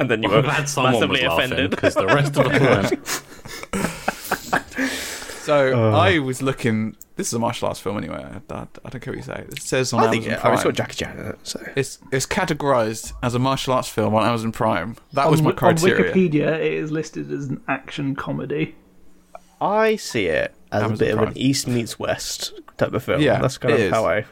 S2: And then you
S3: I'm
S2: were
S3: glad someone was
S2: massively
S3: laughing
S2: offended.
S3: because the rest of us weren't.
S8: So I was looking. This is a martial arts film, anyway. I, I, I don't care what you say. It says on
S2: I think
S8: Amazon
S2: yeah, I
S8: Prime.
S2: mean, it's got Jackie Chan in it, so
S8: it's it's categorized as a martial arts film on Amazon Prime. That was my
S5: on, Wi- on
S8: criteria.
S5: Wikipedia, it is listed as an action comedy.
S2: I see it as
S8: Amazon
S2: a bit
S8: Prime.
S2: of an East meets West type of film.
S8: Yeah,
S2: that's kind of
S8: it is.
S2: how I.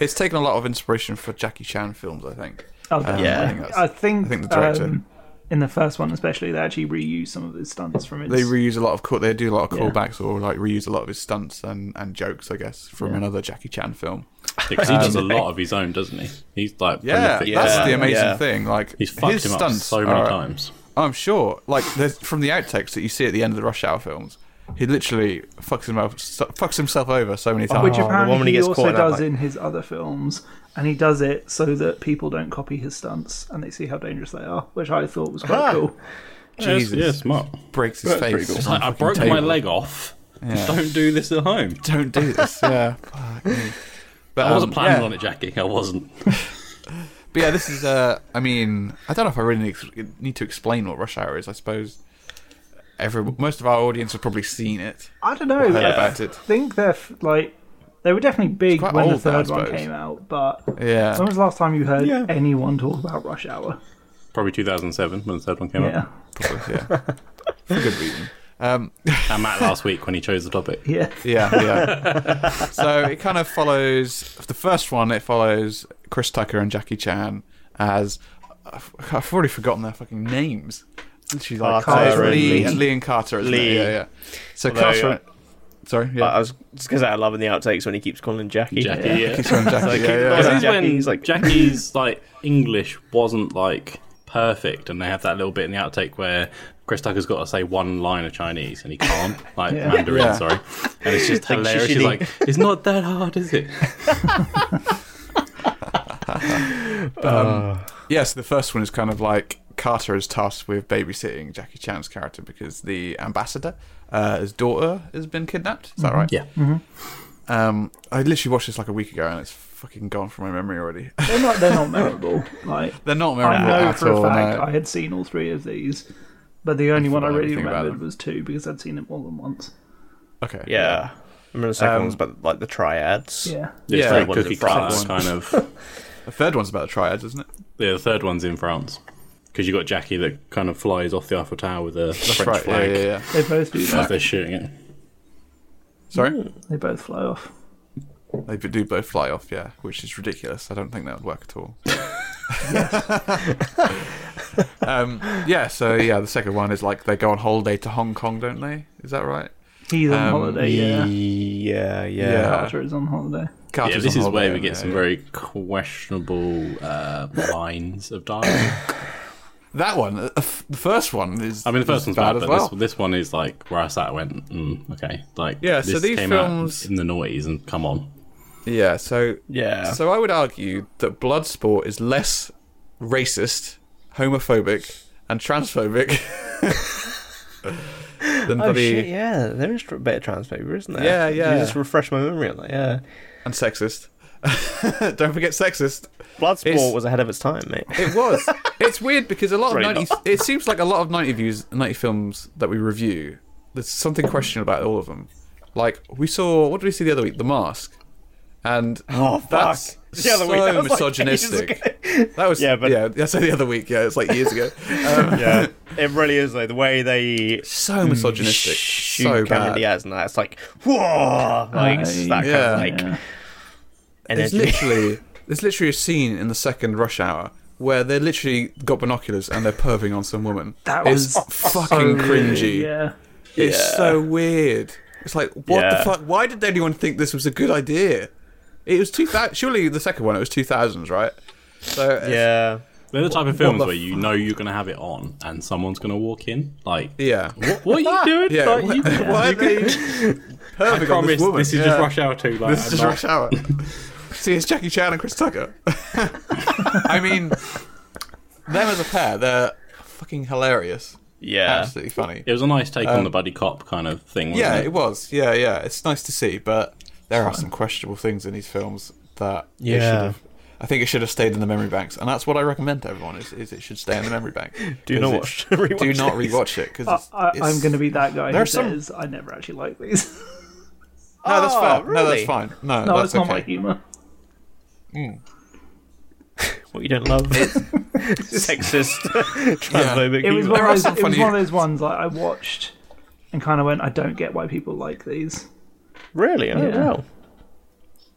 S8: It's taken a lot of inspiration for Jackie Chan films, I think.
S5: Oh,
S2: yeah.
S8: Um, I think, that's-
S5: I think,
S8: I think the director.
S5: um, in the first one especially, they actually reused some of his stunts from his.
S8: they reuse a lot of cool. They do a lot of
S5: Yeah.
S8: callbacks or like reuse a lot of his stunts and, and jokes, I guess, from another Jackie Chan film.
S3: Because he does a lot of his own, doesn't he? He's like
S8: Yeah,
S3: prolific.
S8: that's the
S2: Yeah,
S8: amazing
S2: yeah.
S8: thing. Like
S3: He's fucked
S8: his
S3: him up
S8: stunts
S3: so many
S8: are-
S3: times.
S8: I'm sure. Like there's, from the outtakes that you see at the end of the Rush Hour films, he literally fucks himself fucks himself over so many times.
S5: which
S2: the one when
S5: apparently
S2: he
S5: he,
S2: gets caught
S5: also
S2: in that,
S5: does
S2: like-
S5: in his other films, and he does it so that people don't copy his stunts and they see how dangerous they are, which I thought was
S8: Ah.
S5: quite cool.
S8: Jesus.
S3: Yeah, smart.
S8: breaks his face.
S2: pretty cool.
S8: just
S3: Like,
S8: on
S3: I
S8: the
S3: broke
S8: fucking
S3: my
S8: table.
S3: leg off.
S8: Yeah.
S3: Don't do this at home.
S8: Don't do this. Yeah. Fuck me. But,
S3: I wasn't
S8: um,
S3: planning
S8: yeah.
S3: on it, Jackie. I wasn't.
S8: But yeah, this is. Uh, I mean, I don't know if I really ex- need to explain what Rush Hour is. I suppose every most of our audience have probably seen it,
S5: I don't know.
S8: heard
S5: I
S8: about it.
S5: think they're f- like they were definitely big
S8: quite
S5: when the
S8: old now, I
S5: third one
S8: suppose.
S5: came out, but
S8: Yeah.
S5: when was the last time you heard
S2: Yeah.
S5: anyone talk about Rush Hour?
S3: Probably 2007 when the third one came
S5: Yeah,
S3: out.
S8: Probably, yeah. For good reason. Um,
S3: And Matt last week when he chose the topic.
S5: yeah.
S8: Yeah, yeah. so it kind of follows the first one. It follows Chris Tucker and Jackie Chan as I've, I've already forgotten their fucking names. She's like
S2: Carter
S8: Carter
S2: and
S8: Lee,
S2: Lee.
S8: and Lee and Carter. Isn't it?
S2: Lee.
S8: Yeah, yeah. So
S2: Although,
S8: Carter.
S2: uh,
S8: sorry,
S2: But I
S8: yeah.
S2: was just because I love in the outtakes when he keeps calling Jackie.
S3: Jackie,
S2: Yeah.
S3: yeah.
S8: Keep saying Jackie,
S2: Like,
S8: yeah,
S2: keep-
S8: yeah.
S3: This is when
S2: Jackie's, like-
S3: Jackie's like English wasn't like perfect, and they have that little bit in the outtake where Chris Tucker's got to say one line of Chinese and he can't, like Mandarin,
S8: Yeah.
S3: sorry. And it's just hilarious. She's
S2: shishini.
S3: like, "It's not that hard, is it?"
S8: Yeah, so the first one is kind of like Carter is tasked with babysitting Jackie Chan's character because the ambassador, uh, his daughter, has been kidnapped. Is that right?
S3: Mm-hmm. Yeah.
S8: Um, I literally watched this like a week ago and it's fucking gone from my memory already.
S5: They're not. They're not memorable. Like
S8: They're not memorable
S5: I know
S8: at
S5: for
S8: all.
S5: a fact
S8: no.
S5: I had seen all three of these, but the only one I
S8: forgot
S5: really
S8: everything about
S5: remembered
S8: them.
S5: was two because I'd seen it more than once.
S8: Okay.
S2: Yeah. I remember the second one's about like the triads.
S5: Yeah.
S3: It's
S8: Yeah,
S3: very cookie
S8: cookie
S3: cutter
S8: cutter
S3: kind of.
S8: The third one's about the triads, isn't it?
S3: Yeah, the third one's in France because you got Jackie that kind of flies off the Eiffel Tower with a French
S8: right.
S3: flag
S8: Yeah, yeah, yeah.
S5: They both do
S3: as
S5: that.
S3: they're shooting it.
S8: Sorry,
S5: They both fly off.
S8: they do both fly off. Yeah, which is ridiculous. I don't think that would work at all. um, yeah. So yeah, the second one is like they go on holiday to Hong Kong, don't they? Is that right?
S5: He's on
S8: Um,
S5: holiday.
S2: Yeah.
S5: Yeah.
S2: Yeah.
S8: Yeah.
S5: Carter is on holiday.
S8: Carter's
S3: yeah, this
S8: on
S3: is
S8: holiday,
S3: where we get
S8: yeah,
S3: some
S8: yeah.
S3: very questionable uh, lines of dialogue.
S8: That one, uh, f- the first one is.
S3: I mean, the first
S8: is
S3: one's bad,
S8: bad as
S3: but
S8: well.
S3: this, this one is like where I sat and went, mm, okay, like
S8: Yeah,
S3: This
S8: so these
S3: came
S8: films-
S3: out in the noughties and come on,
S8: Yeah. So
S2: Yeah.
S8: So I would argue that Bloodsport is less racist, homophobic, and transphobic
S1: Then
S2: Oh
S1: bloody
S2: shit! Yeah, there is tr- better transphobia, isn't there?
S1: Yeah, yeah.
S2: You just refresh my memory on that. Yeah,
S1: and sexist. Don't forget sexist.
S2: Bloodsport
S1: It's-
S2: was ahead of its time, mate.
S1: It was. it's weird because a lot of
S2: Really
S1: ninety. It seems like a lot of ninety views, ninety films that we review. There's something questionable about all of them. Like we saw, what did we see the other week? The Mask, and
S2: Oh, fuck.
S1: that's
S2: The other
S1: so
S2: week, that was like
S1: misogynistic.
S2: ages ago.
S1: that was
S2: Yeah,
S1: yeah,
S2: but-
S1: but yeah, I said the other week. Yeah, it's like years ago. Um,
S2: yeah, it really is though. The way they
S1: so misogynistic,
S2: shoot
S1: so
S2: Cameron
S1: bad.
S2: Diaz and that, it's like whoa, like it's that
S1: Yeah.
S2: kind of like
S1: There's
S2: energy.
S1: literally there's literally a scene in the second Rush Hour where they literally got binoculars and they're perving on some woman.
S5: That
S1: it's
S5: was
S1: fucking cringy.
S5: Oh, Yeah.
S1: It's so weird. It's like, what
S2: Yeah.
S1: the fuck? Why did anyone think this was a good idea? It was 2000. Surely the second one, it was 2000s, right? So uh, it's-
S2: yeah,
S3: They're the type of films
S1: the
S3: where you know you're going to have it on and someone's going to walk in. Like,
S1: yeah,
S3: what, what are you doing?
S1: yeah.
S3: Like,
S1: why,
S3: you-
S1: why are they
S3: I
S1: perving on
S3: promise
S1: this woman?
S3: this is
S1: Yeah.
S3: just Rush Hour 2. Like,
S1: This is
S3: I'm
S1: just
S3: not-
S1: Rush Hour. See, it's Jackie Chan and Chris Tucker. I mean, them as a pair, they're fucking hilarious.
S2: yeah.
S1: Absolutely funny.
S3: It was a nice take
S8: Um,
S3: on the buddy cop kind of thing. Wasn't
S1: Yeah,
S3: it?
S1: it was. Yeah, yeah. It's nice to see, but there are some questionable things in these films that yeah.
S2: Yeah.
S1: should have. I think it should have stayed in the memory banks, and that's what I recommend to everyone: is, is it should stay in the memory bank.
S2: Do
S1: 'Cause
S2: not
S1: it's-
S2: watch. rewatch
S1: do not
S2: these.
S1: rewatch it because
S5: I, I, I'm going to be that guy
S1: There are
S5: who
S1: some-
S5: says I never actually like these.
S1: No, that's fair.
S2: Oh,
S1: No,
S2: really?
S1: that's fine. No,
S5: no,
S1: that's
S5: it's not my
S1: okay.
S5: humor.
S2: What you don't love? Sexist, transphobic.
S5: It was
S2: humour.
S5: one of
S1: are
S5: those.
S1: some
S5: It was
S1: funny-
S5: one of those ones like I watched and kind of went, I don't get why people like these.
S2: Really? Oh
S5: Yeah.
S2: wow.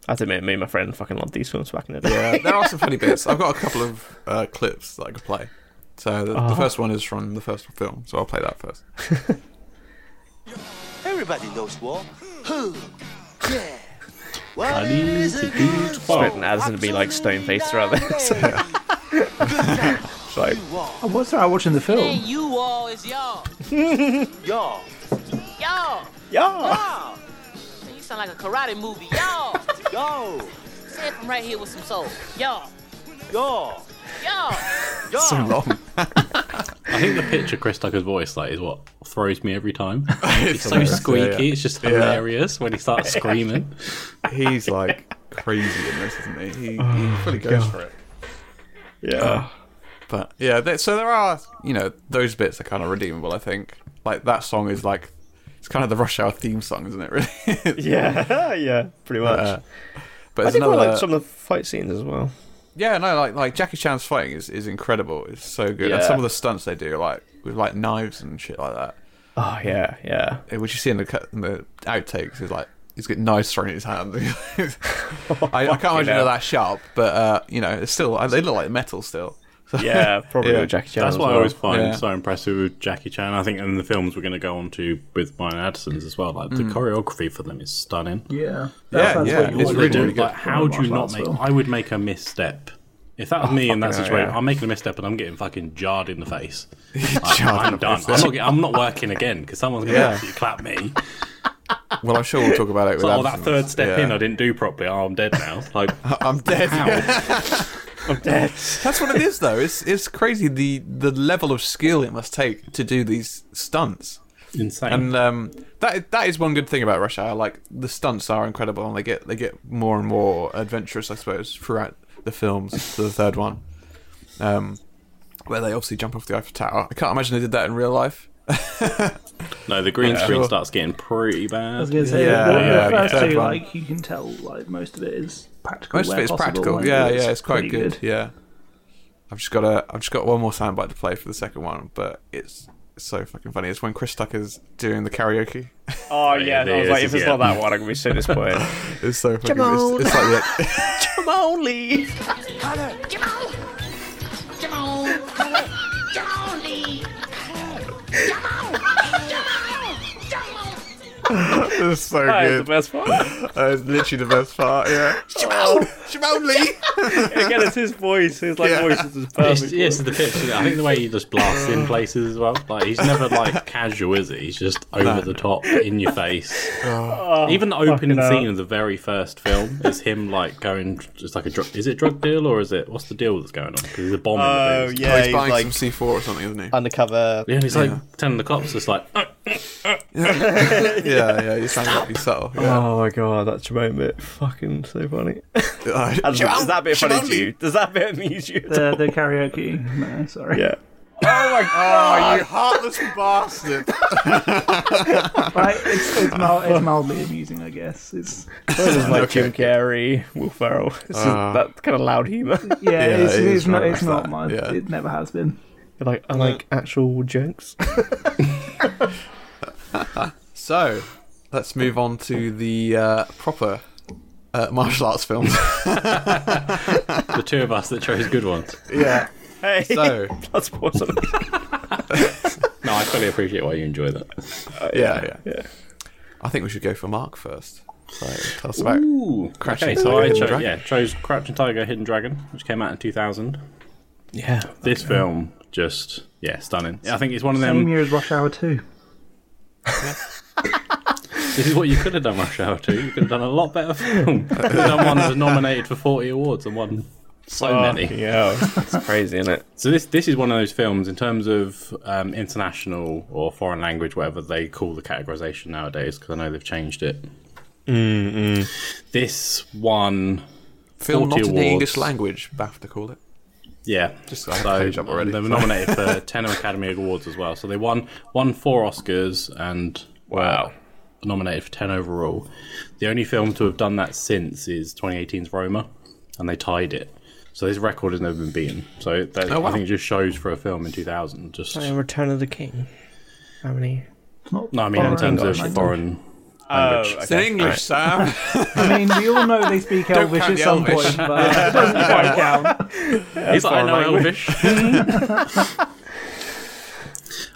S2: I have to admit, me and my friend fucking loved these films back in the day.
S1: Uh, there are some funny bits. I've got a couple of uh, clips that I could play. So the, the first one is from the first film, so I'll play that first.
S9: Everybody knows war. Who? Yeah. Well,
S3: I need to do
S2: Written as and be like stone faced throughout this. like,
S5: I was Oh, I watching the film.
S10: you all is y'all.
S9: Y'all.
S10: Y'all.
S2: yeah.
S10: Y'all. Man, You sound like a karate movie. Y'all.
S9: Yo.
S10: Say it from right here with some soul. Y'all.
S9: Y'all.
S10: Y'all.
S9: Y'all.
S1: So long.
S3: I think the pitch of Chris Tucker's voice like is what throws me every time.
S1: It's
S3: It's so
S1: hilarious.
S3: squeaky.
S1: Yeah, yeah.
S3: It's just hilarious when he starts screaming.
S1: He's like crazy in this, isn't he? He, he
S2: Oh,
S1: fully goes for it.
S2: Yeah.
S1: Oh. But yeah, there, so there are you know those bits are kind of redeemable. I think like that song is like it's kind of the Rush Hour theme song, isn't it? Really?
S2: yeah. yeah. Pretty much.
S1: Uh, but
S2: I
S1: there's
S2: did quite
S1: another
S2: like some of the fight scenes as well.
S1: yeah, no, like like Jackie Chan's fighting is, is incredible. It's so good, and
S2: Yeah.
S1: some of the stunts they do, like with like knives and shit like that,
S2: Oh yeah, yeah.
S1: eh, which you see in the cut in the outtakes is like he's got knives thrown in his hand. I, I can't imagine they're
S2: hell.
S1: that sharp, but uh, you know, it's still they look like metal still. So-
S2: Yeah, probably
S1: Yeah.
S2: with Jackie Chan.
S3: That's
S2: as
S3: what I
S2: well.
S3: always find
S1: Yeah.
S3: so impressive with Jackie Chan. I think in the films we're going to go on to with Brian Addison's as well. Like the choreography for them is stunning.
S5: Yeah.
S1: Mm. Yeah, yeah,
S5: what you
S1: it's
S5: want.
S3: What they
S1: really,
S3: do,
S1: really good.
S3: like, how do you not make? I would make a misstep. If
S1: Oh,
S3: that was me in that
S2: fucking hell,
S3: situation,
S2: yeah.
S3: I'm making a misstep and I'm getting fucking jarred in the face.
S1: Jarred in
S3: I'm
S1: the
S3: done.
S1: face.
S3: I'm not, get- I'm not working again because someone's going to
S1: Yeah.
S3: absolutely clap me.
S1: Well, I'm sure we'll talk about it. with
S3: It's like, oh, that
S1: Anderson.
S3: third step
S1: Yeah.
S3: in I didn't do properly. Oh, I'm dead now. Like,
S1: I'm dead.
S2: I'm dead.
S1: That's what it is, though. It's it's crazy the the level of skill it must take to do these stunts,
S3: insane.
S1: and um, that that is one good thing about Rush Hour. Like the stunts are incredible, and they get they get more and more adventurous, I suppose, throughout the films to the third one, um, where they obviously jump off the Eiffel Tower. I can't imagine they did that in real life.
S3: no, the green screen
S1: Sure.
S3: starts getting pretty
S5: I was
S3: bad.
S5: going to say
S1: Yeah,
S5: the, the
S1: yeah,
S5: first
S1: third
S5: two,
S1: one.
S5: like you can tell, like most of it is practical.
S1: Most of
S5: where
S1: it is
S5: possible,
S1: practical.
S5: and
S1: Yeah, yeah, it's quite
S5: pretty
S1: good. Yeah, I've just got a, I've just got one more soundbite to play for the second one, but it's so fucking funny. It's when Chris Tucker's doing the karaoke.
S2: Oh yeah,
S3: there
S2: I was
S3: is,
S2: like, if it's
S3: yeah.
S2: not that one, I'm gonna be so disappointed.
S1: It's so fucking. It's, it's like the,
S2: Come on, Lee.
S10: Come on. Come on. Come on, Lee. Come on. Come on. Come on.
S1: This is so
S2: That
S1: good.
S2: is the best part.
S1: That is uh, literally the best part. Yeah. Shimon Lee.
S2: Again, it's his voice. His like
S1: Yeah.
S2: voice is just
S3: It's,
S2: perfect.
S3: yeah, it's the pitch. isn't it? I think the way he just blasts in places as well. Like he's never like casual, is he? He's just over the top, in your face. Even the opening
S2: fucking
S3: scene
S2: hell.
S3: of the very first film is him like going just like a drug. Is it drug deal or is it what's the deal that's going on? Because he's a bomb.
S2: Oh
S3: in the booth.
S2: yeah,
S1: he's
S2: he's
S1: buying
S2: like
S1: some C4 or something, isn't he?
S2: undercover.
S3: yeah. And he's like telling the cops, it's like "Oh,
S1: yeah, yeah. He's trying not to be subtle. Yeah.
S2: Oh my god, that Jermaine bit, fucking so funny.
S1: Alright.
S2: Does that bit funny
S1: Shimon
S2: to
S1: Lee.
S2: you? Does that bit amuse you? at
S5: The,
S2: all?
S5: the karaoke. No, sorry.
S2: Yeah.
S1: Oh, you heartless bastard!
S5: Like, it's, it's, mild, it's mildly amusing, I guess. It's
S2: This is like Jim Carrey, Will Ferrell. It's just that kind of loud humor.
S5: yeah, it's,
S1: it
S5: it's,
S1: is
S5: not
S1: very
S5: it's
S1: much
S5: not
S1: that,
S5: my
S1: yeah.
S5: it never has been.
S2: like I like actual jokes.
S1: So, let's move on to the uh, proper uh, martial arts films.
S3: the two of us that chose good ones.
S1: yeah.
S2: Hey,
S1: So,
S2: that's awesome.
S3: No, I fully appreciate why you enjoy that.
S1: yeah, yeah,
S2: yeah.
S1: I think we should go for Mark first. So, tell us about.
S3: Ooh,
S1: Crouching
S3: okay, so
S1: Tiger,
S3: I
S1: Hidden
S3: chose,
S1: Dragon.
S3: yeah, chose Crouching Tiger, Hidden Dragon, which came out in 2000.
S2: Yeah,
S3: This film just, yeah, stunning. I think it's one of
S2: Um,
S3: them.
S5: Same year as Rush Hour Two.
S3: This is what you could have done Rush Hour 2. You could have done a lot better film. You could have done one that was nominated for 40 awards and won so many.
S2: yeah, it's crazy, isn't it?
S3: So this this is one of those films in terms of um, international or foreign language, whatever they call the categorization nowadays, because I know they've changed it. This one,
S1: Film not
S3: 40
S1: in the English
S3: awards.
S1: language, BAFTA call it.
S3: yeah.
S1: Just- I had the page up already.
S3: They were nominated for 10 Academy Awards as well. So they won, won four Oscars and
S2: Wow.
S3: nominated for 10 overall. The only film to have done that since is 2018's Roma, and they tied it. So this record has never been beaten. So that,
S1: Oh, wow.
S3: I think it just shows for a film in 2000. Just
S2: Return of the King. How many?
S3: no, I mean in terms of
S5: Foreign.
S3: foreign.
S2: Oh,
S1: It's in
S2: okay.
S1: English, Sam.
S5: I mean, we all know they speak
S1: Don't count
S5: Elvish at
S1: the
S5: some
S1: Elvish.
S5: point, but it doesn't quite count.
S3: He's like, I know
S1: foreign
S3: Elvish.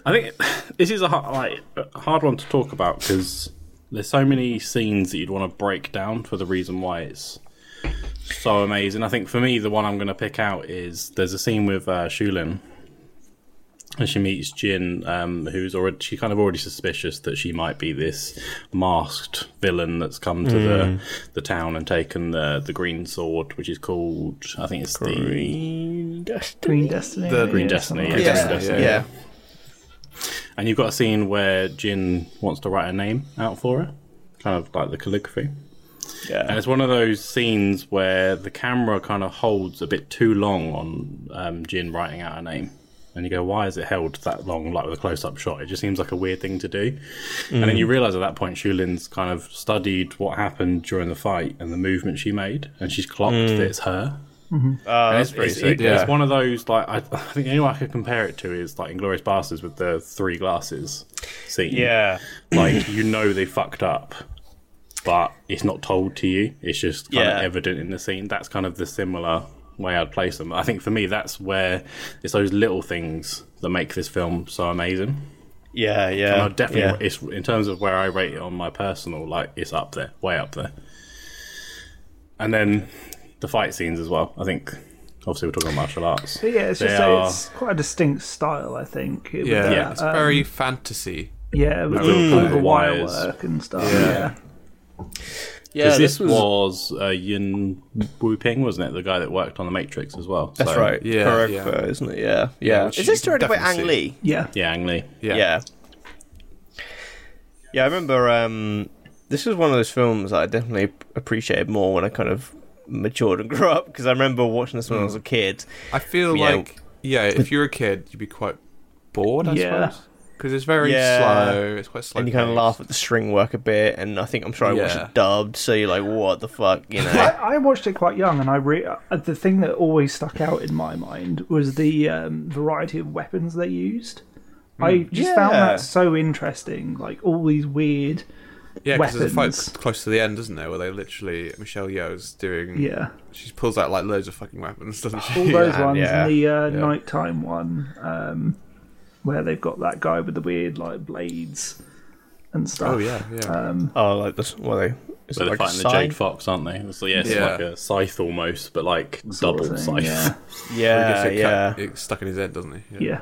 S3: I think this is a hard, like a hard one to talk about because there's so many scenes that you'd want to break down for the reason why it's so amazing. I think for me, the one I'm going to pick out is there's a scene with uh, Shulin. And she meets Jin, um, who's already she kind of already suspicious that she might be this masked villain that's come to the the town and taken the the green sword, which is called I think it's the
S5: Green Destiny.
S1: The
S5: yeah,
S1: Green
S3: Destiny.
S5: something
S3: Yeah,
S5: like
S3: Green
S5: that.
S3: Destiny.
S2: Yeah.
S3: And you've got a scene where Jin wants to write her name out for her, kind of like the calligraphy. And
S2: Yeah.
S3: it's one of those scenes where the camera kind of holds a bit too long on um, Jin writing out her name. And you go, why is it held that long, like with a close up shot? It just seems like a weird thing to do. And
S2: Mm.
S3: then you realize at that point, Shulin's kind of studied what happened during the fight and the movement she made, and she's clocked that it's her.
S2: Oh, Mm. that's
S3: It's-
S2: pretty
S3: it's,
S2: sick.
S3: it-
S2: yeah.
S3: it's one of those like I, I think the only way I could compare it to is like Inglorious Bastards with the three glasses scene.
S2: yeah.
S3: like you know they fucked up, but it's not told to you. It's just kind
S2: Yeah.
S3: of evident in the scene. That's kind of the similar way I'd place them. I think for me, that's where it's those little things that make this film so amazing.
S2: Yeah. Yeah.
S3: And I definitely,
S2: yeah.
S3: it's in terms of where I rate it on my personal, like it's up there, way up there. And then the fight scenes as well. I think obviously we're talking about martial arts.
S5: But yeah, it's
S3: They
S5: just
S3: are-
S5: it's quite a distinct style, I think. It was
S1: Yeah,
S5: that,
S1: it's
S5: um,
S1: very fantasy.
S5: yeah, with
S3: little
S5: all the
S3: clover
S5: wire
S3: wires.
S5: work and stuff. Yeah,
S2: yeah
S3: Because this, was, uh, Yin Wu Ping, wasn't it? The guy that worked on The Matrix as well.
S2: That's
S3: So,
S2: right.
S1: Yeah,
S2: Choreographer, isn't it? Yeah. Yeah.
S1: which
S2: Is this
S1: you can
S2: directed by Ang
S1: definitely
S2: Lee?
S5: yeah.
S3: Yeah, Ang Lee.
S1: Yeah.
S2: yeah. Yeah, I remember um, this was one of those films that I definitely appreciated more when I kind of matured and grew up because I remember watching this when I was a
S1: Mm.
S2: kid.
S1: I feel
S2: Yeah.
S1: like yeah, if you're a kid, you'd be quite bored. I
S5: Yeah.
S1: suppose because it's very
S2: Yeah.
S1: slow. It's quite slow.
S2: and you kind of
S1: paced.
S2: laugh at the string work a bit, and I think I'm sure I watched
S1: Yeah.
S2: it dubbed, so you're like, what the fuck, you know?
S5: I, I watched it quite young, and I re- uh, the thing that always stuck out in my mind was the um, variety of weapons they used. I
S1: Hmm.
S5: just found
S2: Yeah.
S5: that so interesting, like all these weird.
S1: Yeah, because there's a fight
S5: weapons.
S1: close to the end, isn't there, where they literally Michelle Yeoh's doing.
S5: Yeah,
S1: she pulls out like loads of fucking weapons, doesn't she?
S5: all those
S2: Yeah,
S5: ones,
S2: yeah,
S5: and the uh, nighttime one um, where they've got that guy with the weird like blades. and stuff.
S3: Oh, yeah, yeah.
S5: Um,
S2: oh, like this. Well, they. Is
S3: So
S2: it
S3: they're
S2: like a
S3: fighting the
S2: scythe?
S3: Jade Fox, aren't they? So, yeah, it's
S1: Yeah.
S3: like a scythe almost, but like
S1: Sort
S3: double
S1: of thing,
S3: scythe.
S1: yeah.
S2: Yeah,
S1: Or he gets a
S2: yeah.
S1: cut- it stuck in his head, doesn't he?
S5: yeah.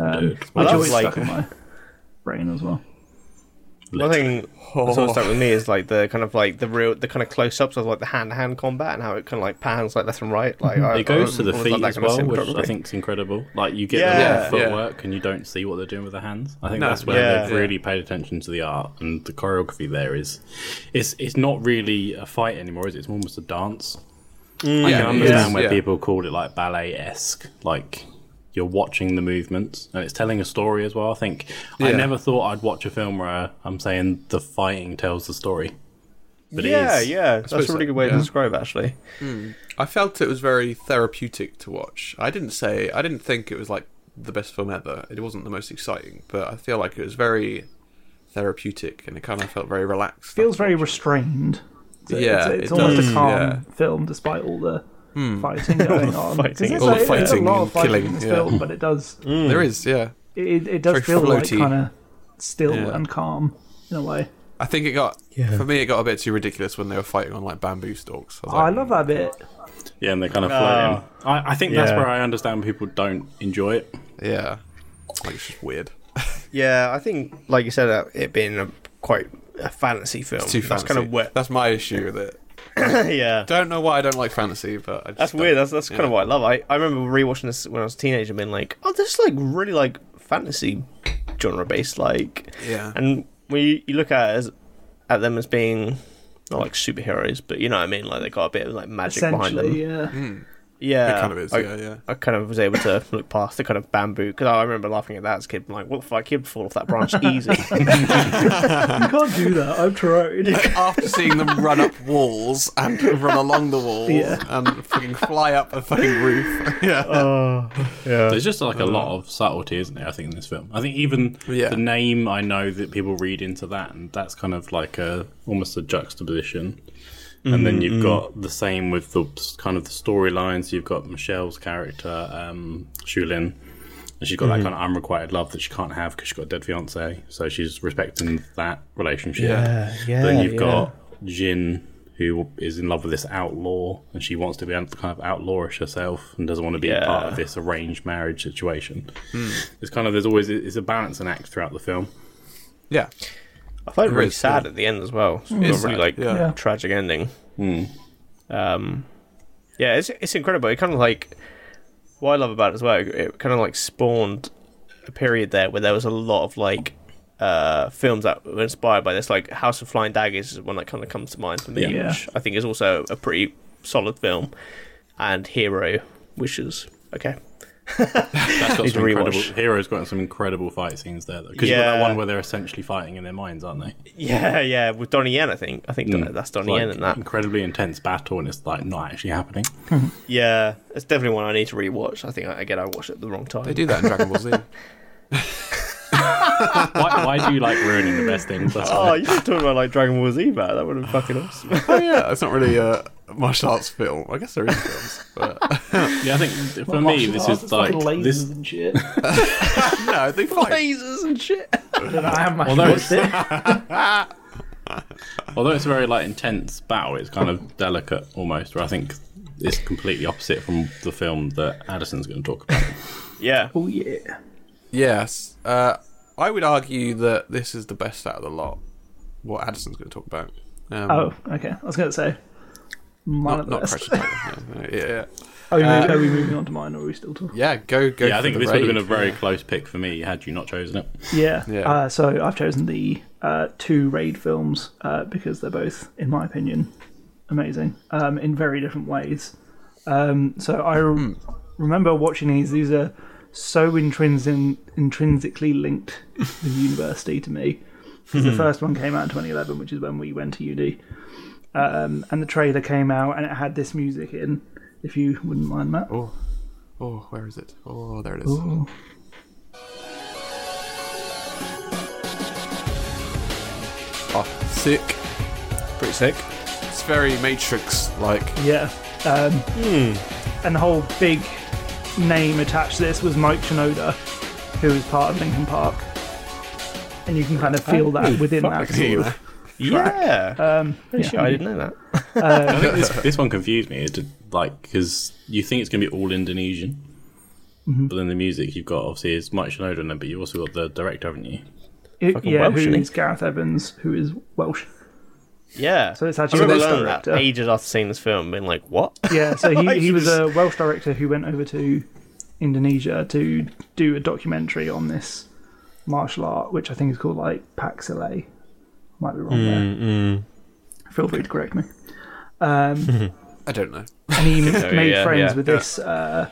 S5: Um,
S3: Dude.
S5: I
S2: Well,
S5: always
S2: that's like-
S5: stuck in my brain as well.
S2: One thing
S3: Oh.
S2: that's always stuck with me is like the kind of like the real the kind of close ups of like the hand to hand combat and how it kind of like pans like left and right. Like I,
S3: Mm-hmm. It goes to the
S2: always
S3: feet
S2: like that
S3: as
S2: kind of
S3: well, which I
S2: cinematography.
S3: think is incredible. Like you get
S2: Yeah.
S3: the
S2: Yeah.
S3: footwork and you don't see what they're doing with their hands. I think
S1: No.
S3: that's where
S2: Yeah.
S3: they've really paid attention to the art and the choreography. There is, it's it's not really a fight anymore, is it? It's almost a dance. I
S1: Yeah,
S3: can
S1: it
S3: understand
S1: is,
S3: where
S1: yeah.
S3: people called it like ballet esque, like. You're watching the movements, and it's telling a story as well. I think I
S1: Yeah.
S3: never thought I'd watch a film where I'm saying the fighting tells the story, but
S2: yeah,
S3: it is.
S2: yeah,
S1: suppose
S2: that's a really
S1: so,
S2: good way
S1: yeah.
S2: to describe it, actually.
S1: I felt it was very therapeutic to watch. I didn't say I didn't think it was like the best film ever. It wasn't the most exciting, but I feel like it was very therapeutic and it kind of felt very relaxed.
S5: feels very restrained. It's, a-
S1: Yeah,
S5: it's, a-
S1: it
S5: it's almost
S1: does,
S5: a calm
S1: yeah. Hmm.
S5: film despite all the fighting going on. 'Cause
S2: fighting.
S5: it's
S1: All the
S5: a- it's
S1: fighting
S5: a lot
S1: and
S5: of fighting
S1: killing,
S5: in this
S1: yeah.
S5: film, but it does
S1: There is, yeah.
S5: it, it does
S1: It's
S5: feel
S1: very
S5: like
S1: floaty.
S5: kind of still
S1: Yeah.
S5: and calm in a way.
S1: I think it got
S2: Yeah.
S1: for me. It got a bit too ridiculous when they were fighting on like bamboo stalks. I, was
S5: Oh, I
S1: like,
S5: love that bit.
S3: Yeah, and they're kind of floating. Uh, I, I think that's
S2: Yeah.
S3: where I understand people don't enjoy it.
S1: yeah, like it's just weird.
S2: Yeah, I think like you said, uh, it being a quite a fantasy film.
S1: Too fancy.
S2: that's kind of weird.
S1: That's my issue with it.
S2: yeah,
S1: Don't know why I don't like fantasy, but I just
S2: that's
S1: don't.
S2: weird. That's that's kind
S1: yeah.
S2: of what I love. I, I remember rewatching this when I was a teenager, and being like, oh, this is like really like fantasy genre based, like
S1: Yeah.
S2: And when you, you look at it as at them as being not like superheroes, but you know what I mean, like they got a bit of like magic behind them.
S5: Essentially, yeah.
S1: Hmm.
S2: Yeah,
S1: It kind of is,
S2: I,
S1: yeah, yeah.
S2: I kind of was able to look past the kind of bamboo because I remember laughing at that as a kid, like, "What the fuck? He'd fall off that branch easy."
S5: You can't do that. I've tried.
S1: after seeing them run up walls and run along the walls
S5: Yeah.
S1: and fucking fly up a fucking roof. yeah.
S3: There's just like a lot of subtlety, isn't there? I think in this film. I think even
S1: Yeah.
S3: the name I know that people read into that, and that's kind of like a almost a juxtaposition. And then you've got the same with the s- kind of the storylines. You've got Michelle's character, um, Shulin, and she's got that kind of unrequited love that she can't have because she's got a dead fiance. So she's respecting that relationship.
S2: Yeah, yeah,
S3: then you've
S2: yeah.
S3: got Jin, who is in love with this outlaw, and she wants to be un- kind of outlawish herself and doesn't want to be a part
S2: Yeah.
S3: of this arranged marriage situation. It's kind of there's always it's a balancing act throughout the film.
S1: Yeah.
S2: I find it really
S1: is,
S2: sad at the end as well. It's got a
S1: is
S2: really
S1: sad,
S2: like
S1: yeah.
S5: Yeah.
S2: tragic ending. Um, yeah, it's it's incredible. It kind of like what I love about it as well. It kind of like spawned a period there where there was a lot of like uh films that were inspired by this. Like House of Flying Daggers is one that kind of comes to mind for me,
S5: Yeah.
S2: which I think is also a pretty solid film. And Hero, which is okay.
S3: That's got
S2: Need
S3: some
S2: to
S3: incredible
S2: rewatch.
S3: heroes got some incredible fight scenes there though. Because you've got that
S2: Yeah.
S3: one where they're essentially fighting in their minds, aren't they?
S2: Yeah, yeah, with Donnie Yen, I think. I think Don- that's Donnie
S3: Like,
S2: Yen in that.
S3: incredibly intense battle and it's like not actually happening.
S2: Yeah, it's definitely one I need to rewatch. I think I- again I watched it at the wrong time.
S1: They do that in Dragon Ball Z.
S3: why, why do you like ruining the best things? That's
S2: Oh,
S3: why.
S2: you should talk about like Dragon Ball Z, man. That would have been fucking awesome.
S1: oh yeah, it's not really a martial arts film. I guess there is films, but
S3: Yeah, I think for me this is like
S5: lasers
S3: this
S5: and shit.
S1: no, they fight.
S2: Lasers and shit.
S5: I haven't actually
S3: Although
S5: watched it.
S3: Although it's a very like intense battle, it's kind of delicate almost. Where I think it's completely opposite from the film that Addison's going to talk about.
S2: Yeah.
S5: Oh yeah.
S1: Yes, uh, I would argue that this is the best out of the lot. What Addison's going to talk about. Um,
S5: Oh, okay. I was gonna say. Mine
S1: not,
S5: at
S1: not
S5: best.
S1: Crouching Tiger. No, no, yeah, yeah,
S5: Are we,
S3: Uh,
S5: moving, are we moving on to mine, or are we still talking?
S1: yeah. Go, go.
S3: yeah, I
S1: for
S3: think
S1: the
S3: this would have been a
S1: raid.
S3: very close pick for me had you not chosen it.
S5: Yeah.
S1: Yeah.
S5: Uh, so I've chosen the uh, two raid films uh, because they're both, in my opinion, amazing um, in very different ways. Um, so I re- remember watching these. These are so intrinsic, intrinsically linked with university to me. 'Cause the first one came out in 2011, which is when we went to uni. Um, and the trailer came out and it had this music in, if you wouldn't mind, Matt.
S1: Oh, where is it? Oh, there it is. Oh, sick.
S2: Pretty sick.
S1: It's very Matrix like.
S5: Yeah. Um,
S3: Hmm.
S5: And the whole big name attached to this was Mike Shinoda, who was part of Linkin Park. and you can kind of feel that
S3: Oh,
S5: within
S3: fuck.
S5: that sort of track.
S3: Yeah.
S5: Um,
S3: Pretty
S5: yeah.
S3: sure I didn't know that. I think this, this one confused me. It did, like because you think it's going to be all Indonesian,
S5: Mhm.
S3: but then the music you've got obviously is Mike Shinoda in there, but you also got the director, haven't you?
S5: It-
S3: Fucking
S5: yeah,
S3: Welsh,
S5: who
S3: innit?
S5: is Gareth Evans, who is Welsh.
S2: Yeah.
S5: So it's
S2: I
S5: actually
S2: remember
S5: this
S2: learning that
S5: director.
S2: ages after seeing this film, being like, "What?"
S5: Yeah, so he, he was
S2: Ages.
S5: a Welsh director who went over to Indonesia to do a documentary on this martial art, which I think is called like Paxile. Might be wrong there.
S3: Mm-hmm.
S5: Feel free to correct me. Um,
S1: I don't know.
S5: and he
S1: Oh, Yeah,
S5: made
S1: yeah,
S5: friends
S1: yeah.
S5: with this uh,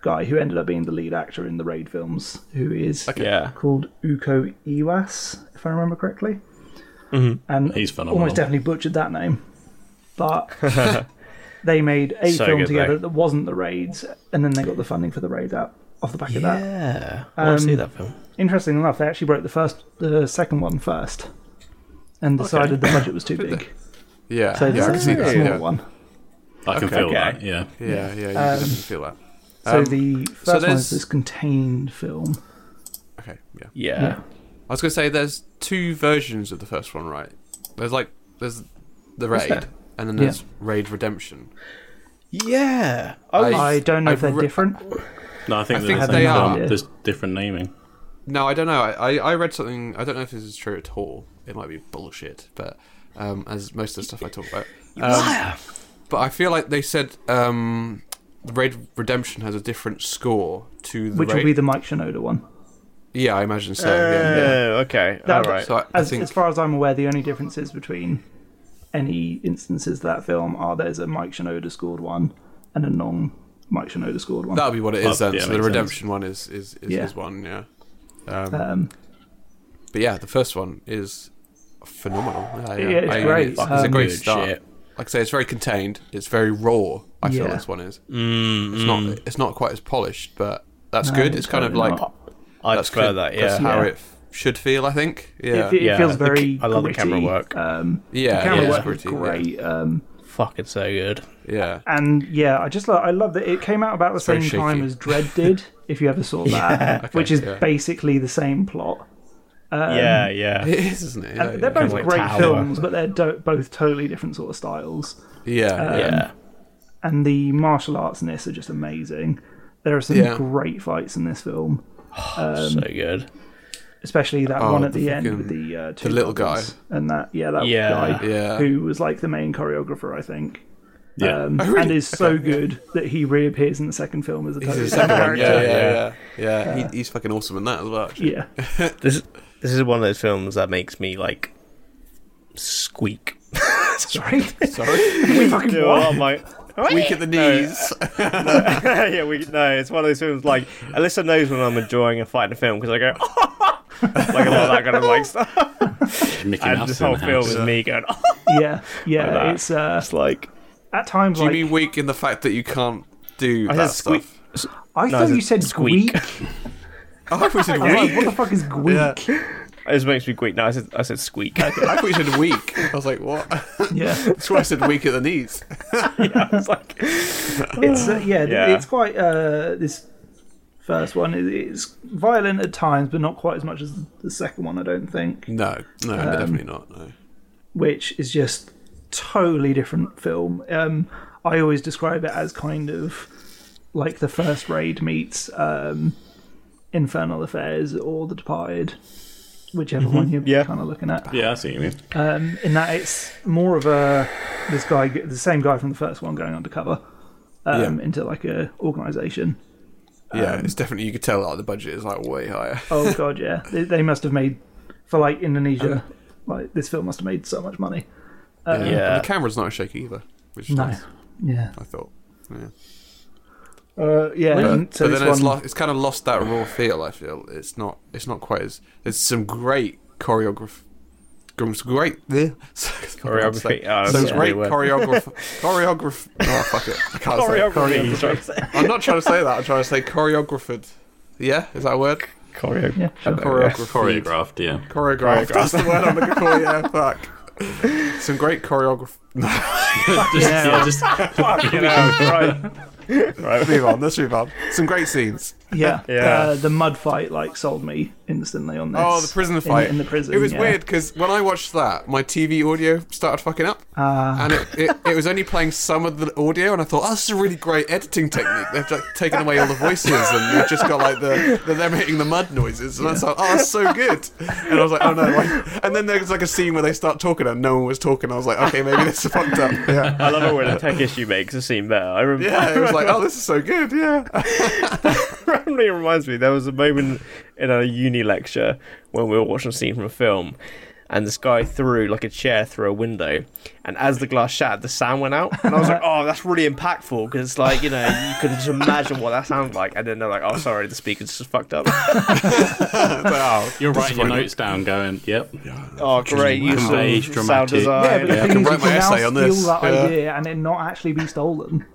S5: guy who ended up being the lead actor in the Raid films, who is
S1: Okay.
S2: Yeah.
S5: called Uko Iwas, if I remember correctly.
S3: Mhm.
S5: And
S3: He's phenomenal.
S5: almost definitely butchered that name. But they made a
S3: So
S5: film
S3: good,
S5: together
S3: though.
S5: that wasn't the raids, and then they got the funding for the raids out off the back of that.
S2: Yeah, I wanna
S5: Um,
S2: see that film.
S5: Interesting enough, they actually broke the first, the second one first, and decided the budget was too big.
S1: Yeah,
S5: so they
S1: yeah, I can
S5: just
S1: see
S5: made a
S1: that,
S5: small
S1: yeah.
S5: one.
S3: I can
S1: Okay.
S3: feel
S1: Okay.
S3: that. Yeah.
S1: Yeah, yeah, you can
S5: Um,
S1: definitely feel that.
S5: So
S1: Um,
S5: the
S1: so
S5: first one
S1: there's-
S5: is this contained film.
S1: Okay, yeah.
S2: Yeah.
S5: Yeah.
S1: I was gonna say there's two versions of the first one, right? There's like there's the
S5: Is
S1: raid,
S5: there?
S1: and then
S5: Yeah.
S1: there's Raid Redemption.
S2: Yeah. Oh,
S1: I-
S5: I don't know if
S1: I've
S5: they're
S1: re-
S5: different.
S3: No, I think,
S1: I
S3: they're
S1: think
S3: the same
S1: they
S3: film,
S1: are.
S3: There's different naming.
S1: No, I don't know. I, I, I read something. I don't know if this is true at all. It might be bullshit, but um, as most of the stuff I talk about. Um, but I feel like they said um, Raid Redemption has a different score to the
S5: Which
S1: Raid.
S5: will be the Mike Shinoda one.
S1: yeah, I imagine so. yeah, yeah.
S2: Oh, okay.
S5: That-
S2: All right.
S1: So I, I
S5: Uh, As,
S1: think
S5: as far as I'm aware, the only differences between any instances of that film are there's a Mike Shinoda scored one and a non Mike Shinoda scored one.
S1: that'll be what it is
S3: Oh,
S1: then.
S3: yeah,
S1: so
S3: makes
S1: the
S3: sense.
S1: Redemption one is is, is,
S5: Yeah.
S1: is one. Yeah. Um,
S5: Um,
S1: But yeah, the first one is phenomenal. Yeah, yeah.
S5: Yeah, it's
S1: I mean,
S5: great.
S1: It's, it's a
S5: Um,
S1: great
S3: Good
S1: start.
S3: shit.
S1: Like I say, it's very contained. It's very raw. I feel
S5: Yeah.
S1: this one is. It's not. It's not quite as polished, but that's
S5: No,
S1: good.
S5: it's
S1: It's kind of
S5: totally
S1: like
S5: not.
S2: I
S1: that's
S2: prefer
S1: good-
S2: that.
S1: That's
S2: Yeah.
S1: how
S5: Yeah.
S1: it f- should feel. I think. Yeah.
S5: it, it
S2: Yeah.
S5: feels
S2: The
S5: very.
S2: ca- I love the camera
S5: gritty.
S2: work.
S5: Um,
S1: yeah.
S5: the camera
S1: yeah,
S5: work
S1: pretty,
S5: was great. Uh, Um,
S2: Fucking so good.
S1: Yeah. yeah.
S5: and yeah, I just love, I love that it came out about the
S1: very
S5: same time
S1: shaky.
S5: as Dread did. If you ever saw that, which is
S1: yeah.
S5: basically the same plot. um,
S2: yeah, yeah.
S1: It is, isn't it? Yeah.
S5: And uh, they're
S1: yeah.
S5: both
S2: like
S5: great
S2: Tower.
S5: films, but they're do- both totally different sort of styles.
S1: yeah.
S5: uh,
S2: yeah.
S5: and the martial arts in this are just amazing. There are some
S1: Yeah.
S5: great fights in this film, um,
S2: so good.
S5: especially that
S1: Oh,
S5: one at
S1: the
S5: the, end
S1: fucking-
S5: with the uh, two
S1: the little
S5: brothers and that yeah that
S2: Yeah.
S5: guy
S1: Yeah.
S5: who was like the main choreographer, I think.
S3: Yeah.
S1: Oh,
S5: Um, and is so good that he reappears in the second film as a
S1: He's
S5: totally
S1: the
S5: different
S1: second one.
S5: character.
S1: Yeah, yeah, yeah. yeah. He, he's fucking awesome in that as well. Actually.
S5: Yeah.
S2: This this is one of those films that makes me like squeak.
S5: sorry.
S1: Sorry.
S5: we fucking
S2: Do a
S5: what?
S2: lot of my
S1: Weak at the knees.
S2: yeah, we no. It's one of those films like Alyssa knows when I'm enjoying a fight in a film because I go like a lot of that kind of like stuff.
S3: Mickey
S2: And
S3: Mouse
S2: this
S3: in
S2: whole
S3: the
S2: film
S3: house.
S2: is me going
S5: Yeah, yeah.
S2: that.
S5: it's uh,
S2: It's like
S5: at times
S1: Do you
S5: like
S1: mean weak in the fact that you can't do
S2: I
S1: that
S2: said squeak.
S1: stuff?
S5: I
S2: no,
S5: thought
S2: is it
S5: you said
S2: squeak?
S5: squeak.
S1: I thought you said
S5: I was like,
S1: weak.
S5: what the fuck is squeak? Yeah.
S2: It just makes me squeak. No, I said I said squeak.
S1: I thought you said weak. I was like, what? That's why I said weak at the knees.
S2: it's like
S5: it's uh, yeah, th-
S2: Yeah.
S5: it's quite uh, this first one. It, it's violent at times, but not quite as much as the second one. I don't think,
S1: No, no, definitely not. No.
S5: which is just totally different film. Um, I always describe it as kind of like the first raid meets um, Infernal Affairs or The Departed, whichever
S1: Mm-hmm.
S5: one you're
S2: Yeah.
S5: kind of looking at.
S3: Yeah, I see what you mean.
S5: Um, in that it's more of a this guy, the same guy from the first one, going undercover um,
S1: Yeah.
S5: into like a organization.
S1: Yeah,
S2: Um,
S1: it's definitely you could tell like the budget is like way higher.
S5: Oh god, yeah. They, they must have made for like Indonesia. Like this film must have made so much money.
S2: yeah.
S1: And the camera's not shaky either, which is
S5: Uh, No,
S1: nice.
S5: yeah,
S1: I thought. Yeah.
S5: uh, yeah. and
S1: But,
S5: so
S1: but
S5: this
S1: then it's,
S5: one,
S1: lo- it's kind of lost that raw feel. I feel it's not. It's not quite as. There's some great choreography. Some great yeah.
S2: Choreography. Oh,
S1: some
S2: that's a
S1: great
S2: weird word.
S1: choreograph. choreograph. Oh fuck it! I can't say. it.
S2: choreography. he's trying to say.
S1: I'm not trying to say that. I'm trying to say choreographed. Yeah, is that a word?
S2: Choreo.
S5: yeah, sure.
S1: Choreographed.
S3: Choreographed, yeah.
S1: Choreographed. That's the word I'm looking for. Yeah, fuck. Some great choreograph.
S3: Just, yeah. just
S2: Fucking hell, right.
S1: Let's move on. Let's move on. Some great scenes.
S5: Yeah, Uh, the mud fight like sold me instantly on this.
S1: Oh, the prison
S5: In-
S1: fight
S5: in, the prison.
S1: It was
S5: yeah.
S1: weird because when I watched that, my TV audio started fucking up,
S5: Ah.
S1: and it, it, it was only playing some of the audio, and I thought, "Oh, this is a really great editing technique. They've like, taken away all the voices, and you've just got like the, the them hitting the mud noises." And I was like, "Oh, that's so good." And I was like, "Oh no!" Like, and then there was like a scene where they start talking, and no one was talking. I was like, "Okay, maybe this is fucked up." Yeah.
S2: I love it when a tech issue makes it seem better. I remember.
S1: Yeah, it was like, "Oh, this is so good." Yeah.
S2: randomly reminds me there was a moment in a uni lecture when we were watching a scene from a film and this guy threw like a chair through a window and as the glass shattered the sound went out and i was like oh that's really impactful because it's like you know you can just imagine what that sounds like and then they're like oh sorry the speaker's just fucked up
S3: You're writing your
S2: Disappointing.
S3: notes down, going, "Yep."
S2: oh great you
S3: Conveys
S2: sound
S3: dramatic.
S2: design
S5: Yeah, but the
S3: Yeah, I
S5: thing
S3: can
S5: is, you
S3: write my
S5: can now
S3: essay on
S5: steal
S3: this.
S5: that
S3: Yeah.
S5: idea and it not actually be stolen.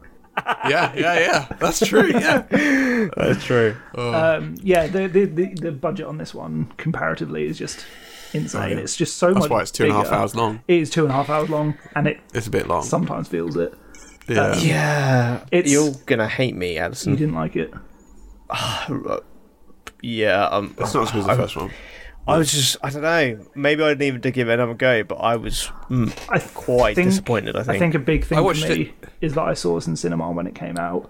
S1: yeah, yeah, yeah. That's true. Yeah.
S2: that's true
S5: Um, yeah, the, the the the budget on this one comparatively is just insane.
S1: Oh, yeah.
S5: It's just so
S1: That's
S5: much.
S1: why it's two and a half
S5: bigger.
S1: hours long.
S5: It is two and a half hours long, and it
S1: It's a bit long.
S5: sometimes feels it.
S1: Yeah.
S2: yeah
S5: It's-
S2: you're gonna hate me
S1: Mm.
S5: You
S2: addison Uh,
S5: didn't like it.
S2: yeah um,
S1: It's not as good as the first one.
S2: i was just i don't know maybe i didn't even give it another go but i was mm,
S5: I
S2: quite
S5: think-
S2: disappointed i think
S5: I think a big thing
S1: I
S5: for
S1: watched
S5: me is that I saw this in cinema when it came out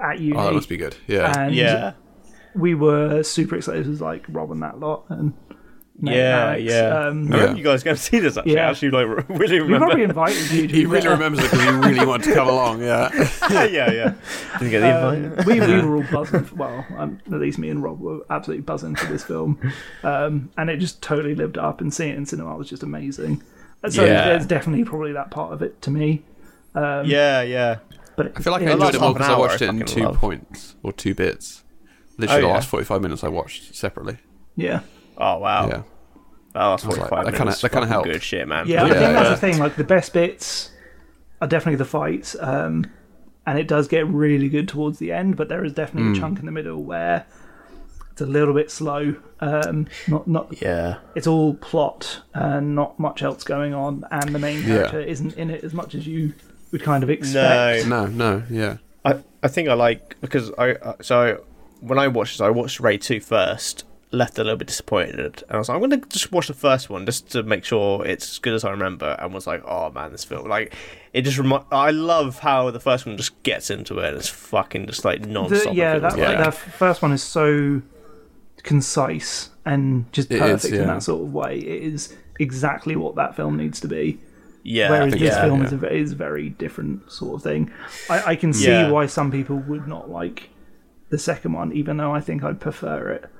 S5: at uni.
S1: Oh, that must be good. Yeah.
S5: And
S2: yeah
S5: we were super excited. It was like Rob and that lot, and Nate
S2: Yeah,
S5: and Alex.
S2: yeah.
S5: Um,
S2: I
S1: Yeah.
S2: remember you guys going to see this actually.
S5: Yeah.
S2: I Actually, like really
S5: We
S2: remember.
S5: probably invited you. to
S1: He really remembers it because he really wanted to come along. Yeah.
S2: yeah, yeah. Um, Didn't get the invite.
S5: we, we were all buzzing. For, well, um, at least me and Rob were absolutely buzzing for this film, um, and it just totally lived up. And seeing it in cinema was just amazing. And So
S2: Yeah.
S5: there's definitely probably that part of it to me.
S2: yeah, yeah.
S5: But it,
S1: I feel like I
S5: it-
S1: enjoyed
S2: last
S1: it more
S2: half an
S1: because I
S2: hour
S1: watched
S2: I
S1: it in
S2: fucking
S1: two
S2: love.
S1: points or two bits. Literally,
S2: Oh,
S1: the
S2: yeah.
S1: last forty-five minutes I watched separately.
S5: yeah,
S2: Oh wow.
S1: Yeah,
S2: Oh, that's
S1: like,
S2: forty-five
S1: that kinda-
S2: minutes.
S1: that kinda
S2: Fucking
S1: helped.
S2: Good shit, man.
S5: yeah. I
S1: Yeah.
S5: think that's the thing. Like the best bits are definitely the fights, um, and it does get really good towards the end. But there is definitely
S1: Hmm.
S5: a chunk in the middle where it's a little bit slow. Um, not not
S2: Yeah.
S5: it's all plot and not much else going on, and the main character isn't in it as much as you would kind of expect.
S2: No,
S1: no, no, yeah,
S2: I, I think I like because I uh, so when I watched this, I watched Ray 2 first. Left a little bit disappointed, and I was like, I'm gonna just watch the first one just to make sure it's as good as I remember. And was like, oh man, this film like it just remi- I love how the first one just gets into it and it's fucking just like
S5: The-
S2: non-stop.
S5: yeah,
S2: It
S5: that,
S2: feels like.
S5: that f- first one is so concise and just
S1: It is,
S5: perfect in
S1: yeah.
S5: that sort of way. It is exactly what that film needs to be.
S2: yeah.
S5: Whereas
S1: think
S5: this
S1: so,
S5: film
S1: yeah.
S5: is, a, ve- is a very different sort of thing. I, I can see
S2: Yeah.
S5: why some people would not like the second one, even though I think I'd prefer it.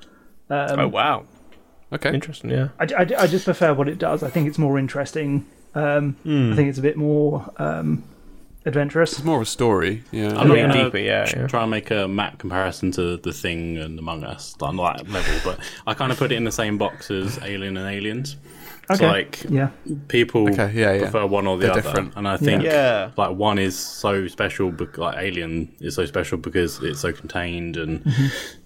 S2: oh wow,
S1: okay.
S2: interesting. Yeah,
S5: I, I- I just prefer what it does. I think it's more interesting. Um, I think it's a bit more um, adventurous.
S1: Hmm. It's more of a story. Yeah,
S3: I'm not
S5: Yeah.
S3: gonna
S2: Deeper, yeah,
S3: tr-
S2: yeah.
S3: try and make a map comparison to the thing and Among Us on that level, but I kind of put it in the same box as Alien and Aliens. It's
S5: Okay.
S3: like
S5: Yeah,
S3: people
S1: Okay, yeah, yeah.
S3: prefer one or the
S1: They're
S3: other,
S1: different.
S3: and I think
S2: Yeah.
S3: like one is so special, bec- like Alien is so special because it's so contained and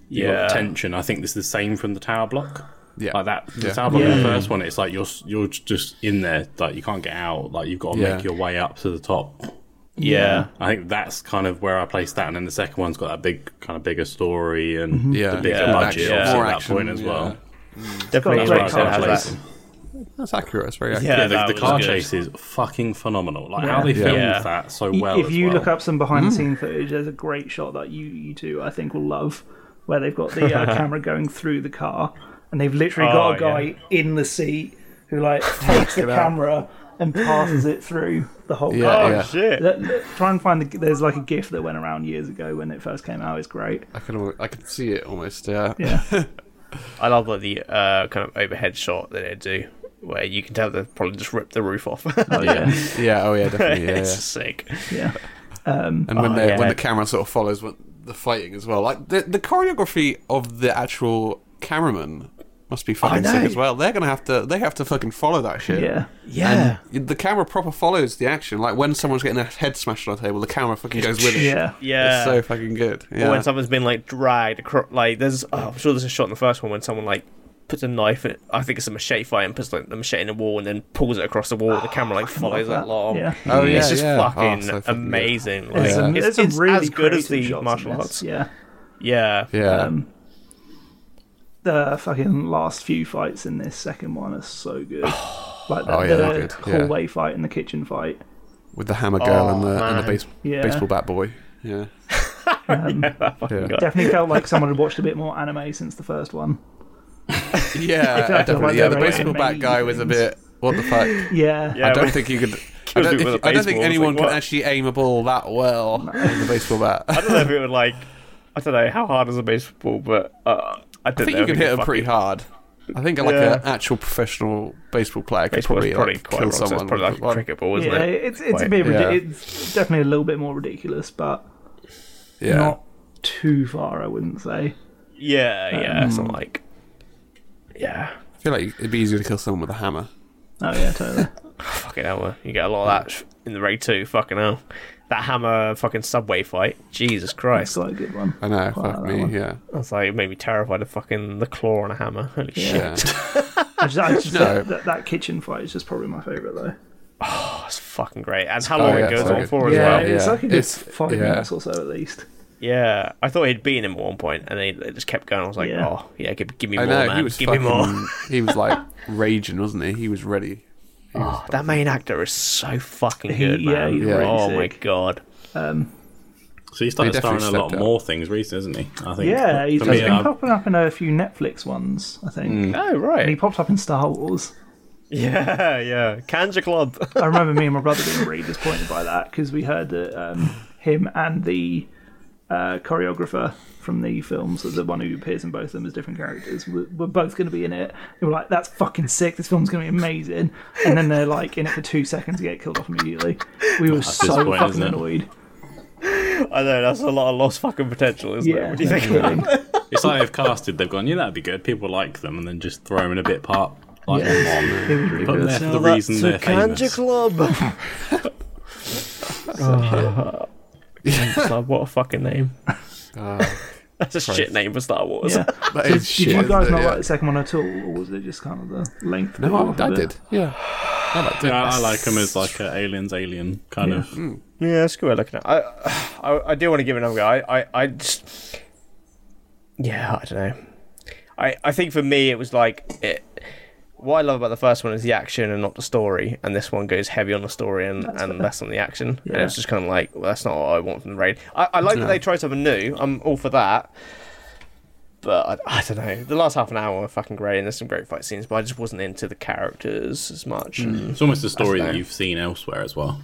S3: you
S2: Yeah.
S3: got tension. I think this is the same from the Tower Block.
S1: Yeah.
S3: like that. The
S1: Yeah.
S3: Tower Block in
S5: Yeah.
S3: the first one, it's like you're s- you're just in there, like you can't get out. Like you've got to
S1: Yeah.
S3: make your way up to the top.
S2: yeah.
S3: I think that's kind of where I placed that, and then the second one's got that big kind of bigger story and
S1: Yeah.
S3: the bigger
S2: Yeah. Action,
S3: budget obviously,
S1: more
S3: at that
S1: action,
S3: point as well.
S2: Definitely
S5: It's
S3: That's
S5: got
S3: where I
S5: a
S2: makes
S5: great
S2: sense,
S3: kind
S5: car
S3: of
S2: has
S3: placed
S2: that.
S3: them.
S1: that's accurate. It's very accurate.
S2: Yeah,
S3: Yeah,
S2: that
S3: the, the
S2: was
S3: car
S2: good.
S3: chase is fucking phenomenal. Like
S5: Yeah.
S3: how they
S1: Yeah.
S3: filmed
S2: Yeah.
S3: that so
S5: Y-
S3: well.
S5: if you
S3: as well.
S5: look up some behind the
S2: Hmm.
S5: scene footage, there's a great shot that you you two I think will love, where they've got the uh, camera going through the car, and they've literally got
S2: Oh,
S5: a guy in the seat who like takes the camera and passes it through the whole
S1: Yeah,
S5: car.
S2: Oh
S1: yeah.
S2: shit!
S5: Let- let- try and find the. There's like a GIF that went around years ago when it first came out. It's great.
S1: I can, al- I can see it almost. Yeah,
S5: Yeah.
S2: I love like, the uh, kind of overhead shot that they do, where you can tell they've probably just ripped the roof off.
S3: yeah.
S1: yeah, oh yeah, definitely. Yeah,
S2: it's
S1: yeah.
S2: sick.
S5: Yeah.
S1: and when
S2: Oh,
S1: they
S2: yeah.
S1: when the camera sort of follows what, the fighting as well, like the the choreography of the actual cameraman must be fucking sick
S2: know.
S1: as well. They're gonna have to they have to fucking follow that shit.
S5: Yeah.
S2: Yeah,
S1: The camera proper follows the action. Like when someone's getting their head smashed on a table, the camera fucking goes with it.
S5: Yeah.
S2: yeah.
S1: It's so fucking good.
S2: Or
S1: Yeah.
S2: when someone's been like dragged across, like there's, oh, I'm sure there's a shot in the first one when someone like puts a knife. In, I think it's a machete fight, and puts like the machete in the wall, and then pulls it across the wall. the camera like follows
S5: that.
S2: that long.
S5: Yeah.
S8: Oh, yeah,
S2: it's just
S8: yeah. Oh,
S2: fucking
S8: so fucking good.
S2: amazing. Like,
S5: There's
S2: it's,
S5: some- there's
S2: it's,
S5: some really
S2: as good as the
S5: creative shots in
S2: martial
S5: this,
S2: arts.
S5: Yeah.
S2: yeah,
S8: Yeah.
S5: Um, the fucking last few fights in this second one are so good. Like the,
S1: Oh, yeah,
S5: the
S1: they're good, yeah.
S5: hallway fight and the kitchen fight.
S1: with the hammer girl
S2: Oh,
S1: and the and the
S2: man.
S1: base,
S5: Yeah.
S1: baseball bat boy. Yeah,
S2: that fucking
S1: Yeah.
S2: guy.
S5: Definitely felt like someone had watched a bit more anime since the first one.
S1: yeah,
S5: like
S1: definitely.
S5: they're
S1: yeah, the
S5: very
S1: baseball bat
S5: amazing
S1: guy was a bit. What the fuck?
S5: Yeah.
S2: Yeah,
S1: I don't
S2: but-
S1: think you could. I don't,
S2: it
S1: if-
S2: with a
S1: I don't think
S2: baseball, it's
S1: anyone
S2: like,
S1: can
S2: what?
S1: actually aim a ball that well with a baseball bat.
S2: I don't know if it would like. I don't know how hard is a baseball, but uh, I, don't
S1: I think
S2: know,
S1: you can hit
S2: it
S1: them pretty
S2: fucking-
S1: hard. I think like
S2: Yeah.
S1: an actual professional baseball player could
S2: Baseball's
S1: probably,
S2: probably,
S1: like,
S2: quite
S1: kill
S2: wrong, so
S1: someone.
S2: it's probably like
S1: with
S2: a
S1: one.
S2: cricket ball, isn't
S5: Yeah,
S2: it?
S5: it's it's a
S2: Quite-
S5: bit
S1: yeah.
S5: ridi- it's definitely a little bit more ridiculous, but
S1: yeah.
S5: not too far, I wouldn't say.
S2: Yeah,
S5: Um,
S2: yeah. so like, yeah,
S1: I feel like it'd be easier to kill someone with a hammer.
S5: Oh yeah, totally.
S2: fucking hell. man. You get a lot of that sh- in the raid too. Fucking hell, that hammer fucking subway fight. Jesus
S5: That's
S2: Christ,
S5: quite a good one.
S1: I know,
S5: Quite
S1: fuck
S5: like that
S1: me,
S5: one.
S1: yeah.
S2: that's like it made me terrified of fucking the claw on a hammer. Holy shit,
S1: yeah.
S5: I just, I just,
S1: No.
S5: that, that, that kitchen fight is just probably my favourite though.
S2: that's fucking great. And how
S1: Oh,
S2: long
S1: yeah,
S2: it goes
S1: it's so
S2: on
S1: good.
S2: for as
S5: Yeah,
S2: well.
S5: it's
S1: yeah.
S5: like a good
S1: It's-
S5: five
S1: yeah.
S5: minutes or so at least.
S2: Yeah, I thought he'd beaten him at one point, and then it just kept going. I was like,
S5: Yeah.
S2: oh yeah, give, give me
S1: I
S2: more,
S1: know,
S2: man.
S1: he was
S2: give
S1: fucking,
S2: me more.
S1: he was like raging, wasn't he? He was ready.
S2: Oh, that main actor is so fucking
S5: He-
S2: good,
S5: yeah,
S2: man.
S5: he's
S1: really
S2: oh my
S5: sick.
S2: god.
S3: So he started
S1: They definitely
S3: starring in a lot
S1: stepped up.
S3: more things recently, isn't he? I think.
S5: Yeah, he's
S3: For
S5: just
S3: me,
S5: been
S2: um,
S3: I-
S5: popping up in a few Netflix ones, I think.
S1: Mm.
S2: Oh
S5: And he
S2: right.
S5: popped up in Star Wars.
S2: Yeah, yeah. Kanja Club.
S5: I remember me and my brother being really disappointed by that because we heard that um, him and the uh, choreographer from the films, so the one who appears in both of them as different characters, were, were both going to be in it. They were like, "That's fucking sick! This film's going to be amazing!" And then they're like in it for two seconds, and get killed off immediately. We were so
S3: disappointing,
S5: fucking
S3: isn't it?
S5: annoyed.
S2: I know that's a lot of lost fucking potential, isn't it?
S5: Yeah,
S2: What do you think? about it?
S3: It's like they've casted. They've gone, yeah, that'd be good. People like them, and then just throw them in a bit part. Like,
S5: it was really
S3: But
S5: good.
S3: they're for the reason they're famous.
S2: Club. Uh-huh. what a fucking name. that's a shit name for Star Wars.
S5: Yeah.
S1: That is
S5: Did
S1: shit,
S5: you
S1: isn't
S5: guys
S1: it?
S5: not
S1: Yeah.
S5: like the second one at all, or was it just kind of the length? that you
S1: No,
S5: wanted
S1: I, I
S5: it?
S1: did. Yeah. I liked it.
S3: Yeah, I like them as like an aliens alien kind of.
S2: Yeah, that's a good way of looking at. It. I, I, I do want to give it another go. I, I, I just, yeah, I don't know. I, I think for me it was like it. What I love about the first one is the action and not the story, and this one goes heavy on the story and, and less on the action. And
S5: Yeah.
S2: it's just kind of like, well, that's not what I want from the raid. I, I like that they tried something new. I'm all for that. But I, I don't know. The last half an hour were fucking great, and there's some great fight scenes. But I just wasn't into the characters as much.
S3: It's almost a story
S2: know.
S3: that you've seen elsewhere as well.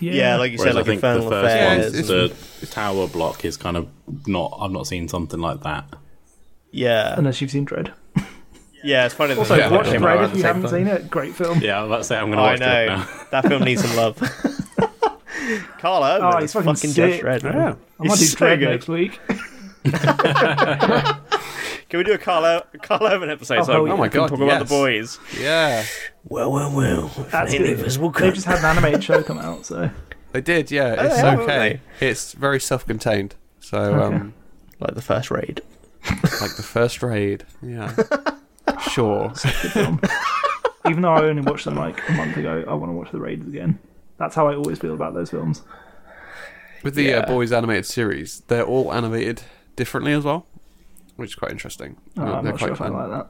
S2: Yeah, like you
S3: Whereas
S2: said, like
S3: I think the
S2: Infernal
S3: first
S2: Affairs.
S3: one, the tower block is kind of not. I've not seen something like that.
S2: yeah,
S5: Unless you've seen Dread.
S2: yeah. It's funny. that
S5: Also,
S2: they both
S5: watch
S2: came out
S5: Dread
S2: around
S5: if
S2: the
S5: you
S2: same
S5: haven't
S2: time.
S5: seen it. Great film.
S3: Yeah, let's say I'm going to
S2: Oh, I
S3: watch it
S2: know.
S3: now.
S2: that film needs some love. Carl Urban
S5: Oh,
S2: is
S5: he's fucking
S2: fucking
S5: sick.
S2: Judge Dredd, man.
S1: Yeah.
S5: I might do
S2: He's so
S5: Dread
S2: good.
S5: next week.
S2: Can we do a Carl, Ur- Carl Urban episode? so
S5: hell
S2: we
S5: yeah. Oh
S1: my
S2: can
S1: God,
S2: talk about the
S1: yes.
S2: boys.
S1: Yeah.
S2: Well, well, well.
S5: That's good. They've just had an animated show come out, so
S1: They did, yeah.
S5: Oh,
S1: It's
S2: they have,
S1: okay. It's very self contained. So, um,
S2: Like the first raid.
S1: like the first raid. Yeah. sure.
S5: even though I only watched them like a month ago, I want to watch the Raiders again. That's how I always feel about those films.
S1: With the uh, boys animated series, they're all animated differently as well, which is quite interesting.
S5: Oh,
S1: they're
S5: I'm
S1: they're
S5: not sure
S1: quite
S5: if I
S1: fun.
S5: like that.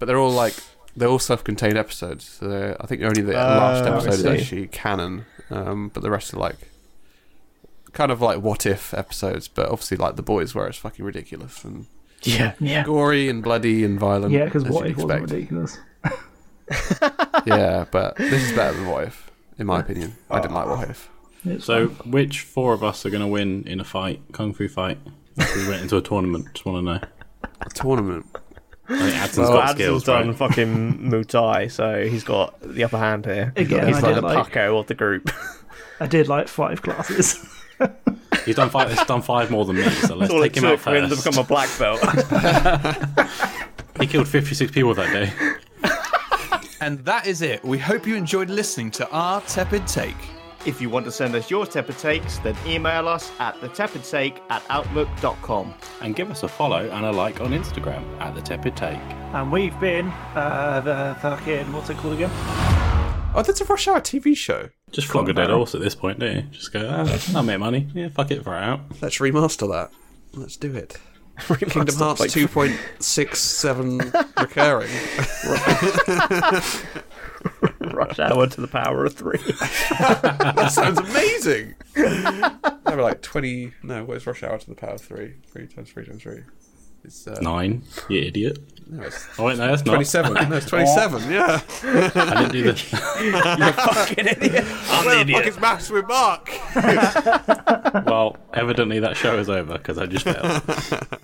S1: But they're all like they're all self-contained episodes. So they're- I think
S5: Oh,
S1: only the last
S2: I
S1: episode is
S2: see.
S1: actually canon, um, but the rest are like kind of like what if episodes. But obviously, like the boys, where it's fucking ridiculous and
S2: Yeah. Yeah.
S1: gory and bloody and violent.
S5: Yeah, because
S1: as
S5: what
S1: you'd
S5: if wasn't
S1: expect.
S5: ridiculous?
S1: yeah, but this is better than what if, in my opinion. I didn't like what if.
S5: It's
S3: So,
S5: fun.
S3: which four of us are going to win in a fight, kung fu fight? If we went into a tournament, just want to know.
S1: A tournament.
S3: I think Adson's
S2: Well,
S3: got
S2: Adson's
S3: skills,
S2: done
S3: right?
S2: fucking Mutai, so he's got the upper hand here.
S5: Again,
S2: he's
S5: I
S2: like the
S5: did like-
S2: Paco of the group.
S5: I did like five classes.
S3: He's done five. He's done five more than me. So let's
S2: All it
S3: take him
S2: took
S3: out
S2: for him to
S3: first.
S2: become a black belt.
S3: He killed fifty-six people that day.
S8: And that is it. We hope you enjoyed listening to our tepid take.
S2: If you want to send us your tepid takes, then email us at thetepidtake at outlook.com.
S3: And give us a follow and a like on Instagram at The Tepid Take.
S5: And we've been uh, the fucking what's it called again?
S1: Oh, that's a Rush Hour TV show.
S3: Just flog a dead horse at this point, don't you? Just go, ah, I'll make money. Yeah, fuck it, for out.
S1: Let's remaster that. Let's do it. Kingdom Hearts 2.67 recurring.
S2: Rush hour to the power of three.
S1: that sounds amazing. they were like 20. No, what is Rush Hour to the power of 3? 3 times 3 times 3. It's uh,
S3: Nine, you idiot.
S1: No, it's
S3: Oh, wait, no, that's not.
S1: 27. No,
S5: Oh.
S1: it's 27, yeah.
S3: I didn't do the.
S2: you fucking idiot. I'm the
S1: Where the fuck
S2: idiot.
S1: is maths with Mark?
S3: Well, evidently that show is over because I just failed.